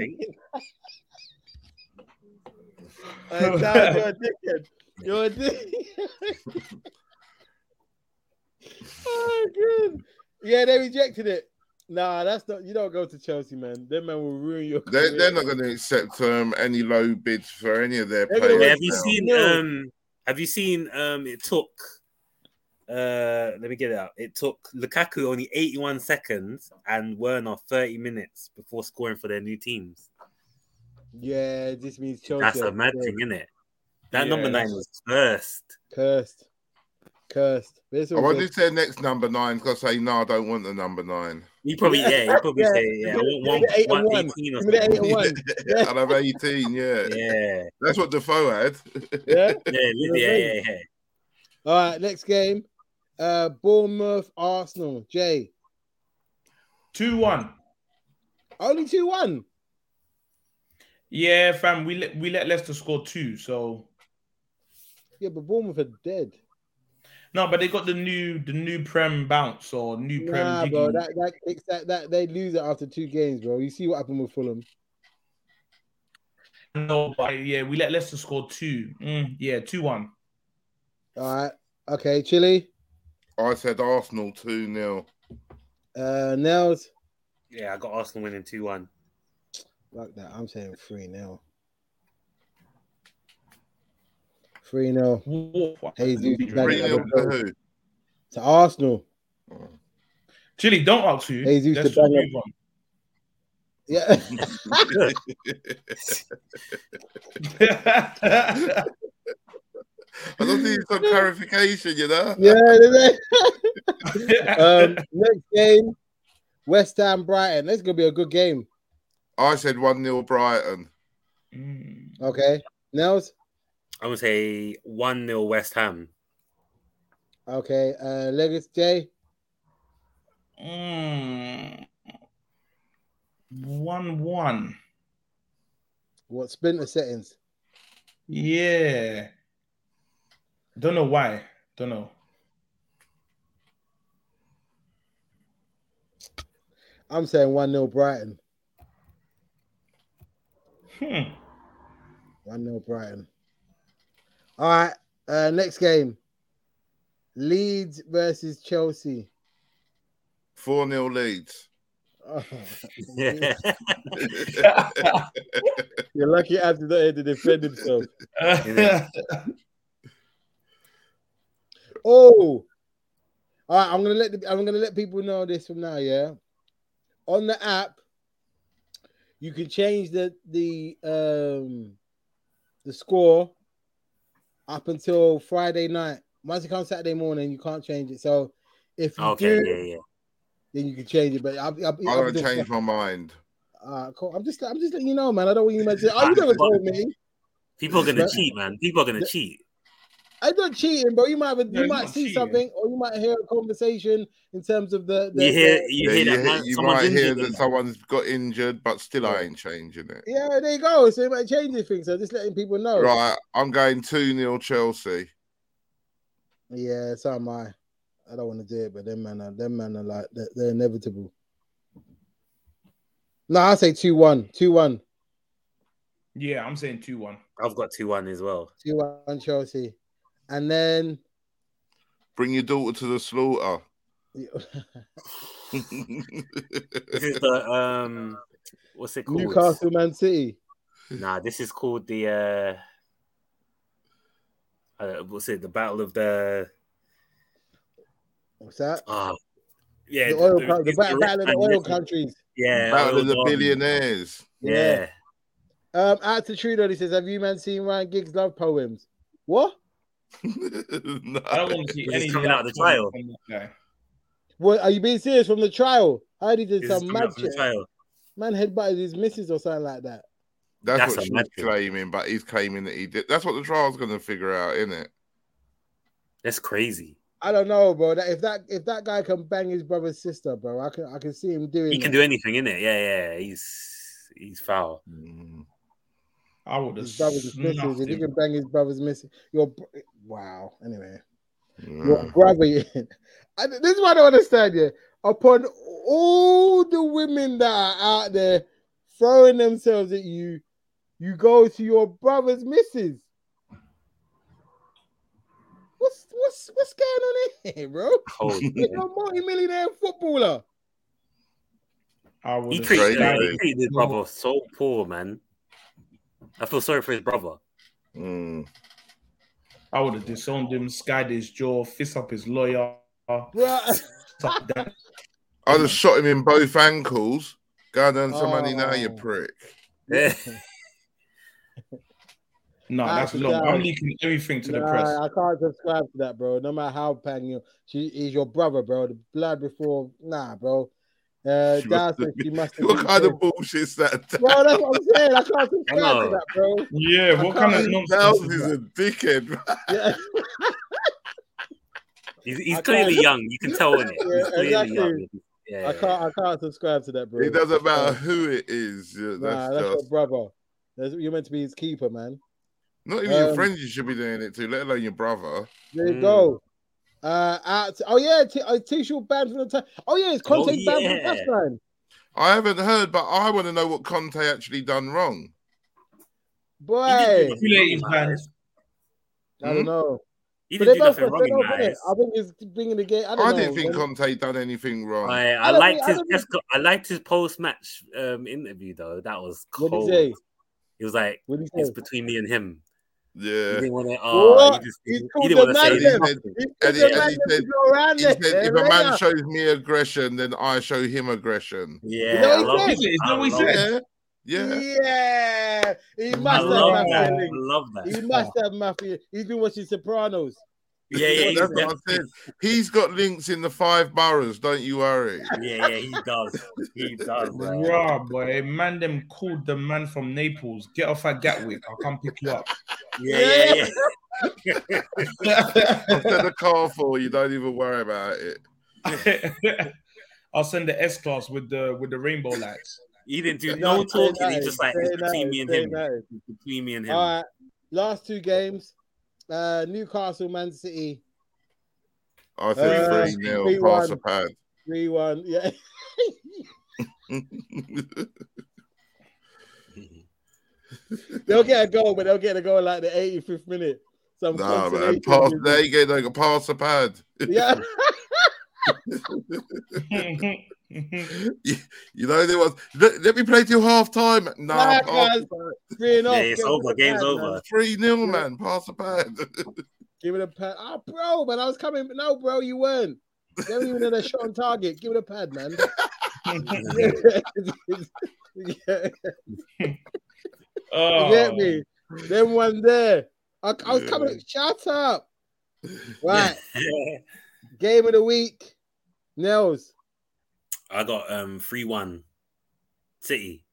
[SPEAKER 1] Hey,
[SPEAKER 8] don't think.
[SPEAKER 1] Daz, you're a dickhead. You're a dickhead. oh, good. Yeah, they rejected it. Nah, that's not. You don't go to Chelsea, man. Them man will ruin your.
[SPEAKER 6] they're,
[SPEAKER 1] career.
[SPEAKER 6] they're not going to accept um, any low bids for any of their
[SPEAKER 1] They're
[SPEAKER 6] players.
[SPEAKER 1] gonna
[SPEAKER 8] Yeah, have you
[SPEAKER 6] now.
[SPEAKER 8] seen?
[SPEAKER 1] No.
[SPEAKER 8] Um, have you seen? Um, it took. Uh, let me get it out. It took Lukaku only 81 seconds and Werner 30 minutes before scoring for their new teams.
[SPEAKER 1] Yeah, this means Chelsea.
[SPEAKER 8] That's
[SPEAKER 1] are
[SPEAKER 8] a mad
[SPEAKER 1] cursed.
[SPEAKER 8] thing, isn't it? That
[SPEAKER 7] Yeah,
[SPEAKER 8] number nine
[SPEAKER 7] that's-
[SPEAKER 8] was first.
[SPEAKER 1] Cursed. Cursed. But it's all
[SPEAKER 6] I wonder
[SPEAKER 1] good.
[SPEAKER 6] if their next number nine because I say, no, I don't want the number nine.
[SPEAKER 8] You probably, yeah, you probably
[SPEAKER 1] Yeah.
[SPEAKER 8] say, yeah, I want
[SPEAKER 1] Give me the eight
[SPEAKER 8] one,
[SPEAKER 1] and
[SPEAKER 8] one
[SPEAKER 1] one.
[SPEAKER 8] 18 or
[SPEAKER 1] Give me the
[SPEAKER 8] something.
[SPEAKER 1] eight and one. Yeah.
[SPEAKER 6] I'll have 18, yeah.
[SPEAKER 8] Yeah,
[SPEAKER 6] That's what Defoe had.
[SPEAKER 1] Yeah.
[SPEAKER 8] yeah,
[SPEAKER 1] what I
[SPEAKER 8] yeah, yeah, yeah.
[SPEAKER 1] All right. Next game. Uh, Bournemouth, Arsenal. Jay.
[SPEAKER 7] Two one.
[SPEAKER 1] Only 2 1.
[SPEAKER 7] Yeah, fam, we let we let Leicester score two. So
[SPEAKER 1] Yeah, but Bournemouth are dead.
[SPEAKER 7] no, but they got the new the new prem bounce or new prem.
[SPEAKER 1] Nah,
[SPEAKER 7] jiggy.
[SPEAKER 1] bro, that, that, it's that, that they lose it after two games, bro. You see what happened with Fulham.
[SPEAKER 7] No, but yeah, we let Leicester score two. Mm, yeah, two one.
[SPEAKER 1] All right. Okay, Chile.
[SPEAKER 6] I said Arsenal 2 0.
[SPEAKER 1] Uh, Nails.
[SPEAKER 8] Yeah, I got Arsenal winning 2 1.
[SPEAKER 1] Like that. I'm saying 3 0. 3 0 Jesus,
[SPEAKER 6] Three
[SPEAKER 1] Yeah,
[SPEAKER 6] 0
[SPEAKER 1] but-
[SPEAKER 6] to who?
[SPEAKER 1] to Arsenal.
[SPEAKER 7] Chile, don't ask who.
[SPEAKER 1] Jesus,
[SPEAKER 7] Let's
[SPEAKER 1] the banger.
[SPEAKER 7] move on.
[SPEAKER 1] Yeah.
[SPEAKER 6] I just need some clarification, you know?
[SPEAKER 1] yeah. yeah. Um, next game West Ham Brighton. That's going to be a good game.
[SPEAKER 6] I said 1 0 Brighton.
[SPEAKER 7] Mm.
[SPEAKER 1] Okay. Nails.
[SPEAKER 8] I'm going to say 1 0 West Ham.
[SPEAKER 1] Okay. Uh, Legacy J.
[SPEAKER 7] Mm. One one.
[SPEAKER 1] What splinter settings?
[SPEAKER 7] Yeah. Don't know why. Don't know.
[SPEAKER 1] I'm saying 1 0 Brighton.
[SPEAKER 7] Hmm.
[SPEAKER 1] 1 0 Brighton. All right. Uh, next game Leeds versus Chelsea.
[SPEAKER 6] 4 0 Leeds.
[SPEAKER 1] Oh,
[SPEAKER 8] yeah,
[SPEAKER 1] you're lucky after that had to defend himself. Oh, all right. I'm gonna let the, I'm gonna let people know this from now. Yeah, on the app, you can change the the um the score up until Friday night. Once it comes Saturday morning, you can't change it. So if you
[SPEAKER 8] okay,
[SPEAKER 1] do,
[SPEAKER 8] yeah, yeah.
[SPEAKER 1] then you can change it. But I'll, I'll,
[SPEAKER 6] I
[SPEAKER 1] I'll
[SPEAKER 6] don't change my mind.
[SPEAKER 1] Uh, cool. I'm just I'm just letting you know, man. I don't want you to say, "Oh, you never told me."
[SPEAKER 8] People are going to
[SPEAKER 1] Right.
[SPEAKER 8] cheat, man. People are going to
[SPEAKER 1] The-
[SPEAKER 8] cheat.
[SPEAKER 1] I'm not cheating, bro. You might have,
[SPEAKER 7] No,
[SPEAKER 1] you
[SPEAKER 7] it's
[SPEAKER 1] might
[SPEAKER 7] not
[SPEAKER 1] see
[SPEAKER 7] cheating.
[SPEAKER 1] something, or you might hear a conversation in terms of the. the
[SPEAKER 8] You hear,
[SPEAKER 1] the-
[SPEAKER 8] you
[SPEAKER 6] Yeah,
[SPEAKER 8] hear
[SPEAKER 6] you
[SPEAKER 8] that
[SPEAKER 6] hear-
[SPEAKER 8] man,
[SPEAKER 6] you
[SPEAKER 8] someone's
[SPEAKER 6] might hear
[SPEAKER 8] injured
[SPEAKER 6] that
[SPEAKER 8] them.
[SPEAKER 6] someone's got injured, but still I ain't changing it.
[SPEAKER 1] yeah, there you go. So it might change things. So just letting people know.
[SPEAKER 6] Right, I'm going 2 0 Chelsea.
[SPEAKER 1] Yeah, so am I. I don't want to do it, but them man are them man are like they're, they're inevitable. No, I say 2-1, 2-1,
[SPEAKER 7] yeah, I'm saying two one.
[SPEAKER 8] I've got 2 1 as well.
[SPEAKER 1] 2-1 Chelsea, and then
[SPEAKER 6] Bring your daughter to the slaughter.
[SPEAKER 8] This is the, um, what's it called?
[SPEAKER 1] Newcastle, Man City.
[SPEAKER 8] Nah, this is called the, uh, uh, what's it? The Battle of the,
[SPEAKER 1] What's that?
[SPEAKER 8] oh, yeah.
[SPEAKER 1] the oil,
[SPEAKER 8] the-
[SPEAKER 1] co- the,
[SPEAKER 8] it's
[SPEAKER 1] battle, battle of the oil
[SPEAKER 8] Richmond-
[SPEAKER 1] countries.
[SPEAKER 8] Yeah,
[SPEAKER 6] Battle of
[SPEAKER 8] oil
[SPEAKER 6] the
[SPEAKER 8] Derby.
[SPEAKER 6] billionaires.
[SPEAKER 8] Yeah.
[SPEAKER 1] Um, out to Trudeau, he says, "Have you man seen Ryan Giggs' love poems?" What?
[SPEAKER 6] No.
[SPEAKER 7] I don't want to see
[SPEAKER 8] He's
[SPEAKER 7] any
[SPEAKER 8] coming
[SPEAKER 7] love
[SPEAKER 8] out of the
[SPEAKER 7] from-
[SPEAKER 8] trial.
[SPEAKER 7] from this guy.
[SPEAKER 1] What are you being serious from the trial? I heard he did
[SPEAKER 8] This is
[SPEAKER 1] some
[SPEAKER 8] coming
[SPEAKER 1] mad
[SPEAKER 8] up from the
[SPEAKER 1] shit.
[SPEAKER 8] trial.
[SPEAKER 1] Man headbutted his missus or something like that.
[SPEAKER 6] That's,
[SPEAKER 8] That's
[SPEAKER 6] what
[SPEAKER 8] a
[SPEAKER 6] she's
[SPEAKER 8] mad thing.
[SPEAKER 6] claiming, but he's claiming that he did. That's what the trial's going to figure out, isn't it?
[SPEAKER 8] That's crazy.
[SPEAKER 1] I don't know, bro. That if that if that guy can bang his brother's sister, bro, I can I can see him doing.
[SPEAKER 8] He can
[SPEAKER 1] that.
[SPEAKER 8] do anything, innit? Yeah, yeah. He's he's foul.
[SPEAKER 1] Mm.
[SPEAKER 7] I would have
[SPEAKER 1] His brother's missus. If
[SPEAKER 7] snuffed
[SPEAKER 1] he
[SPEAKER 7] him.
[SPEAKER 1] can bang his brother's missus, your br- wow. Anyway, your
[SPEAKER 6] Mm.
[SPEAKER 1] brother. I, this is what I don't understand. Yeah, upon all the women that are out there throwing themselves at you, you go to your brother's missus. What's what's what's going on here, bro?
[SPEAKER 6] Oh,
[SPEAKER 8] Holy.
[SPEAKER 1] You're a multi-millionaire footballer.
[SPEAKER 7] I
[SPEAKER 8] he
[SPEAKER 7] would
[SPEAKER 8] treated, uh,
[SPEAKER 6] crazy.
[SPEAKER 8] he treated his brother so poor, man. I feel sorry for his brother.
[SPEAKER 6] Mm.
[SPEAKER 7] I would have disowned him, skied his jaw, fist up his lawyer.
[SPEAKER 1] Bruh.
[SPEAKER 7] suck that-
[SPEAKER 6] I just shot him in both ankles. Go and earn some money now, you
[SPEAKER 1] Oh.
[SPEAKER 6] prick.
[SPEAKER 8] Yeah.
[SPEAKER 7] No,
[SPEAKER 1] Ah,
[SPEAKER 7] that's
[SPEAKER 1] for
[SPEAKER 7] long.
[SPEAKER 1] God.
[SPEAKER 7] I'm leaking everything to the
[SPEAKER 1] Nah,
[SPEAKER 7] press.
[SPEAKER 1] I can't subscribe to that, bro. No matter how bang you, she is your brother, bro. The blood before, nah, bro. Uh, Daz
[SPEAKER 6] She must
[SPEAKER 1] says
[SPEAKER 6] have been-
[SPEAKER 1] she must have
[SPEAKER 6] What
[SPEAKER 1] been
[SPEAKER 6] kind
[SPEAKER 1] killed.
[SPEAKER 6] of bullshit's that?
[SPEAKER 1] Bro, that's what I'm saying. I can't subscribe
[SPEAKER 8] Hello.
[SPEAKER 1] to that, bro.
[SPEAKER 7] Yeah, what kind of
[SPEAKER 6] Daz
[SPEAKER 7] nonsense?
[SPEAKER 6] is
[SPEAKER 7] Is
[SPEAKER 6] a dickhead.
[SPEAKER 1] Yeah,
[SPEAKER 8] He's, he's
[SPEAKER 1] I
[SPEAKER 8] clearly
[SPEAKER 1] can't-
[SPEAKER 8] young. You can tell in it.
[SPEAKER 1] Yeah,
[SPEAKER 8] He's clearly
[SPEAKER 1] exactly.
[SPEAKER 8] young. Yeah,
[SPEAKER 1] I can't. I can't subscribe to that, bro.
[SPEAKER 6] It doesn't matter who it is. yeah,
[SPEAKER 1] Nah,
[SPEAKER 6] that's
[SPEAKER 1] that's your
[SPEAKER 6] just,
[SPEAKER 1] brother. That's, you're meant to be his keeper, man.
[SPEAKER 6] not even your
[SPEAKER 1] um,
[SPEAKER 6] friends you should be doing it to, let alone your brother.
[SPEAKER 1] There you
[SPEAKER 8] Mm.
[SPEAKER 1] go. Uh, out. Oh yeah, T- uh, Tishul banned from the time. Oh yeah, it's Conte
[SPEAKER 8] Oh,
[SPEAKER 1] banned
[SPEAKER 8] yeah.
[SPEAKER 1] from the touchline.
[SPEAKER 6] I haven't heard, but I want to know what Conte actually done wrong.
[SPEAKER 1] Boy,
[SPEAKER 8] He didn't do nothing wrong in my eyes.
[SPEAKER 1] I don't know.
[SPEAKER 8] He
[SPEAKER 1] But they
[SPEAKER 8] didn't
[SPEAKER 1] both,
[SPEAKER 8] do nothing
[SPEAKER 1] they
[SPEAKER 8] wrong in
[SPEAKER 1] both
[SPEAKER 8] my
[SPEAKER 1] won it.
[SPEAKER 8] eyes.
[SPEAKER 1] I think he's bringing the game. I,
[SPEAKER 6] I,
[SPEAKER 1] don't know,
[SPEAKER 6] didn't think
[SPEAKER 1] man.
[SPEAKER 6] Conte done anything wrong.
[SPEAKER 8] I, I
[SPEAKER 1] I don't
[SPEAKER 8] liked
[SPEAKER 1] think- I
[SPEAKER 8] his
[SPEAKER 1] don't
[SPEAKER 8] Esco- I liked his post match um, interview though. That was
[SPEAKER 1] What did he
[SPEAKER 8] cold.
[SPEAKER 1] say?
[SPEAKER 8] It was like
[SPEAKER 1] What did he
[SPEAKER 8] it's
[SPEAKER 1] say?
[SPEAKER 8] between me and him. He
[SPEAKER 6] yeah.
[SPEAKER 8] didn't want to. Uh,
[SPEAKER 1] What?
[SPEAKER 8] he, just,
[SPEAKER 1] He's
[SPEAKER 8] he
[SPEAKER 1] called
[SPEAKER 8] didn't want
[SPEAKER 1] the man
[SPEAKER 8] to say
[SPEAKER 6] He
[SPEAKER 1] then.
[SPEAKER 8] anything.
[SPEAKER 6] said, And
[SPEAKER 1] He's
[SPEAKER 6] he- and
[SPEAKER 1] allowed
[SPEAKER 6] he
[SPEAKER 1] them to
[SPEAKER 6] said-
[SPEAKER 1] go around
[SPEAKER 6] he
[SPEAKER 1] it,
[SPEAKER 6] said, if a
[SPEAKER 1] eh,
[SPEAKER 6] man
[SPEAKER 1] Reyna?
[SPEAKER 6] shows me aggression, then I show him aggression.
[SPEAKER 8] Yeah,
[SPEAKER 1] that
[SPEAKER 8] I
[SPEAKER 1] what he
[SPEAKER 8] love
[SPEAKER 1] said?
[SPEAKER 8] it.
[SPEAKER 7] Is
[SPEAKER 8] I
[SPEAKER 7] that what he
[SPEAKER 8] love
[SPEAKER 7] said?
[SPEAKER 8] it.
[SPEAKER 6] Yeah. Yeah.
[SPEAKER 1] Yeah, he
[SPEAKER 8] I
[SPEAKER 1] must
[SPEAKER 8] love
[SPEAKER 1] have
[SPEAKER 8] that.
[SPEAKER 1] mafia
[SPEAKER 8] I
[SPEAKER 1] links.
[SPEAKER 8] love
[SPEAKER 1] He
[SPEAKER 8] that.
[SPEAKER 1] must have mafia. He's been watching Sopranos.
[SPEAKER 8] Yeah, yeah, he's
[SPEAKER 6] That's what I said. He's got links in the five boroughs, don't you worry.
[SPEAKER 8] yeah, yeah, he does. He does. bro.
[SPEAKER 7] Yeah, boy. Man, them called the man from Naples. Get off at Gatwick. I'll come pick you up.
[SPEAKER 8] Yeah, yeah, yeah.
[SPEAKER 6] I've done a car for you, don't even worry about it.
[SPEAKER 7] I'll send the S class with the with the rainbow lights.
[SPEAKER 8] He didn't do
[SPEAKER 1] No,
[SPEAKER 8] no
[SPEAKER 1] say
[SPEAKER 8] talking. He
[SPEAKER 1] that,
[SPEAKER 8] just like
[SPEAKER 1] say
[SPEAKER 8] it's between
[SPEAKER 1] that,
[SPEAKER 8] me and
[SPEAKER 1] say
[SPEAKER 8] him.
[SPEAKER 1] that.
[SPEAKER 8] It's Between me and him.
[SPEAKER 1] All right, last two games. Uh, Newcastle, Man City,
[SPEAKER 6] I think
[SPEAKER 1] Uh,
[SPEAKER 6] 3 nil
[SPEAKER 1] 3-1.
[SPEAKER 6] pass a pad.
[SPEAKER 1] three one. Yeah, they'll get a goal, but they'll get a goal like the eighty fifth minute. Some
[SPEAKER 6] nah,
[SPEAKER 1] consolation
[SPEAKER 6] man. Pass,
[SPEAKER 1] with-
[SPEAKER 6] there you go, they go pass a pad.
[SPEAKER 1] Yeah,
[SPEAKER 6] You know, there was let, let me play till half time. Nah,
[SPEAKER 1] Nah,
[SPEAKER 6] pass,
[SPEAKER 1] guys. three and
[SPEAKER 8] yeah,
[SPEAKER 1] off.
[SPEAKER 8] it's
[SPEAKER 1] Give it
[SPEAKER 8] over.
[SPEAKER 1] a
[SPEAKER 8] Game's
[SPEAKER 1] pad, man.
[SPEAKER 8] over.
[SPEAKER 6] 3 nil, man. Pass a pad.
[SPEAKER 1] Give it a pad. Oh, bro, but I was coming. No, bro, you weren't. They were even in a shot on target. Give it a pad, man. yeah.
[SPEAKER 7] Oh,
[SPEAKER 1] You get me? Then one there. I, I was coming. Shut up. Right. Game of the week. Nels.
[SPEAKER 8] I got um three one, City.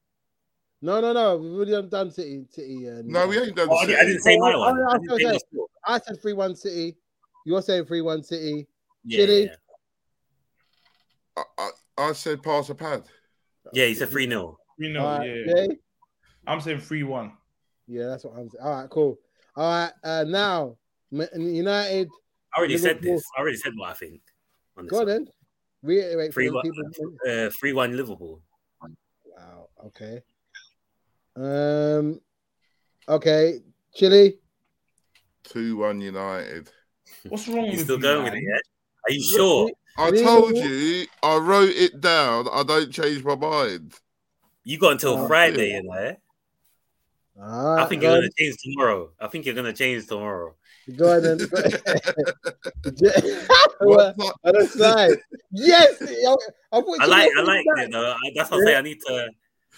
[SPEAKER 1] No, no, no. We've already done- done City. City. Uh,
[SPEAKER 6] no, we ain't done
[SPEAKER 8] Oh, I,
[SPEAKER 6] shit.
[SPEAKER 8] didn't, I didn't say my
[SPEAKER 1] Oh,
[SPEAKER 8] one.
[SPEAKER 1] oh,
[SPEAKER 8] I
[SPEAKER 1] I
[SPEAKER 8] didn't
[SPEAKER 1] was
[SPEAKER 8] say
[SPEAKER 1] gonna
[SPEAKER 8] my
[SPEAKER 1] say. I said 3 1 City. You're saying 3 1 City.
[SPEAKER 8] yeah, yeah,
[SPEAKER 1] Chile.
[SPEAKER 8] yeah.
[SPEAKER 6] I, I, I said pass a pad.
[SPEAKER 8] yeah, he said three 0
[SPEAKER 7] we know.
[SPEAKER 1] All right,
[SPEAKER 7] yeah.
[SPEAKER 1] Jay?
[SPEAKER 7] I'm saying three one.
[SPEAKER 1] Yeah, that's what I'm saying. All right, cool. All right, uh, now Ma- United.
[SPEAKER 8] I already said
[SPEAKER 1] Liverpool.
[SPEAKER 8] this. I already said what I think. on this
[SPEAKER 1] Go on then. Reiterate for
[SPEAKER 8] Three
[SPEAKER 1] the
[SPEAKER 8] one.
[SPEAKER 1] people.
[SPEAKER 8] one. Uh, three one Liverpool.
[SPEAKER 1] Wow. Okay. Um. Okay. Chile.
[SPEAKER 6] 2 1 United.
[SPEAKER 7] What's wrong
[SPEAKER 8] You
[SPEAKER 7] with
[SPEAKER 8] still
[SPEAKER 7] you,
[SPEAKER 8] going
[SPEAKER 7] man?
[SPEAKER 8] with it? Yeah. Are you sure?
[SPEAKER 6] I
[SPEAKER 1] Really?
[SPEAKER 6] told you, I wrote it down. I don't change my mind.
[SPEAKER 8] You got until
[SPEAKER 1] Oh,
[SPEAKER 8] Friday, you know. eh?
[SPEAKER 1] All right,
[SPEAKER 8] I think
[SPEAKER 1] go
[SPEAKER 8] you're
[SPEAKER 1] on.
[SPEAKER 8] gonna change tomorrow. I think you're gonna change tomorrow.
[SPEAKER 1] Go on then.
[SPEAKER 6] What
[SPEAKER 1] Go-
[SPEAKER 6] ti-
[SPEAKER 1] On the side. Yes. I, I, thought
[SPEAKER 8] I
[SPEAKER 1] you
[SPEAKER 8] like,
[SPEAKER 1] were
[SPEAKER 8] I
[SPEAKER 1] gonna
[SPEAKER 8] like
[SPEAKER 1] do
[SPEAKER 8] it though. I, that's what I say. I need to.
[SPEAKER 1] that.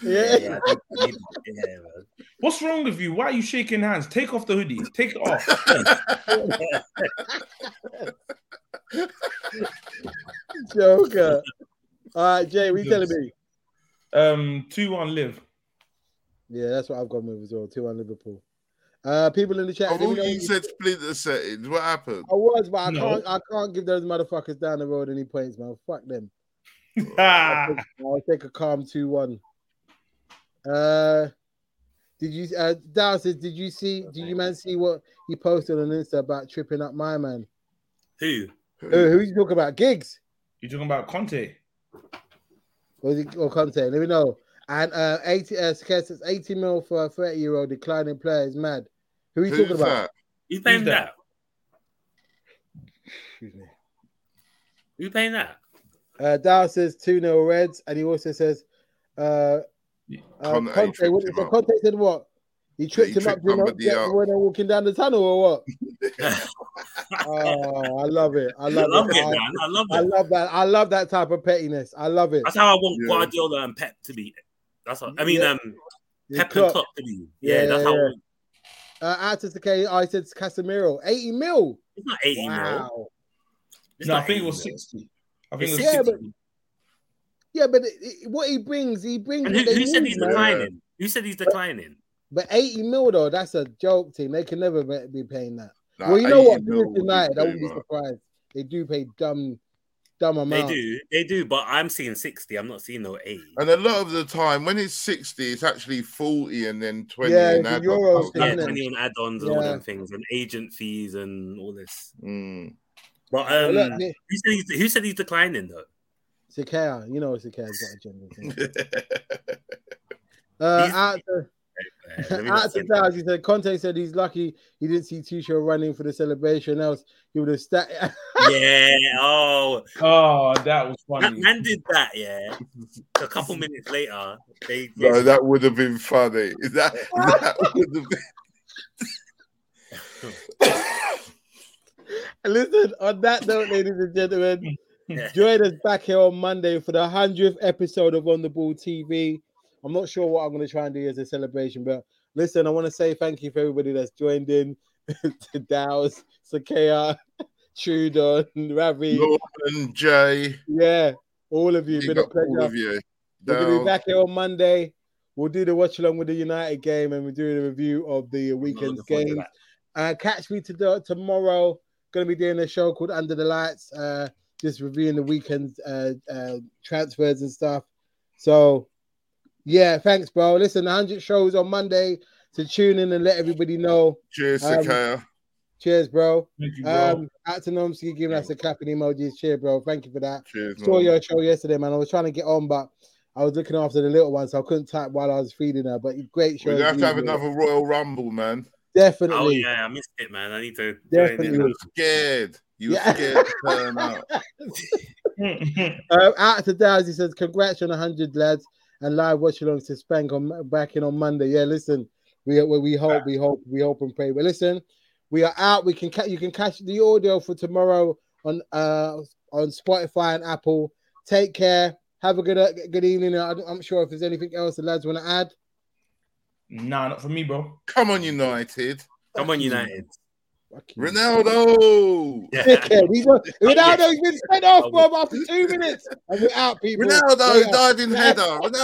[SPEAKER 1] Yeah.
[SPEAKER 8] yeah, I think I need to- yeah, man.
[SPEAKER 7] What's wrong with you? Why are you shaking hands? Take off the hoodie. Take it off.
[SPEAKER 1] Joker. All right, Jay. What you telling me?
[SPEAKER 7] Um, two one live.
[SPEAKER 1] Yeah, that's what I've gone with as well. Two one Liverpool. Uh, people in the chat.
[SPEAKER 6] I've
[SPEAKER 1] let me know
[SPEAKER 6] already
[SPEAKER 1] what you-
[SPEAKER 6] oh, said splinter settings. What happened?
[SPEAKER 1] I was, but I
[SPEAKER 7] No.
[SPEAKER 1] can't. I can't give those motherfuckers down the road any points, man. Fuck them.
[SPEAKER 7] Ah,
[SPEAKER 1] I'll take- I'll take a calm two one. Uh, did you? Uh, Dow says, did you see? Did you man see what he posted on Insta about tripping up my man?
[SPEAKER 8] Who?
[SPEAKER 1] Who, who you talking about? Gigs
[SPEAKER 7] you talking about Conte?
[SPEAKER 1] or, is it, or Conte? Let me know. And uh, eighty. Uh, Scarce says eighty mil for a thirty-year-old declining player is mad. Who are you
[SPEAKER 6] Who's
[SPEAKER 1] talking about?
[SPEAKER 6] that?
[SPEAKER 8] Who's paying
[SPEAKER 7] Who's
[SPEAKER 8] that?
[SPEAKER 7] that?
[SPEAKER 1] Excuse me.
[SPEAKER 8] Who's paying that?
[SPEAKER 1] Uh, Dow says two 0 Reds, and he also says, uh, uh,
[SPEAKER 6] Conte
[SPEAKER 1] Conte,
[SPEAKER 6] tripped
[SPEAKER 1] what,
[SPEAKER 6] him
[SPEAKER 1] so
[SPEAKER 6] up.
[SPEAKER 1] Conte said what? He tripped
[SPEAKER 6] he
[SPEAKER 1] him up,
[SPEAKER 6] tripped
[SPEAKER 1] you know,
[SPEAKER 6] somebody up.
[SPEAKER 1] when they're walking down the tunnel or what?
[SPEAKER 8] I
[SPEAKER 1] Oh, I love it. I love,
[SPEAKER 8] love
[SPEAKER 1] it.
[SPEAKER 8] it,
[SPEAKER 1] I,
[SPEAKER 8] man. I love
[SPEAKER 1] I
[SPEAKER 8] it.
[SPEAKER 1] love that. I love that type of pettiness. I love it.
[SPEAKER 8] That's how I want
[SPEAKER 6] Yeah.
[SPEAKER 8] Guardiola and Pep to be. That's what I mean.
[SPEAKER 1] Yeah.
[SPEAKER 8] Um,
[SPEAKER 1] It's
[SPEAKER 8] Pep
[SPEAKER 1] Klopp.
[SPEAKER 8] and Klopp to be.
[SPEAKER 1] Yeah,
[SPEAKER 8] Yeah, that's
[SPEAKER 1] yeah,
[SPEAKER 8] how.
[SPEAKER 1] yeah. Uh, out to the K, I said to Casemiro, 80 mil.
[SPEAKER 8] It's not eighty mil.
[SPEAKER 1] Wow.
[SPEAKER 8] It's
[SPEAKER 7] No, I
[SPEAKER 8] not
[SPEAKER 7] think
[SPEAKER 8] 80
[SPEAKER 7] it was
[SPEAKER 8] mil.
[SPEAKER 7] sixty. I think it
[SPEAKER 8] It's
[SPEAKER 7] was
[SPEAKER 1] Yeah,
[SPEAKER 7] 60.
[SPEAKER 1] but- Yeah, but it, it- what he brings, he brings.
[SPEAKER 8] And
[SPEAKER 1] what
[SPEAKER 8] who,
[SPEAKER 1] they
[SPEAKER 8] who said
[SPEAKER 1] need,
[SPEAKER 8] he's
[SPEAKER 1] man.
[SPEAKER 8] declining? Who said he's declining?
[SPEAKER 1] But 80 mil, though, that's a joke team. They can never be be paying that.
[SPEAKER 6] Nah,
[SPEAKER 1] well, you know
[SPEAKER 6] 80
[SPEAKER 1] what?
[SPEAKER 6] mil
[SPEAKER 1] Leeds
[SPEAKER 6] would be
[SPEAKER 1] United, I
[SPEAKER 6] too
[SPEAKER 1] wouldn't be
[SPEAKER 6] much.
[SPEAKER 1] surprised. They do pay dumb dumb amount.
[SPEAKER 8] They do, they do, but I'm seeing 60. I'm not seeing no 80.
[SPEAKER 6] And a lot of the time, when it's 60, it's actually 40 and then 20.
[SPEAKER 1] Yeah,
[SPEAKER 6] and
[SPEAKER 1] the
[SPEAKER 6] add
[SPEAKER 1] Euros
[SPEAKER 6] up.
[SPEAKER 1] thing,
[SPEAKER 8] Yeah,
[SPEAKER 1] isn't it?
[SPEAKER 8] 20 on add-ons and all
[SPEAKER 1] Yeah.
[SPEAKER 8] them things, and agent fees and all this.
[SPEAKER 6] Mm.
[SPEAKER 8] But
[SPEAKER 1] But
[SPEAKER 8] um,
[SPEAKER 1] look,
[SPEAKER 8] who,
[SPEAKER 1] Nick-
[SPEAKER 8] said he's, who said he's declining though?
[SPEAKER 1] Sakea, you know Sakea's got a gender thing.
[SPEAKER 6] Hmm.
[SPEAKER 1] Uh,
[SPEAKER 8] He's-
[SPEAKER 1] out to,
[SPEAKER 8] Uh, let me
[SPEAKER 1] out
[SPEAKER 8] not
[SPEAKER 1] Ah, to
[SPEAKER 8] say that.
[SPEAKER 1] Daz, he said Conte said he's lucky he didn't see Tuchel running for the celebration, else he would have stat.
[SPEAKER 8] yeah, oh,
[SPEAKER 7] Oh, that
[SPEAKER 8] that
[SPEAKER 7] was funny.
[SPEAKER 8] man did that. Yeah, a couple minutes later, Oh, they
[SPEAKER 6] No, that would have been funny. That, that would have been.
[SPEAKER 1] Listen, on that note, ladies and gentlemen, join us back here on Monday for the hundredth episode of On the Ball TV. I'm not sure what I'm going to try and do as a celebration, but listen, I want to say thank you for everybody that's joined in to Dows, Sakea, Trudon, Ravi.
[SPEAKER 6] Norman, Jay,
[SPEAKER 1] Yeah, all of you.
[SPEAKER 6] big
[SPEAKER 1] Been a
[SPEAKER 6] up
[SPEAKER 1] pleasure.
[SPEAKER 6] all of you.
[SPEAKER 1] We're gonna
[SPEAKER 6] Dale,
[SPEAKER 1] be back here on Monday. We'll do the watch along with the United game and we'll do the review of the weekend's
[SPEAKER 8] looking forward to
[SPEAKER 1] game. Uh, catch me to tomorrow. Gonna be doing a show called Under the Lights, uh, just reviewing the weekend's uh, uh, transfers and stuff. So, yeah, thanks, bro. Listen, 100 shows on Monday. So tune in and let everybody know.
[SPEAKER 6] Cheers,
[SPEAKER 1] Um,
[SPEAKER 6] Sakaya.
[SPEAKER 1] Cheers, bro.
[SPEAKER 7] Thank you, bro.
[SPEAKER 1] Um, out to Nomsky giving us a clapping emojis. Cheer, bro. Thank you for that
[SPEAKER 6] Cheers.
[SPEAKER 1] saw
[SPEAKER 6] Norman.
[SPEAKER 1] your show yesterday, man. I was trying to get on, but I was looking after the little one, so I couldn't type while I was feeding her. But great show.
[SPEAKER 6] We're gonna have to have
[SPEAKER 1] usual.
[SPEAKER 6] another Royal Rumble, man.
[SPEAKER 1] Definitely.
[SPEAKER 8] Oh yeah, I missed it, man. I need to.
[SPEAKER 1] Definitely.
[SPEAKER 8] join in.
[SPEAKER 6] Scared. You were
[SPEAKER 1] Yeah.
[SPEAKER 6] scared to turn up.
[SPEAKER 1] Uh, out to Daz, he says, "Congrats on 100, lads!" And live watch alongs to Spank on back in on Monday. Yeah, listen, we we, we hope, we hope, we hope and pray. But listen, we are out. We can ca- you can catch the audio for tomorrow on uh on Spotify and Apple. Take care. Have a good uh, good evening. I, I'm sure if there's anything else the lads want to add.
[SPEAKER 7] nah, not for me, bro.
[SPEAKER 6] Come on, United.
[SPEAKER 8] Come on, United.
[SPEAKER 1] Fuck you.
[SPEAKER 6] Ronaldo.
[SPEAKER 1] dickhead. He's not,
[SPEAKER 8] Yeah.
[SPEAKER 1] Ronaldo's been sent off, bro, after two minutes. And we're out, people.
[SPEAKER 6] Ronaldo
[SPEAKER 1] We're out.
[SPEAKER 6] diving header. Ronaldo.